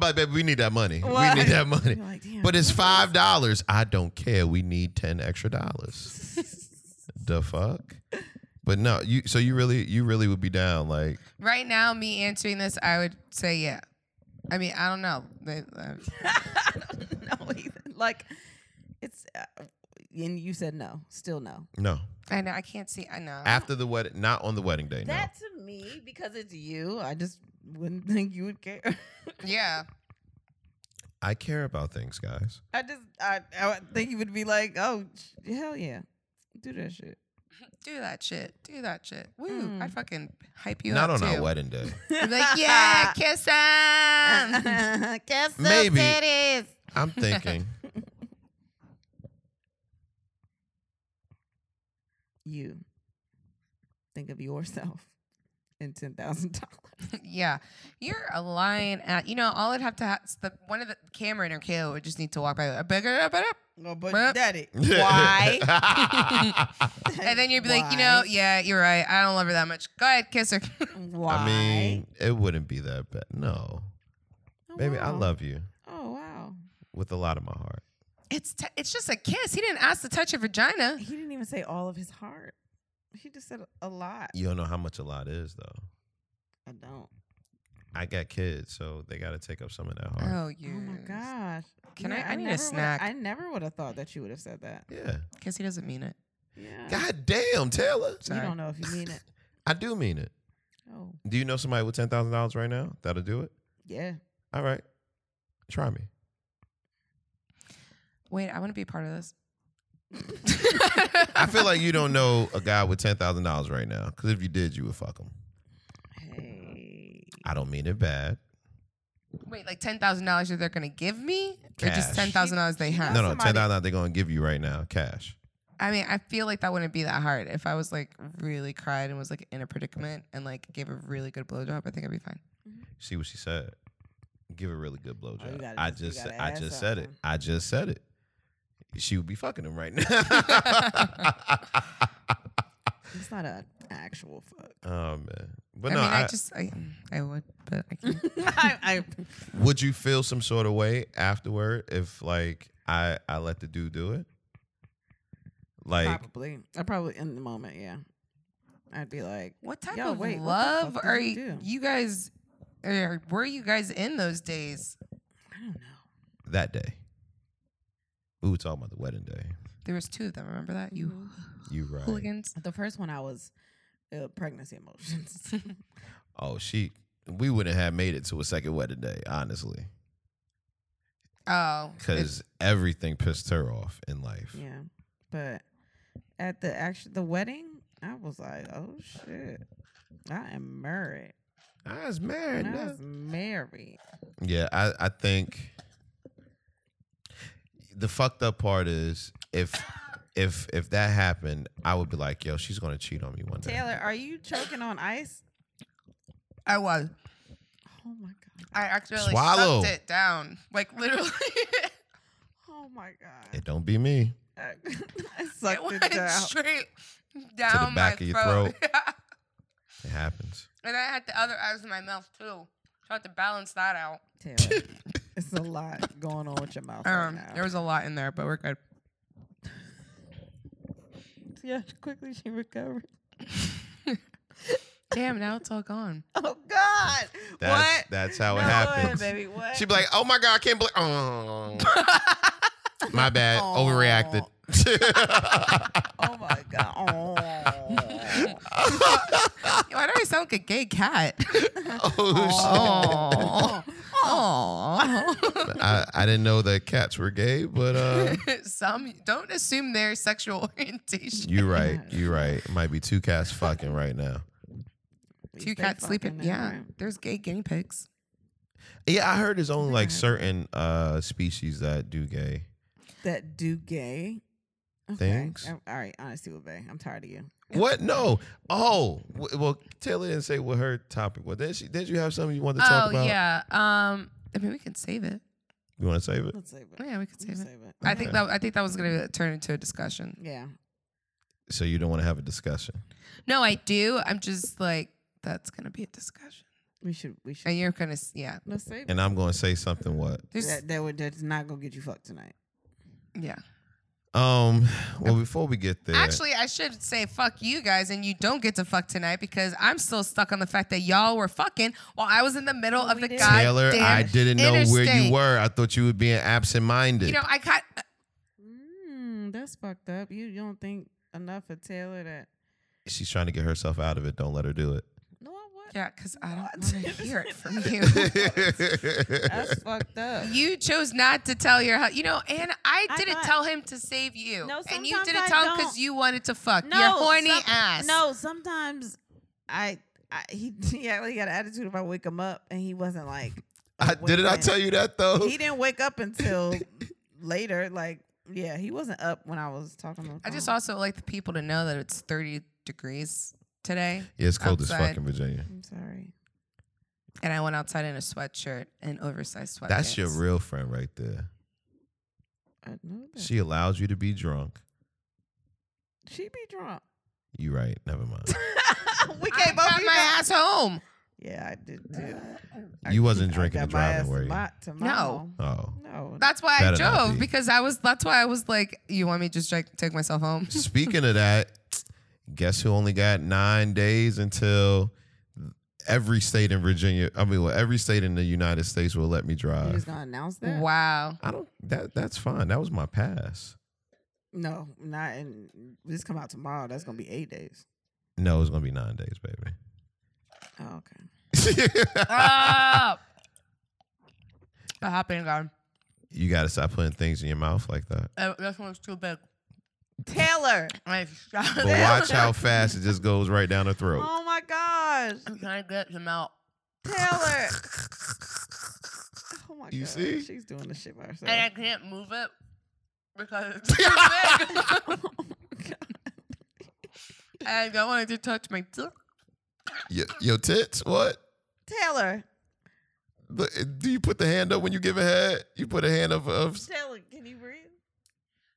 S1: like, baby, we need that money.
S3: What?
S1: We need that money.
S3: You're like, "Damn,
S1: But it's
S3: what is
S1: five dollars. I don't care. We need ten extra dollars. the fuck? But no, you. So you really, you really would be down. Like,
S2: Right now, me answering this, I would say yeah. I mean, I don't know. They- uh,
S3: I don't know either. Like, it's. Uh, and you said no. Still no.
S1: no.
S2: I know I can't see. I know.
S1: After the wedding, not on the wedding day.
S3: That to me, because it's you, I just wouldn't think you would care.
S2: Yeah.
S1: no, I care about things, guys.
S3: I just, I, I would think you would be like, oh, sh- hell yeah. Do that shit.
S2: Do that shit. Do that shit. Woo!
S3: Mm.
S2: I'd fucking hype you
S1: not
S2: up
S1: on
S2: too.
S1: our wedding day.
S2: I'd be like yeah, kiss him.
S3: Kiss the
S1: Maybe.
S3: titties.
S1: I'm thinking.
S3: You think of yourself in ten thousand dollars.
S2: yeah, you're a lion. At you know, all I'd have to have the one of the Cameron or Kayla would just need to walk by. Like, "Big it up, big it up."
S3: No,
S2: Well-
S3: Oh, but daddy, why?
S2: and then you'd be like, you know, yeah, you're right. I don't love her that much. Go ahead, kiss her.
S3: why?
S1: I mean, it wouldn't be that bad. No,
S3: Oh,
S1: baby, I
S3: wow.
S1: love you
S3: Oh wow.
S1: with a lot of my heart.
S2: It's t- it's just a kiss. He didn't ask to touch your vagina.
S3: He didn't even say all of his heart. He just said a lot.
S1: You don't know how much a lot is, though.
S3: I don't.
S1: I got kids, so they got to take up some of that heart.
S2: Oh, you.
S3: Oh my gosh.
S2: Can I- I need a
S3: never would've-
S2: snack.
S3: I never would have thought that you would have said that.
S1: Yeah.
S2: Because he doesn't mean it.
S3: Yeah.
S1: God damn, Taylor.
S2: Sorry.
S3: You don't know if you mean it. Oh,
S1: I do mean it.
S3: show.
S1: Do you know somebody with ten thousand dollars right now that'll do it?
S3: Yeah.
S1: All right, try me.
S2: Wait, I want to be a part of this.
S1: I feel like you don't know a guy with ten thousand dollars right now because if you did, you would fuck him.
S3: Hey.
S1: I don't mean it bad.
S2: Wait, like ten thousand dollars that they're gonna give me, or just
S1: Cash.
S2: ten thousand dollars they have?
S1: No, no,
S3: Uh, somebody-
S1: ten thousand dollars they're gonna give you right now, cash.
S2: I mean, I feel like that wouldn't be that hard if I was like really cried and was like in a predicament and like gave a really good blowjob. I think I'd be fine.
S1: See what she said. Give a really good
S3: Oh, you
S1: blowjob.
S3: gotta
S1: I
S3: just- you
S1: just,
S3: gotta
S1: I
S3: add
S1: just said it.
S3: something.
S1: I just said it. She would be fucking him right now.
S3: It's not an actual fuck.
S1: oh man, but
S2: I
S1: no,
S2: mean,
S1: I,
S2: I, just I, I would, but I can't.
S3: I, I
S1: would you feel some sort of way afterward if like I, I let the dude do it? Like,
S3: probably. I probably in the moment, yeah. I'd be like,
S2: What type
S3: Yo,
S2: of
S3: wait, what the
S2: love
S3: fuck did
S2: are
S3: you
S2: you,
S3: do?
S2: you guys? Or were you guys in those days?
S3: I don't know.
S1: that day. We were talking about the wedding day.
S2: There was two of them. Remember that you
S3: Mm-hmm.
S1: You right.
S2: hooligans?
S3: The first one I was uh, pregnancy emotions.
S1: Oh, she we wouldn't have made it to a second wedding day, honestly.
S2: Oh,
S1: Cause everything pissed her off in life.
S3: yeah. But at the actual the wedding, I was like, oh shit. I am married.
S1: I was married.
S3: And I
S1: now.
S3: was married.
S1: Yeah, I, I think the fucked up part is if if if that happened, I would be like, yo, she's gonna cheat on me one day.
S3: Taylor, are you choking on ice?
S2: I was.
S3: Oh my god.
S2: I actually
S1: Swallow.
S2: sucked it down, like literally.
S3: Oh my god.
S1: It don't be me.
S3: I
S2: it
S3: sucked
S2: went
S3: it, down.
S2: straight down
S1: back
S2: my
S1: of your
S2: throat.
S1: It happens.
S2: and I had the other eyes in my mouth too. Tried to balance that out.
S3: Taylor, it's a lot going on with your mouth
S2: Um,
S3: right now.
S2: there was a lot in there, but we're good.
S3: See how quickly she recovered.
S2: Damn, now it's all gone.
S3: Oh God!
S1: That's
S3: what?
S1: that's how it
S3: No way,
S1: happens.
S3: baby. What?
S1: She'd be like, oh my god, I can't believe oh. My bad.
S3: Aw.
S1: Overreacted.
S3: oh my God! Oh.
S2: Why do I sound like a gay cat?
S1: oh shit.
S2: Oh, oh.
S1: I, I didn't know that cats were gay, but uh
S2: Some don't assume their sexual orientation.
S1: you right. You right. It might be two cats fucking right now.
S2: Two cats sleeping. Yeah, there's gay guinea pigs.
S1: Yeah, I heard there's only
S3: Right.
S1: like certain uh species that do gay.
S3: That do gay. Okay. Oh,
S1: Thanks.
S3: All right. Honesty with Bay. I'm tired of you.
S1: What? No. Oh, w- well, Taylor didn't say what her topic was. Did she? Did you have something you wanted to talk
S2: Oh
S1: about?
S2: yeah. Um, I mean, we can save it.
S1: You want to save it?
S3: Let's save it.
S2: Yeah, we could
S3: Let's
S2: save it.
S3: save
S2: I think
S1: Okay.
S2: that I think that was gonna turn into a discussion.
S3: Yeah.
S1: So you don't want to have a discussion.
S2: No, I do. I'm just like that's gonna be a discussion,
S3: We should. We should.
S2: and you're gonna s- yeah.
S3: Let's save it.
S1: And I'm going to say something. What?
S2: There's,
S3: That, that would. That's not gonna get you fucked tonight.
S2: yeah.
S1: Um. Well, before we get there,
S2: Actually, I should say fuck you guys, and you don't get to fuck tonight because I'm still stuck on the fact that y'all were fucking while I was in the middle of the
S3: we did.
S2: goddamn
S1: Taylor, I didn't know where
S2: interstate.
S1: you were. I thought you were being absent-minded.
S2: You know, I got
S3: Mm, that's fucked up. You, you don't think enough of Taylor that.
S1: She's trying to get herself out of it. Don't let her do it.
S3: No, I would.
S2: yeah, because I don't
S3: What?
S2: want to hear it from you.
S3: That's fucked up.
S2: You chose not to tell your hu- you know, and I
S3: I
S2: didn't
S3: got-
S2: tell him to save you,
S3: No,
S2: and you
S3: sometimes
S2: didn't
S3: I
S2: tell him because
S3: don't.
S2: you wanted to fuck
S3: No,
S2: your horny
S3: some-
S2: ass.
S3: No, sometimes I, I he yeah he got an attitude if I wake him up and he wasn't like
S1: I, didn't I
S3: Wait,
S1: tell you that though?
S3: he didn't wake up until later like yeah he wasn't up when I was talking to him.
S2: I just also like the people to know that it's 30 degrees today,
S1: Yeah, it's cold as
S2: Outside.
S1: fuck in Virginia.
S3: I'm sorry.
S2: and I went outside in a sweatshirt and oversized sweatpants.
S1: That's your real friend right there.
S3: I know that. She,
S1: She allows you to be drunk.
S3: be drunk.
S1: You right. Never mind.
S3: we
S2: I
S3: can't both
S2: got
S3: be
S2: my
S3: drunk.
S2: ass home.
S3: Yeah, I did too. I-
S1: You wasn't
S3: I
S1: drinking
S3: got
S1: and
S3: my
S1: driving,
S3: ass
S1: were you?
S3: my- to my
S2: No.
S3: home.
S1: Oh.
S3: No.
S2: That's why
S1: Better
S2: I
S1: not
S2: drove
S1: be.
S2: because I was. That's why I was like, "You want me to just like, take myself home?"
S1: Speaking of that, guess who only got nine days until every state in Virginia? I mean, well, every state in the United States will let me
S3: you
S1: drive.
S3: just gonna announce that?
S2: Wow.
S1: I don't. That that's fine. That was my pass.
S3: No, not in this come out tomorrow. That's gonna be eight days.
S1: No, it's gonna be nine days, baby.
S3: Oh, okay.
S2: Stop. That happened again.
S1: you gotta stop putting things in your mouth like that.
S2: Uh, This one's too big.
S3: Taylor.
S2: I
S1: But watch how fast it just goes right down the throat.
S3: Oh my gosh.
S2: I'm trying to get them out.
S3: Taylor. Oh my
S1: You
S3: gosh.
S1: see?
S3: She's doing this shit by herself.
S2: And I can't move it because it's too big.
S3: Oh my God.
S2: and I don't want it to touch my tongue.
S1: Yo, yo, tits? What?
S3: Taylor.
S1: Look, Do you put the hand up when you give a head? You put a hand up of.
S3: Taylor, can you breathe?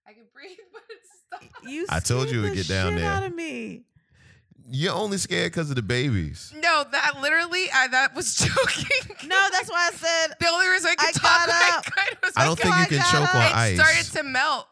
S2: I can breathe, but it's stuck.
S3: You
S1: I told
S3: scared
S1: you it
S3: the
S1: would get down
S3: shit
S1: there.
S3: Out of me.
S1: You're only scared because of the babies.
S2: No, that literally, I that was joking.
S3: No, that's why I said
S2: The only reason I
S3: I
S2: could talk
S3: got
S2: like
S3: up.
S2: I could was
S1: I don't
S2: because
S1: think you
S3: I
S1: can
S3: got
S1: choke
S3: up.
S1: on
S2: it
S1: ice.
S2: started to melt.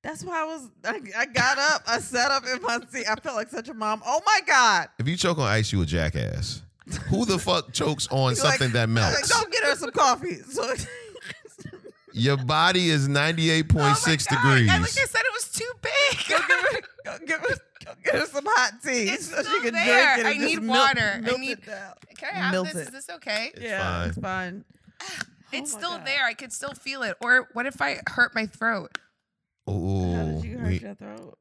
S3: that's why I was I, I got up. I sat up in my seat. I felt like such a mom. Oh my God.
S1: if you choke on ice, you a jackass. Who the fuck chokes on
S3: He's like-
S1: something that
S3: I was like,
S1: melts?
S3: Go get her some coffee. So
S1: Your body is
S2: Oh my
S1: 98.6
S2: God.
S1: degrees.
S2: And like I said, it was too
S3: go
S2: big.
S3: give her, go give her, go get her some hot tea
S2: It's
S3: so she
S2: still
S3: can
S2: there.
S3: drink it. and
S2: I
S3: just
S2: need
S3: melt-
S2: water. I
S3: melt
S2: need-
S3: it down.
S2: Can I have
S3: Melt
S2: this?
S3: it.
S2: Is this okay?
S1: It's
S3: yeah,
S1: fine.
S3: it's fine.
S2: it's
S3: Oh my
S2: still
S3: God.
S2: there. I can still feel it. Or what if I hurt my throat?
S3: How
S1: Ooh,
S3: did you hurt
S1: we-
S3: your throat?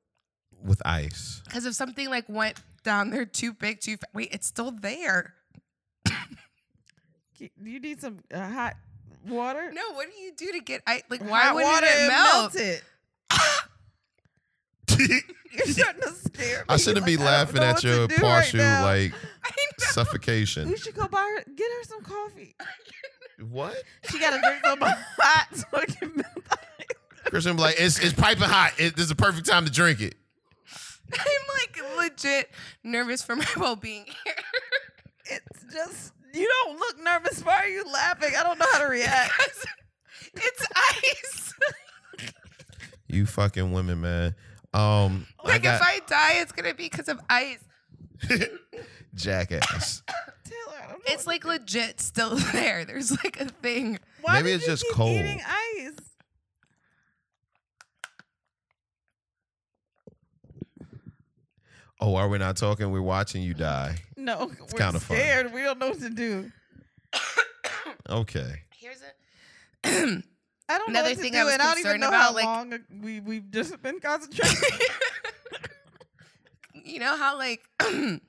S1: with ice.
S2: Because if something like went down there too big, too fa- wait, it's still there.
S3: Ki- Do you need some uh, hot water?
S2: No, what do you do to get? I like why
S3: hot
S2: wouldn't
S3: water
S2: it
S3: and
S2: melt?
S3: it. You're starting to scare me.
S1: I shouldn't be
S3: Like, I don't
S1: laughing
S3: know
S1: at
S3: what
S1: your
S3: to do right
S1: partial
S3: now.
S1: like
S2: I know.
S1: suffocation.
S3: We should go buy her, get her some coffee.
S1: What?
S3: She got to drink some hot so it can melt.
S1: Christian be like, it's it's piping hot. It, this is the perfect time to drink it.
S2: I'm like legit nervous for my well being here.
S3: It's just you don't look nervous. Why are you laughing? I don't know how to react.
S2: it's ice.
S1: You fucking women, man. Um, I
S3: Oh,
S2: like
S1: got
S2: if I die, it's gonna be because of ice.
S1: jackass.
S3: Taylor, I don't know
S2: It's
S3: what
S2: like
S3: to do.
S2: legit still there. There's like a thing.
S3: Why
S1: Maybe
S3: did
S1: it's
S3: you
S1: just
S3: keep
S1: cold.
S3: Eating ice.
S1: Oh, are we not talking? We're watching you die.
S3: No, we're
S1: kinda fun.
S3: scared. We don't know what to do.
S1: Okay.
S2: Here's a.
S3: I don't
S2: Another
S3: know what
S2: thing
S3: to
S2: I
S3: do,
S2: was
S3: and I don't even
S2: concerned
S3: know how
S2: about, like-
S3: long we we've just been concentrating.
S2: you know how like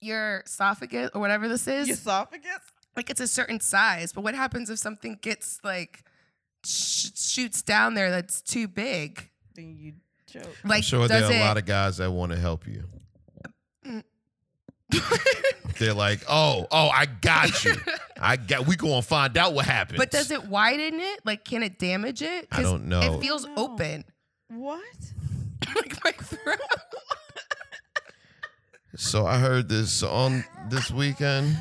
S2: your esophagus or whatever this is,
S3: esophagus.
S2: like it's a certain size. But what happens if something gets like sh- shoots down there that's too big?
S3: Then you choke.
S2: Like
S1: I'm sure there
S2: does
S1: are a
S2: it?
S1: lot of guys that want to help you. They're like, oh, oh, I got you. I got. We gonna find out what happened.
S2: but does it widen it? Like can it damage it?
S1: I
S2: 'Cause
S1: don't know.
S2: It feels
S3: I don't know.
S2: open,
S3: What?
S2: like my throat.
S1: So I heard this song this weekend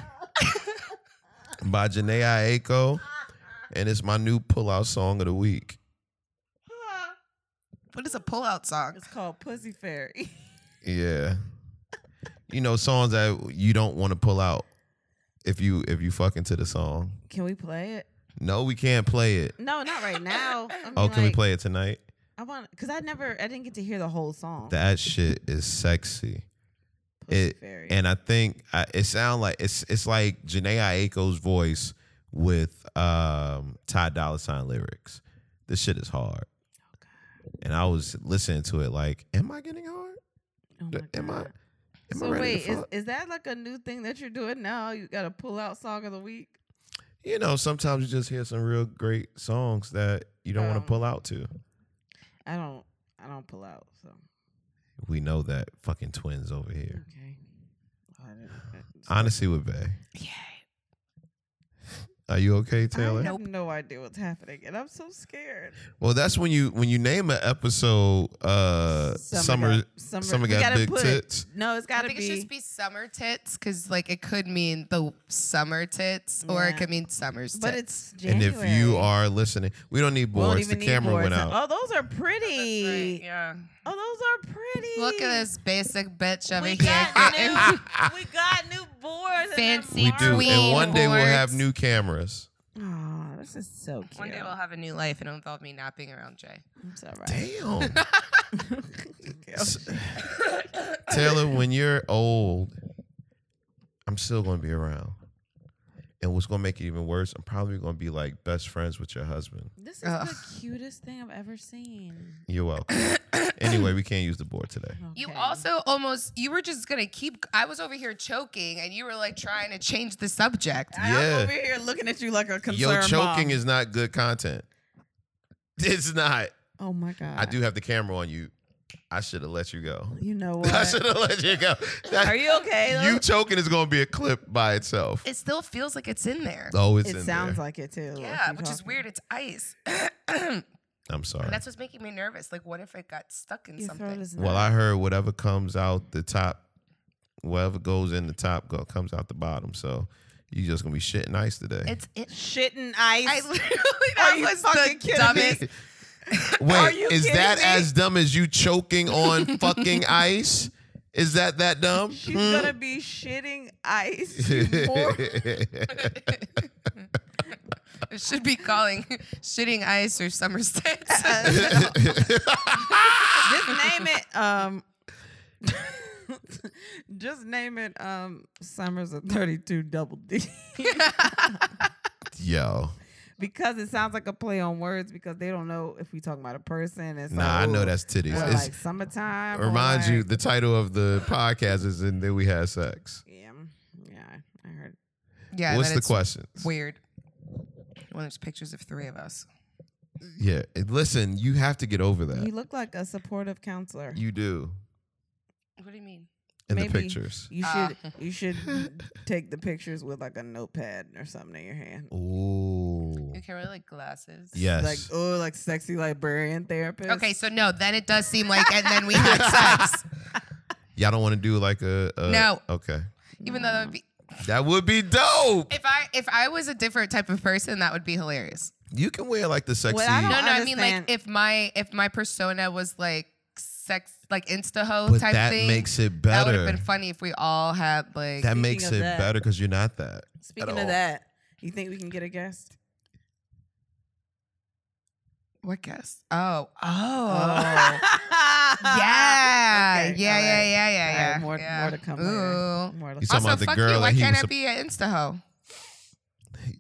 S1: by Janae Aiko, and it's my new pullout song of the week.
S2: what is a pull-out song?
S3: It's called Pussy Fairy.
S1: Yeah, you know songs that you don't want to pull out if you if you fuck into the song.
S3: Can we play it?
S1: No, we can't play it.
S3: No, not right now. I
S1: Oh,
S3: mean,
S1: can we
S3: like,
S1: play it tonight?
S3: I want because I never, I didn't get to hear the whole song.
S1: That shit is sexy,
S3: Pussy
S1: it-
S3: Fairy.
S1: and I think I, it sound like it's it's like Janae Aiko's voice with um, Ty Dolla Sign lyrics. This shit is hard. and I was listening to it like, am I getting hard?
S3: Oh my
S1: Am I?
S3: God.
S1: Am I
S3: so
S1: ready
S3: wait,
S1: to
S3: is,
S1: fuck?
S3: is that like a new thing that you're doing now? You got to pull out song of the week.
S1: you know, sometimes you just hear some real great songs that you don't want
S3: Um,
S1: to pull out to.
S3: I don't, I don't pull out. So
S1: We know that fucking twins over here.
S3: okay. I didn't- I-
S1: Honestly, with Bay,
S2: Yeah.
S1: are you okay,
S3: I
S1: Taylor?
S3: have no idea what's happening, and I'm so scared.
S1: Well, that's when you when you name an episode, uh, summer
S3: got, summer,
S1: summer
S3: we
S1: got
S3: gotta
S1: big
S3: put-
S1: tits.
S3: No, it's got to
S2: I think
S3: be.
S2: it should just be summer tits because like it could mean the summer tits or it
S3: Yeah.
S2: could mean summer's
S3: but
S2: tits.
S3: it's January.
S1: And if you are listening, we don't need
S3: We don't
S1: boards.
S3: even
S1: the
S3: need
S1: camera went
S3: boards.
S1: out.
S3: Oh, those are pretty.
S2: Yeah.
S3: Oh, those are pretty.
S2: Look at this basic bitch over
S3: We
S2: here.
S3: got
S2: getting
S3: new, we got new boards. and they're
S2: Fancy
S1: We do,
S2: Queen
S1: and one day we'll have
S2: boards.
S1: new cameras.
S3: Oh, this is so cute.
S2: One day we'll have a new life and it'll involve me not being around Jay.
S3: I'm so right.
S1: Damn.
S3: Okay.
S1: S- Taylor, when you're old I'm still going to be around. And what's going to make it even worse, I'm probably going to be like best friends with your husband.
S3: This is
S2: Ugh.
S3: the cutest thing I've ever seen.
S1: You're welcome. anyway, we can't use the board today.
S2: You
S3: Okay.
S2: also almost you were just gonna keep. I was over here choking, and you were like trying to change the subject.
S3: I'm
S1: Yeah.
S3: over here looking at you like a concerned
S1: Yo, choking
S3: mom.
S1: is not good content. It's not.
S3: Oh my god!
S1: I do have the camera on you. I should have let you go.
S3: You know what?
S1: I should have let you go. That-
S3: Are you okay?
S1: you
S3: though?
S1: choking is going to be a clip by itself.
S2: It still feels like it's in there.
S1: Oh, it's
S3: it
S1: in
S3: sounds
S1: there.
S3: like it too. like
S2: yeah,
S3: you
S2: which is
S3: talking.
S2: weird. It's ice, and
S1: I'm sorry.
S2: that's what's making me nervous. Like, what if it got stuck in
S3: Your throat
S2: something?
S3: is
S1: Well, I heard whatever comes out the top, whatever goes in the top go, comes out the bottom. So you just gonna be shitting ice today.
S2: it's it.
S3: shitting ice.
S2: I literally that
S3: Are you
S2: was
S3: fucking
S2: the
S3: kidding
S2: dumbest.
S3: me? Are
S1: Wait,
S3: you
S1: is
S3: kidding
S1: that
S3: me?
S1: as dumb as you choking on fucking ice? Is that that dumb?
S3: She's
S1: Hmm?
S3: gonna be shitting ice. you moron.
S2: It should be calling shitting ice or summer sets.
S3: Just name it. Um, just name it. Um, Summers of Thirty Two Double D.
S1: Yo,
S3: because it sounds like a play on words because they don't know if we talking about a person. It's
S1: nah, I
S3: like,
S1: know
S3: ooh,
S1: that's titties.
S3: or
S1: It's,
S3: like summertime. or
S1: remind you,
S3: like-
S1: the title of the podcast is "And Then We Had Sex."
S3: Yeah, yeah, I heard.
S2: yeah,
S1: What's
S2: then
S1: the
S2: it's
S1: question?
S2: Weird. Well, there's pictures of three of us.
S1: Yeah, and listen, you have to get over that.
S3: You
S1: You,
S3: look like a supportive counselor.
S1: do
S2: What do you mean?
S1: in the
S3: Maybe.
S1: pictures.
S3: You
S2: Ah.
S3: should you should take the pictures with like a notepad or something in your hand.
S1: Ooh,
S2: You can wear like glasses.
S1: yes.
S3: Like oh, like sexy librarian therapist.
S2: Okay, so no, then it does seem like, and then we had sex.
S1: Y'all don't want to do like a, a
S2: No.
S1: Okay,
S2: Even though that would be,
S1: that would be dope.
S2: if I if I was a different type of person, that would be hilarious.
S1: You can wear like the sexy.
S3: What I
S2: No, no,
S3: don't-
S2: I mean like
S3: understand.
S2: if my if my persona was like sex, like insta ho
S1: but
S2: type
S1: that
S2: thing.
S1: makes it
S2: that would
S1: better.
S2: have been funny if we all had like.
S1: That makes
S3: of
S1: it
S3: that-
S1: better because you're not that.
S3: Speaking
S1: all.
S3: of that, you think we can get a guest?
S2: what guess? Oh, oh. Yeah. yeah, yeah, yeah, yeah,
S3: All
S2: yeah,
S3: right, more-
S2: yeah.
S3: more to come later.
S2: Ooh.
S3: More to
S1: You
S3: come.
S1: talking
S2: Also,
S1: about the
S2: fuck
S1: girl
S2: you. Why
S1: that he
S2: can't
S1: was
S2: I
S1: sup-
S2: be an insta ho?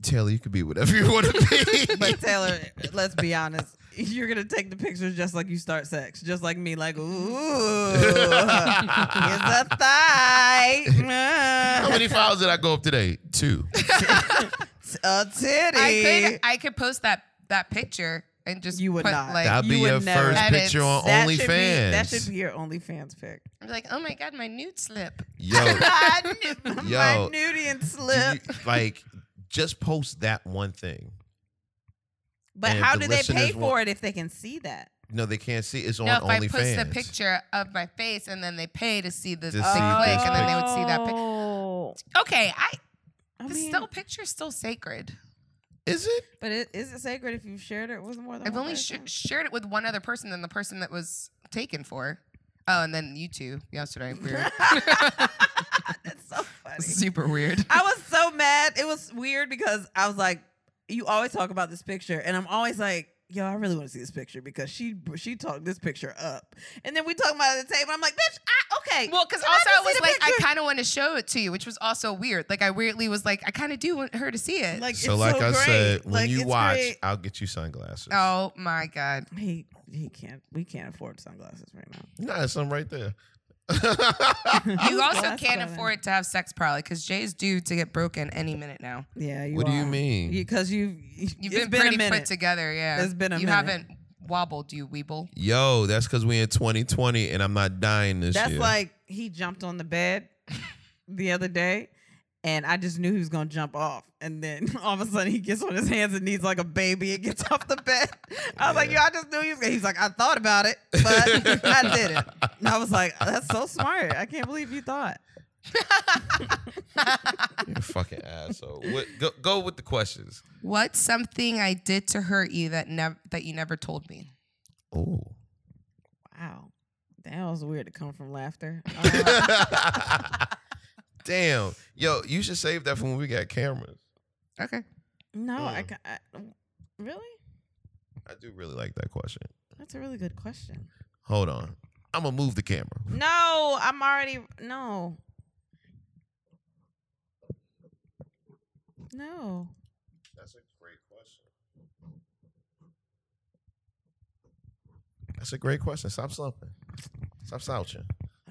S1: Taylor, you could be whatever you want to be.
S3: But Taylor, let's be honest. You're gonna take the pictures just like you start sex, just like me. Like, ooh, it's a thigh,
S1: How
S3: Mm,
S1: many files did I go up today? Two.
S3: a titty.
S2: I could I could post that that picture and just
S3: You would
S2: put,
S3: not.
S2: like
S1: That'd be
S3: You would
S1: your
S3: never-
S1: first
S2: Edits.
S1: picture on
S3: That should be- That should
S1: OnlyFans.
S3: be your OnlyFans pic.
S2: I'd be like oh my god my nude slip
S1: Yo, Yo.
S3: My nudie and
S1: do
S3: slip.
S1: you- like, just post that one thing.
S3: but
S1: and
S3: how
S1: the
S3: do they pay
S1: listeners
S3: for
S1: want-
S3: it if they can see that?
S1: No, they can't see. It's on
S2: no if I post
S1: OnlyFans.
S2: the picture of my face and then they pay to see the
S1: To see
S2: thing
S1: the
S2: click and then they would see that picture
S3: Oh.
S2: okay I,
S3: I
S2: the
S3: mean,
S2: still picture is still sacred
S1: Is it?
S3: but it, is it sacred if you've shared it with more than
S2: I've
S3: one
S2: only sh-
S3: person?
S2: shared it with one other person than the person that was taken for oh and then you two yesterday weird
S3: That's so funny.
S2: super weird
S3: I was so mad. It was weird because I was like, you always talk about this picture, and I'm always like, yo, I really want to see this picture because she she talked this picture up, and then we talking about it at the table. I'm like, bitch, I, okay.
S2: Well, because
S3: Can
S2: also
S3: just
S2: I, was
S3: see the
S2: like, I
S3: picture?
S2: kind of want to show it to you, which was also weird. Like I weirdly was like, I kind of do want her to see it.
S3: like,
S1: So,
S3: it's
S1: like
S3: so
S1: I
S3: great.
S1: said, when
S3: Like,
S1: you
S3: it's
S1: watch,
S3: great.
S1: I'll get you sunglasses.
S2: oh my god,
S3: he he can't. We can't afford sunglasses right now.
S1: Nah, it's some right there.
S2: you also
S3: Glass
S2: can't
S3: bottom.
S2: afford to have sex probably because Jay's due to get broken any minute now.
S3: Yeah. You
S1: what do you
S3: are.
S1: mean?
S3: Because you've
S2: You've
S3: it's
S2: been, pretty
S3: a minute.
S2: put together, yeah.
S3: It's been a
S2: you
S3: minute.
S2: haven't wobbled, you weeble.
S1: Yo, that's because we in 2020 and I'm not dying this
S3: That's
S1: year.
S3: like he jumped on the bed the other day, and I just knew he was gonna jump off. And then all of a sudden, he gets on his hands and knees like a baby and gets off the bed. I was like, "Yo,
S1: Yeah.
S3: I just knew he was." Gonna. He's like, "I thought about it, but I didn't." And I was like, "That's so smart! I can't believe you thought."
S1: You're a fucking asshole. What, go, go with the questions.
S2: What's something I did to hurt you that never that you never told me?
S1: Oh.
S3: Wow, that was weird to come from laughter. Uh,
S1: Damn. Yo, you should save that for when we got cameras.
S2: Okay.
S3: no, I,
S1: Mm.
S3: ca- I really.
S1: I do really like that question.
S3: That's a really good question.
S1: Hold on. I'm going to move the camera.
S3: No, I'm already no. No.
S1: That's a great question. That's a great question. Stop slumping. Stop slouching.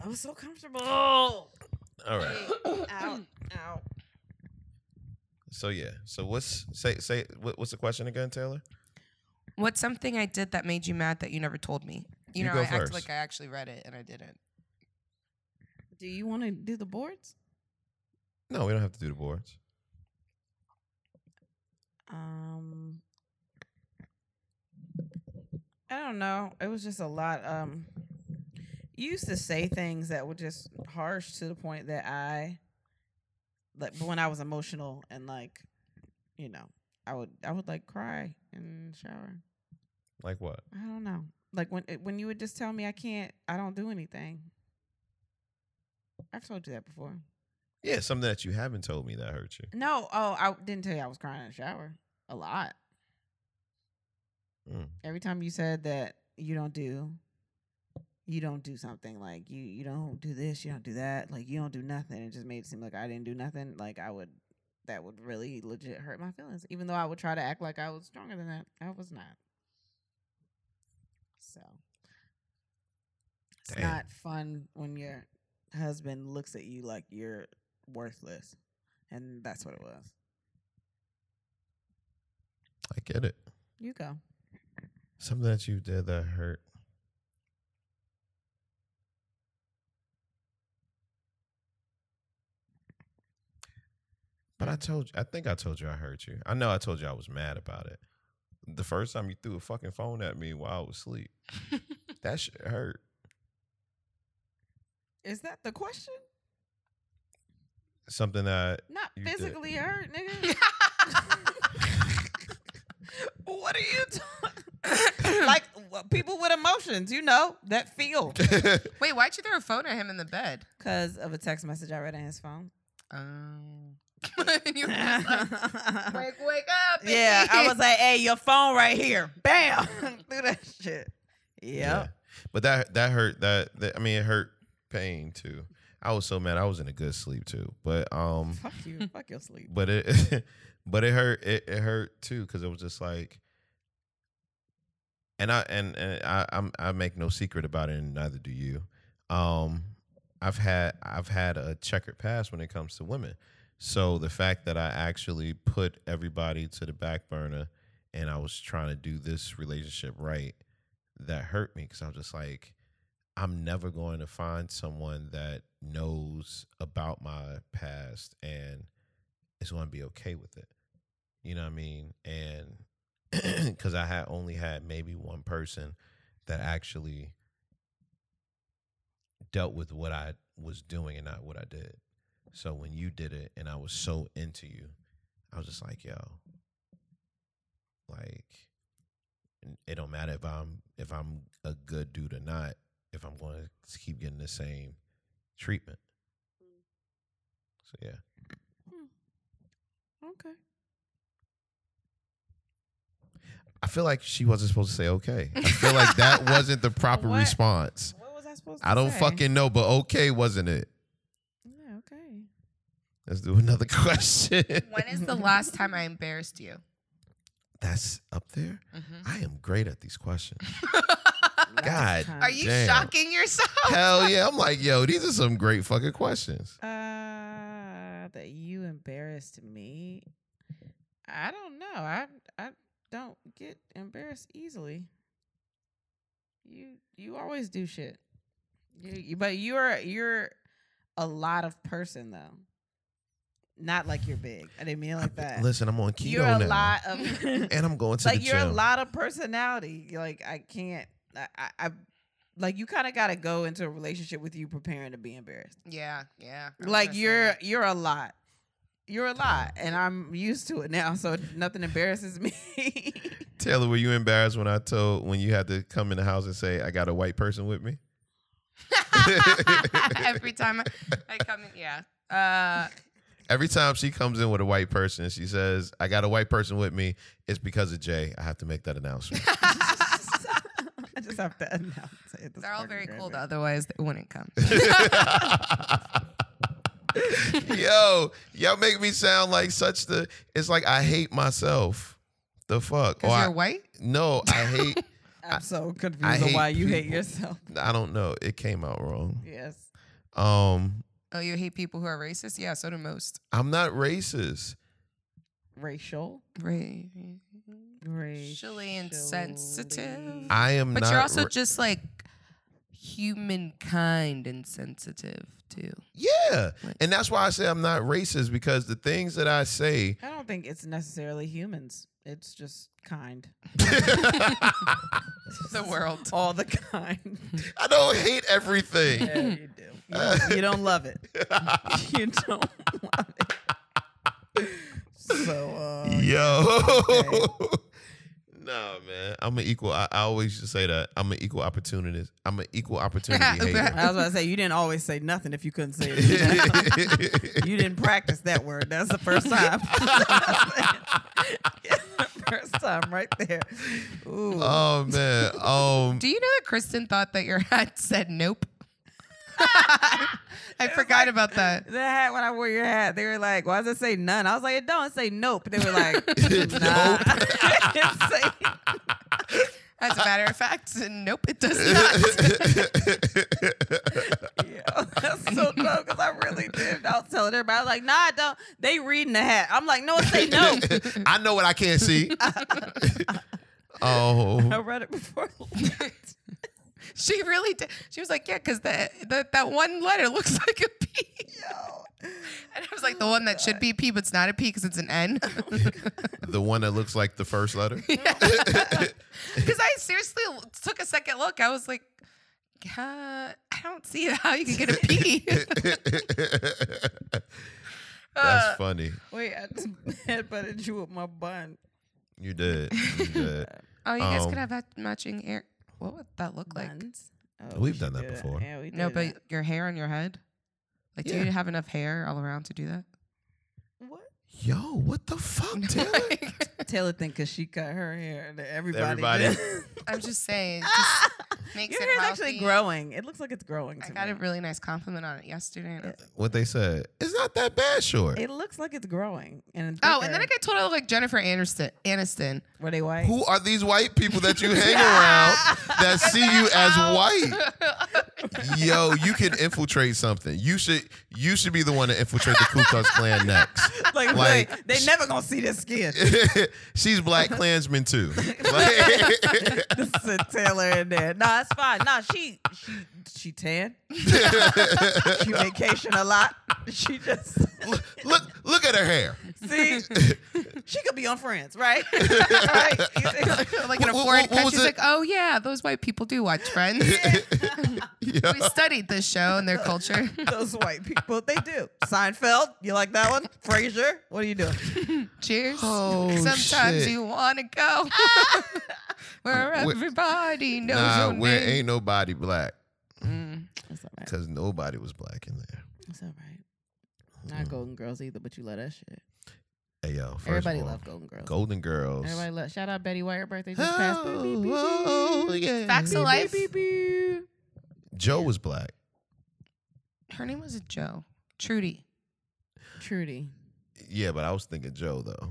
S3: I was so comfortable.
S1: All right.
S3: out, out.
S1: So yeah. So what's say say what, what's the question again, Taylor?
S2: What's something I did that made you mad that you never told me? You,
S1: You
S2: know,
S1: go
S2: I act
S1: first.
S2: like I actually read it and I didn't.
S3: Do you want to do the boards?
S1: No, we don't have to do the boards.
S3: Um, I don't know. It was just a lot. Um, you used to say things that were just harsh to the point that I, like, when I was emotional and like, you know, I would I would like cry in the shower.
S1: Like what?
S3: I don't know. Like when it- when you would just tell me I can't, I don't do anything. I've told you that before.
S1: Yeah, something that you haven't told me that hurt you.
S3: No, oh, I didn't tell you I was crying in the shower a lot.
S1: Mm.
S3: Every time you said that you don't do, you don't do something like you you don't do this, you don't do that, like you don't do nothing. It just made it seem like I didn't do nothing. Like I would, that would really legit hurt my feelings. Even though I would try to act like I was stronger than that, I was not. So it's
S1: Damn.
S3: not fun when your husband looks at you like you're worthless, and that's what it was.
S1: I get it.
S3: You go.
S1: Something that you did that hurt. But I told you, I think I told you I hurt you. I know I told you I was mad about it. The first time you threw a fucking phone at me while I was asleep, that shit hurt.
S3: Is that the question?
S1: Something that
S3: Not
S1: You did.
S3: physically hurt, nigga. what are you talking? like w- people with emotions, you know that feel
S2: Wait, why'd you throw a phone at him in the bed?
S3: because of a text message I read on his phone.
S2: Um. you were just like, wake, wake up.
S3: yeah, I
S2: baby."
S3: was like, "Hey, your phone right here." Bam, through that shit. Yep.
S1: But that that hurt. That, that I mean, it hurt pain too. I was so mad. I was in a good sleep too. But um,
S3: Fuck you. Fuck your sleep.
S1: but it but it hurt. It, it hurt too because it was just like. And I and, and I I'm, I make no secret about it, and neither do you. Um, I've had I've had a checkered past when it comes to women, so the fact that I actually put everybody to the back burner, and I was trying to do this relationship right, that hurt me because I was just like, I'm never going to find someone that knows about my past and is going to be okay with it. You know what I mean? And because I had only had maybe one person that actually dealt with what I was doing and not what I did. So when you did it and I was so into you, I was just like, yo, like n- it don't matter if I'm if I'm a good dude or not, if I'm going to keep getting the same treatment. So yeah.
S3: Okay.
S1: I feel like she wasn't supposed to say okay. I feel like that wasn't the proper
S3: What?
S1: response.
S3: What was I supposed to?
S1: I don't
S3: say?
S1: fucking know, but okay wasn't it?
S3: Yeah. Okay.
S1: Let's do another question.
S2: When is the last time I embarrassed you?
S1: That's up there.
S3: Mm-hmm.
S2: Mm-hmm.
S1: I am great at these questions. God.
S3: Time.
S2: Are you
S1: Damn.
S2: shocking yourself?
S1: Hell yeah. I'm like, yo, these are some great fucking questions.
S3: Uh, that you embarrassed me. I don't know. I I don't get embarrassed easily. You you always do shit. You, you but you're you're a lot of person though. Not like you're big. I didn't mean it like that.
S1: Listen, I'm on keto
S3: you're a
S1: now.
S3: lot of
S1: And I'm going to
S3: like
S1: the
S3: you're
S1: gym.
S3: a lot of personality. You're Like I can't. I I, I like you kind of got to go into a relationship with you preparing to be embarrassed
S2: Yeah, yeah. I was
S3: like
S2: gonna say
S3: you're
S2: that.
S3: you're a lot you're a lot and i'm used to it now so nothing embarrasses me
S1: Taylor, were you embarrassed when I told when you had to come in the house and say, I got a white person with me?
S2: Every time I, I come in, yeah. Uh,
S1: Every time she comes in with a white person and she says, I got a white person with me, it's because of Jay. I have to make that announcement.
S3: i just have to announce it This
S2: they're all
S3: fucking
S2: very
S3: graphic.
S2: cold, otherwise they wouldn't come.
S1: Yo, y'all make me sound like such the. It's like I hate myself. The fuck? Or
S2: Because
S1: I-
S2: you're white?
S1: no, I hate.
S3: I'm so
S1: I
S3: confused on
S1: hate
S3: why you hate
S1: people.
S3: yourself.
S1: I don't know. It came out wrong.
S3: Yes.
S1: Um,
S2: Oh, you hate people who are racist? Yeah, so do most.
S1: I'm not racist.
S3: Racial.
S2: Right.
S3: Racially
S2: insensitive.
S1: I am.
S2: But
S1: not
S2: you're also
S1: ra-
S2: just like humankind insensitive too.
S1: yeah,
S2: Like-
S1: and that's why I say I'm not racist because the things that I say.
S3: I don't think it's necessarily humans. It's just kind.
S2: The world.
S3: All the kind.
S1: I don't hate everything.
S3: yeah, you do. You don't, you don't love it. You don't love it. So, uh,
S1: Yo. No man, I'm an equal. I, I always just say that I'm an equal opportunist. I'm an equal opportunity hater.
S3: I was about to say, you didn't always say nothing if you couldn't say it.
S1: yeah,
S3: you didn't practice that word. That's the first time. first time right there. Ooh.
S1: oh man. Um,
S2: Do you know that Kristen thought that your hat said nope? I forgot about that.
S3: The hat when I wore your hat, they were like, "Why does it say none?" I was like, "It don't say nope." They were like, "Nah." It say-
S2: As a matter of fact, nope, it does not.
S3: Yeah, that's so dumb because I really did. I was telling everybody, I was like, "Nah, I don't." They reading the hat. I'm like, "No, it say nope."
S1: I know what I can't see.
S3: I
S1: oh,
S3: read it before.
S2: she really did. She was like, yeah, because that that one letter looks like a P.
S3: Yo.
S2: And I was like, the one that should be a P, but it's not a P because it's an N.
S1: the one that looks like the first letter.
S2: Because I seriously l- took a second look. I was like, uh, I don't see how you could get a P. Uh.
S1: That's funny.
S3: Wait, I just headbutted you with my bun.
S1: You did. You did.
S2: oh, you guys
S1: Um,
S2: could have had matching hair. What would that look like?
S3: Buns. Oh,
S1: We've
S3: should
S1: done that
S3: do
S1: before.
S3: Yeah, we did
S2: No, but
S3: that.
S2: your hair on your head. Like, do
S1: Yeah.
S2: you have enough hair all around to do that?
S3: what?
S1: Yo, what the fuck, Taylor?
S3: Taylor think because she cut her hair and everybody.
S1: Everybody.
S3: did.
S2: I'm just saying. it Just makes
S3: Your
S2: it
S3: hair's
S2: healthy.
S3: actually growing. It looks like it's growing. To
S2: I got
S3: me.
S2: a really nice compliment on it yesterday. And I was like,
S1: what they said. It's not that bad, short.
S3: It looks like it's growing. And
S2: oh, and then I
S3: thicker.
S2: got told I look like Jennifer Aniston. Aniston.
S3: were they white?
S1: Who are these white people that you hang around that see you as white? Yo, you can infiltrate something. You should you should be the one to infiltrate the Ku Klux Klan next.
S3: like,
S1: Like-
S3: like they never gonna see this skin.
S1: She's Black Klansman too. Like-
S3: this is a Taylor in there. Nah, it's fine. Nah, she she she tan. she vacation a lot. She just
S1: look, look look at her hair.
S3: see she could be on Friends, right? right? You think-
S2: like in a
S1: Wh- wh-
S2: foreign
S1: what was
S2: country. She's
S1: it?
S2: like, oh yeah, those white people do watch Friends.
S1: Yo.
S2: We studied this show and their culture.
S3: Those white people, they do. Seinfeld, you like that one? Frasier, what are you doing?
S2: Cheers.
S1: Oh,
S2: Sometimes
S1: shit.
S2: you want to go where
S1: Wh-
S2: everybody knows
S1: Nah,
S2: your
S1: where
S2: name. Mm.
S1: ain't nobody black.
S3: That's all right.
S1: Cause nobody was black in there.
S3: That's all right. Not Golden Girls either, but you love that shit.
S1: Hey yo, Hmm. first
S3: Everybody
S1: of all,
S3: loved Golden Girls.
S1: Golden Girls.
S3: Everybody love. Shout out Betty White. Her birthday just passed. Boop, boop, boop,
S1: Oh, oh, yeah.
S2: Facts of life.
S3: boop.
S1: Joe was black.
S2: Her name was Joe. Trudy.
S3: Trudy.
S1: Yeah, but I was thinking Joe though.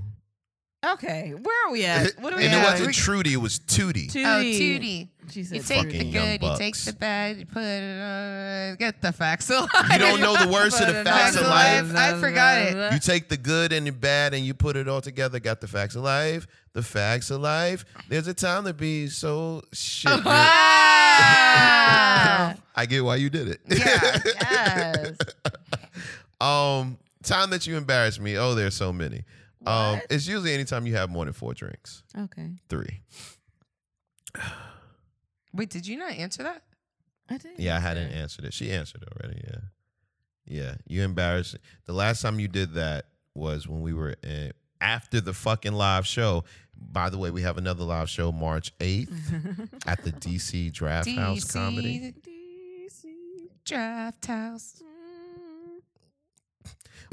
S3: Okay, where are we at? What are we
S1: and
S3: at?
S1: it wasn't Trudy, it was Tootie.
S2: Oh, Trudy.
S3: She said
S2: You take
S1: Fucking
S2: the
S3: Trudy.
S1: young
S2: good, you take
S1: bucks.
S2: the bad, you put it on. Get the facts of life.
S1: You don't know the words to the
S3: But
S1: facts of
S2: enough.
S1: life.
S2: I forgot it.
S1: You take the good and the bad and you put it all together. Got the facts of life, the facts of life. There's a time to be so shit.
S3: Uh-huh.
S1: you're-
S2: Wow.
S1: I get why you did it.
S2: yeah.
S3: Yes.
S1: um, time that you embarrassed me. Oh, there's so many. Um,
S3: What?
S1: it's usually anytime you have more than four drinks.
S3: okay,
S1: Three.
S2: Wait, did you not answer that?
S3: I did.
S1: Yeah, I hadn't answered it. She answered already. Yeah, yeah. You embarrassed. The last time you did that was when we were in, after the fucking live show. By the way, we have another live show March eighth at the DC Draft House Comedy.
S3: DC
S2: Draft House.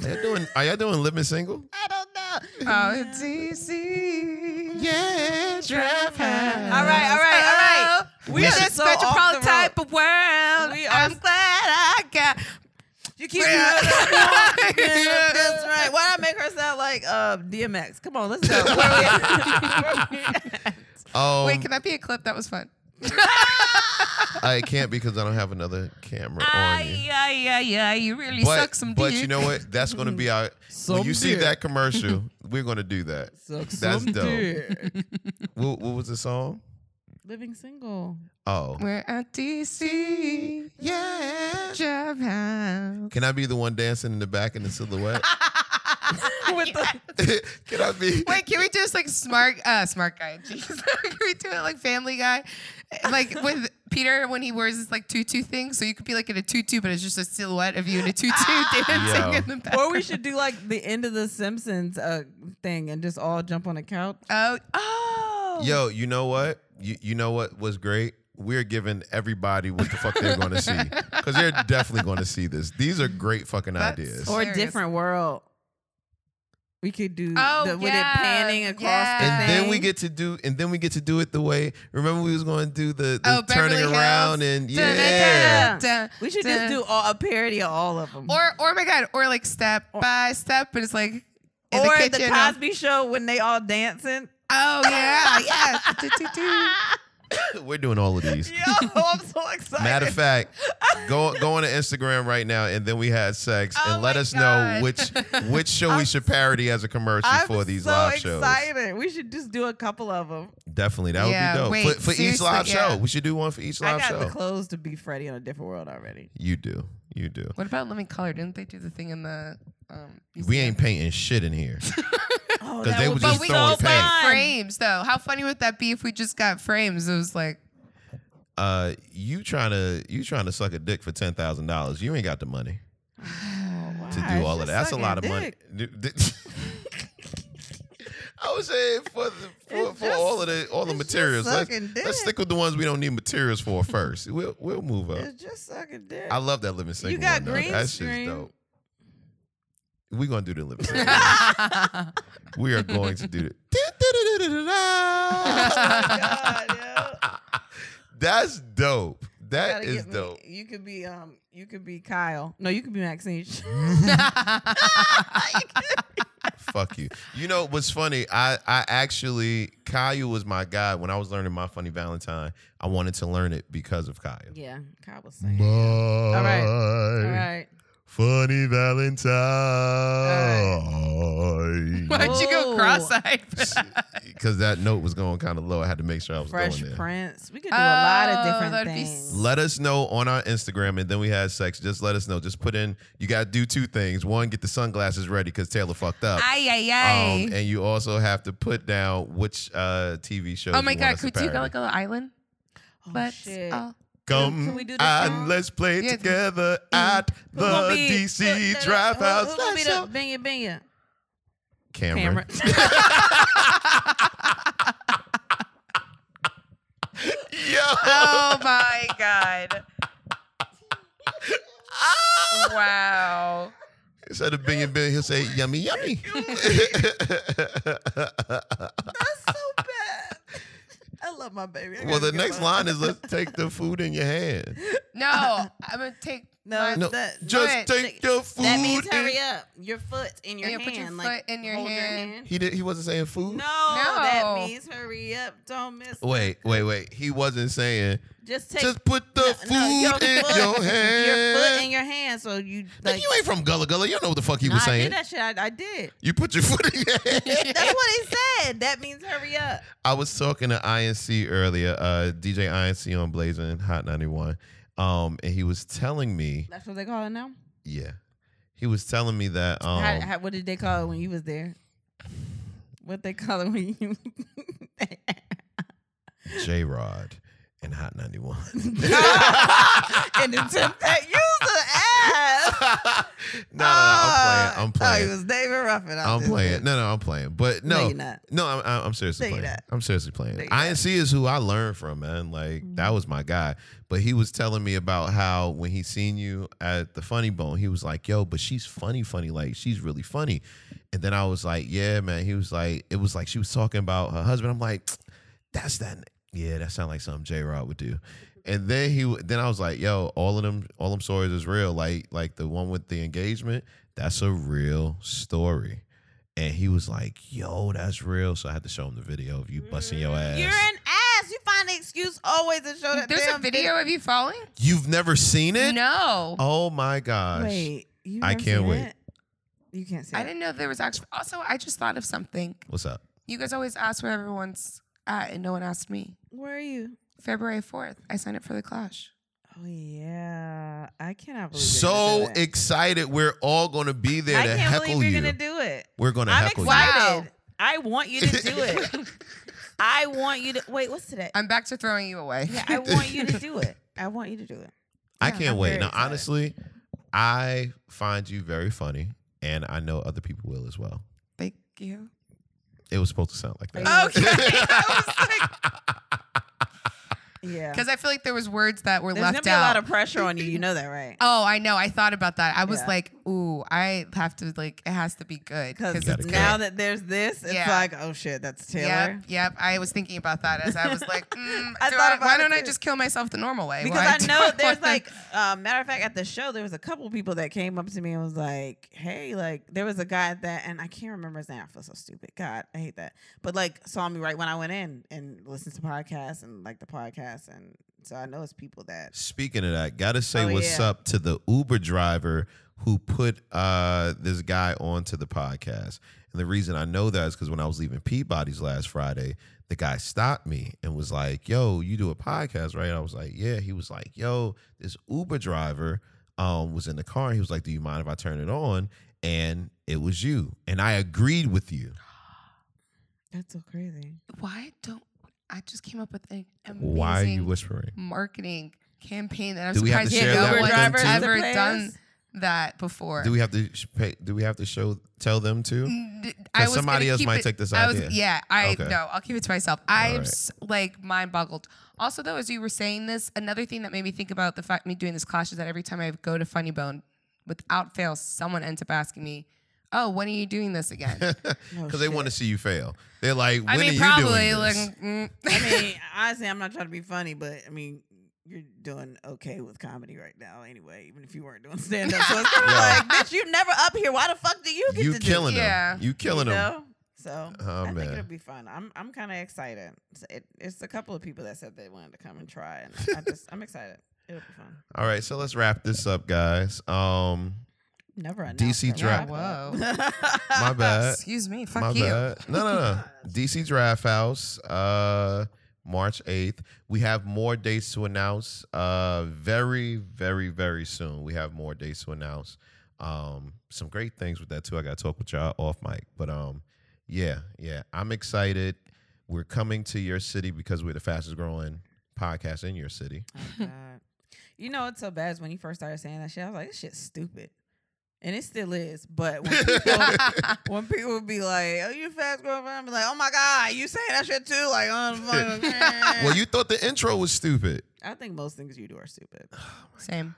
S1: Are y'all doing? Are y'all doing living single?
S3: I don't know.
S2: Oh, DC.
S1: Yeah,
S2: Draft House.
S3: All right, all right, all right.
S2: We
S1: We
S2: are
S1: should-
S2: this
S3: so off the
S2: metropolitan
S3: road.
S2: type of world.
S3: We are-
S2: I'm glad I got
S3: You keep me out of that swamp. Yeah, That's right. Why not make her sound like uh, DMX? Come on, let's go. Where we at? Where we at?
S1: Um,
S2: Wait, can that be a clip? That was fun.
S1: I can't because I don't have another camera on you.
S2: Ay, ay, ay, ay, you really
S1: But,
S2: suck some
S1: but
S2: dick.
S1: you know what? That's going to be our. when
S3: Some
S1: you see
S3: dick.
S1: that commercial, we're going to do that.
S3: Suck
S1: That's
S3: some
S1: dope.
S3: dick.
S1: What, what was the song?
S3: Living single.
S1: Oh.
S2: We're at DC.
S1: Yeah.
S2: Job house.
S1: Can I be the one dancing in the back in the silhouette?
S3: With the-
S1: Can I be?
S2: Wait, can we do this like smart, uh, smart guy? Jeez. can we do it like Family Guy, like with Peter when he wears this like tutu thing? So you could be like in a tutu, but it's just a silhouette of you in a tutu dancing
S1: Yo.
S2: in the back.
S3: or we should do like the end of the Simpsons uh, thing and just all jump on a couch.
S2: Oh, oh.
S1: Yo, you know what? You, you know what was great? We're giving everybody what the fuck they're going to see because they're definitely going to see this. These are great fucking
S2: That's
S1: ideas.
S3: Or a
S2: Hilarious.
S3: different world. We could do
S2: Oh,
S3: the, with
S2: yeah,
S3: it panning across the
S2: yeah.
S1: and
S3: thing.
S1: then we get to do, and then we get to do it the way. Remember, we was going to do the, the
S2: Oh,
S1: turning
S2: Beverly
S1: around
S2: Hills.
S1: and
S2: Dun, dun,
S1: yeah.
S2: dun, dun,
S3: We should
S2: dun.
S3: just do all, a parody of all of them.
S2: Or, or my God, or like step by step, but it's like in
S3: or
S2: the
S3: the,
S2: kitchen. or-
S3: Cosby Show when they all dancing.
S2: oh yeah, yeah. Du- du- du.
S1: We're doing all of these.
S3: Yo, I'm so excited.
S1: Matter of fact, go go on to Instagram right now, and then we had sex,
S2: Oh
S1: and let
S2: my
S1: us know
S2: God.
S1: which which show we should parody as a commercial
S3: I'm
S1: for these
S3: so
S1: live shows.
S3: excited. We should just do a couple of them.
S1: Definitely, that would
S2: Yeah,
S1: be dope.
S2: wait,
S1: for for each
S2: seriously,
S1: live
S2: yeah.
S1: show, we should do one for each
S3: I
S1: live
S3: got the
S1: show.
S3: clothes to be Freddy on a different world already.
S1: you do, you do.
S2: What about Living Color? Didn't they do the thing in the? Um,
S1: We ain't painting shit in here. 'Cause
S3: Oh, that
S1: they
S3: would
S1: was
S3: be
S1: just
S2: But we
S1: throwing
S3: so
S2: got
S1: paint. fun.
S3: fun.
S2: frames though. How funny would that be if we just got frames? It was like,
S1: Uh, you trying to you trying to suck a dick for ten thousand dollars? You ain't got the money to do
S3: Why?
S1: all of that. That's
S3: Just
S1: a
S3: suck
S1: lot
S3: a
S1: of money. I was saying for the, for,
S3: It's
S1: for
S3: just-
S1: all of the all the
S3: it's just
S1: materials. Let's,
S3: sucking dick.
S1: let's stick with the ones we don't need materials for first. We'll we'll move up.
S3: It's just sucking dick.
S1: I love that living single.
S3: got
S1: one, though.
S3: green
S1: That
S3: screen.
S1: shit's dope. We gonna do the living single. we are going to do it.
S3: Oh God, yo.
S1: That's dope. That
S3: Gotta
S1: is
S3: get me-
S1: dope.
S3: You could be um, you could be Kyle. No, you could be Maxine.
S1: Fuck you. You know what's funny? I I actually Caillou was my guy when I was learning my funny Valentine. I wanted to learn it because of Caillou.
S3: yeah, Kyle was
S1: My
S3: saying. right. All right.
S1: funny Valentine.
S2: Why'd you go
S3: Oh.
S2: cross-eyed? for that?
S1: Because that note was going kind of low. I had to make sure I was
S3: Fresh
S1: going there.
S3: Prince. We could do a lot
S2: Oh,
S3: of different
S2: that'd be
S3: things.
S1: Let us know on our Instagram, and then we had sex. Just let us know. Just put in. You gotta do two things. One, get the sunglasses ready because Taylor fucked up.
S2: Ay ay ay.
S1: Um, and you also have to put down which uh, TV show.
S2: oh my God, could you go like a little island?
S3: Oh,
S2: But
S3: shit.
S2: uh,
S1: Come
S3: Can we do the
S1: and
S3: song?
S1: let's play
S2: Yeah.
S1: together at
S3: Mm-hmm. Who gonna
S1: the
S3: be- who-
S1: DC
S3: who-
S1: Drive
S3: who-
S1: House.
S3: Who gonna be
S1: Live
S3: the
S1: Show.
S3: Binya Binya?
S1: Cameron.
S3: Cameron.
S1: Yo,
S2: oh my God.
S3: Oh.
S2: wow.
S1: instead of being big, he'll say yummy, yummy.
S3: That's so bad. I love my baby. I
S1: well,
S3: gotta
S1: the
S3: get
S1: next
S3: my-
S1: line is let's take the food in your hand.
S2: No, I'm gonna take
S3: No,
S2: my-
S1: No,
S3: That-
S1: just
S2: wait,
S1: take your food.
S3: That means
S1: in-
S3: hurry up. Your foot in your
S2: Yeah,
S3: hand.
S2: put your
S3: like,
S2: foot in your
S3: hold
S2: hand.
S1: He did. He wasn't saying
S3: No,
S1: food.
S3: that
S2: No.
S3: means hurry up. Don't miss.
S1: Wait, wait, wait. He wasn't saying
S3: Just take
S1: just put the food in
S3: foot,
S1: your hand.
S3: Your foot in your hand. So you
S1: Nigga,
S3: like.
S1: you ain't from Gullah Gullah. You don't know what the fuck he
S3: Nah,
S1: was
S3: I
S1: saying.
S3: did that shit. I, I did.
S1: You put your foot in your hand.
S3: That's what he said. That means hurry up.
S1: I was talking to INC earlier, uh, DJ INC on Blazing Hot 91. Um, and he was telling me,
S3: That's what they call it now.
S1: yeah, he was telling me that. Um,
S3: how, how, what did they call it when you was there? What they call it when you?
S1: J Rod and Hot 91.
S3: and the temp that you the ass.
S1: no, no, no, I'm playing. I'm
S3: Oh, it
S1: playing.
S3: Oh, was David Ruffin.
S1: I'm playing. No, no, I'm playing. But
S3: No,
S1: no,
S3: you're not.
S1: no, I'm, I'm- I'm seriously
S3: No, you're
S1: playing.
S3: not.
S1: I'm seriously playing.
S3: No, you're not.
S1: INC is who I learned from, man. Like that was my guy. But he was telling me about how when he seen you at the Funny Bone, he was like, "Yo, but she's funny, funny. Like she's really funny." And then I was like, "Yeah, man." He was like, "It was like she was talking about her husband." I'm like, "That's that." Yeah, that sounds like something J Rod would do. And then he, w- then I was like, yo, all of them, all them stories is real. Like, like the one with the engagement, that's a real story. And he was like, yo, that's real. So I had to show him the video of you busting your ass.
S3: Mm-hmm. You're an ass. You find an excuse always to show that.
S2: There's
S3: damn
S2: a video of you falling?
S1: You've never seen it?
S2: No.
S1: Oh my gosh.
S3: Wait, you
S1: I
S3: never
S1: can't
S3: seen
S1: wait.
S3: it? You can't see.
S2: I
S3: it.
S2: didn't know there was actually. Also, I just thought of something.
S1: What's up?
S2: You guys always ask where everyone's at, and no one asked me.
S3: Where are you?
S2: February 4th, I signed up for the Clash.
S3: Oh yeah, I cannot believe. you're gonna
S1: So
S3: do that.
S1: excited. We're all going to be there
S3: I
S1: to
S3: can't believe
S1: heckle
S3: you're
S1: you.
S3: gonna do it.
S1: We're going to
S3: I'm
S1: heckle
S3: excited.
S1: you.
S2: Wow.
S3: I want you to do it. I want you to wait. What's today?
S2: I'm back to throwing you away.
S3: Yeah, I want you to do it. I want you to do it.
S1: I
S2: Yeah,
S1: can't
S3: I'm
S1: wait.
S3: very
S1: Now,
S3: excited.
S1: honestly, I find you very funny, and I know other people will as well.
S2: Thank you.
S1: It was supposed to sound like that.
S2: Okay. I
S3: Yeah,
S2: Because I feel like there was words that were
S3: there's gonna
S2: left
S3: be
S2: out.
S3: a lot of pressure on you. You know that, right?
S2: oh, I know. I thought about that. I was
S3: Yeah.
S2: like, ooh, I have to like. It has to be good
S3: Because
S2: because
S1: gotta
S2: it's
S1: kill
S3: now
S2: good.
S3: that there's this, it's
S2: Yeah.
S3: like, oh shit, that's
S2: Yep,
S3: Taylor.
S2: yep. I was thinking about that as I was like, mm,
S3: I
S2: do
S3: thought
S2: I-
S3: about
S2: why
S3: it
S2: don't I
S3: too.
S2: just kill myself the normal way?
S3: Because
S2: Why
S3: I
S2: do
S3: know there's
S2: wanna-
S3: like, uh, matter of fact, at the show there was a couple people that came up to me and was like, "Hey, like there was a guy that, and I can't remember his name. I feel so stupid. God, I hate that. But like, saw me right when I went in and listened to podcasts and like the podcast, and so I know it's people that
S1: Speaking of that, gotta say
S3: Oh,
S1: what's
S3: yeah.
S1: up to the Uber driver who put uh, this guy onto the podcast. And the reason I know that is because when I was leaving Peabody's last Friday, the guy stopped me and was like, "Yo, you do a podcast, right?" I was like, "Yeah." He was like, "Yo, this Uber driver um, was in the car. And he was like, "Do you mind if I turn it on?" And it was you, and I agreed with you.
S3: that's so crazy.
S2: why don't I just came up with an amazing
S1: Why are you whispering?
S2: marketing campaign that I'm
S1: Do we have to
S2: surprised
S1: share
S2: no
S1: that
S2: one's
S1: with them too?
S2: ever done that before.
S1: Do we have to sh- pay, do we have to show tell them too?
S2: N- d- Mm, I was
S1: somebody
S2: gonna
S1: else
S2: keep
S1: might
S2: it-
S1: take this
S2: I was-
S1: idea.
S2: yeah, I
S1: Okay.
S2: no, I'll keep it to myself. I'm
S1: right.
S2: s- like mind boggled. Also, though, as you were saying this, another thing that made me think about the fact me doing this clash is that every time I go to Funny Bone, without fail, someone ends up asking me, "Oh, when are you doing this again?"
S3: Oh,
S1: Because they want to see you fail. They're like, when
S2: I
S1: are
S2: mean,
S1: you
S2: probably
S1: doing
S2: like.
S1: this?
S2: mm.
S3: I mean, honestly, I'm not trying to be funny, but I mean, you're doing okay with comedy right now, anyway. Even if you weren't doing stand up, so it's kinda
S1: Yeah.
S3: like, bitch, you never up here. Why the fuck do you get
S1: you
S3: to
S1: killing
S2: do-
S1: them.
S2: Yeah.
S1: You
S3: do?
S1: killing
S3: you
S1: them.
S3: know? So
S1: Oh,
S3: I think
S1: man.
S3: it'll be fun. I'm I'm kind of excited. It's, it, it's a couple of people that said they wanted to come and try, and I just I'm excited. It'll be fun.
S1: All right, so let's wrap this up, guys. Um,
S3: Never announced
S1: DC
S3: a
S1: Draft.
S3: wrap-up.
S1: my bad.
S2: Excuse me. Fuck
S1: Uh, my
S2: you.
S1: bad. No, no, no. DC Draft House, uh, March 8th. We have more dates to announce uh, very, very, very soon. We have more dates to announce. Um, some great things with that, too. I got to talk with y'all off mic. But um, yeah, yeah, I'm excited. We're coming to your city because we're the fastest growing podcast in your city.
S3: Oh, God. You know what's so bad is when you first started saying that shit, I was like, this shit's stupid. And it still is. But when people, when people be like, oh, you fast growing fan, be like, oh my God, you saying that shit too? Like, oh, fuck, man.
S1: Well, you thought the intro was stupid.
S3: I think most things you do are stupid.
S2: Same.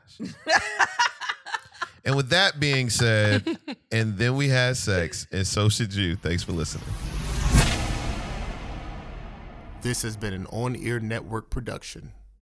S1: And with that being said, and then we had sex, and so should you. Thanks for listening.
S4: This has been an on air network production.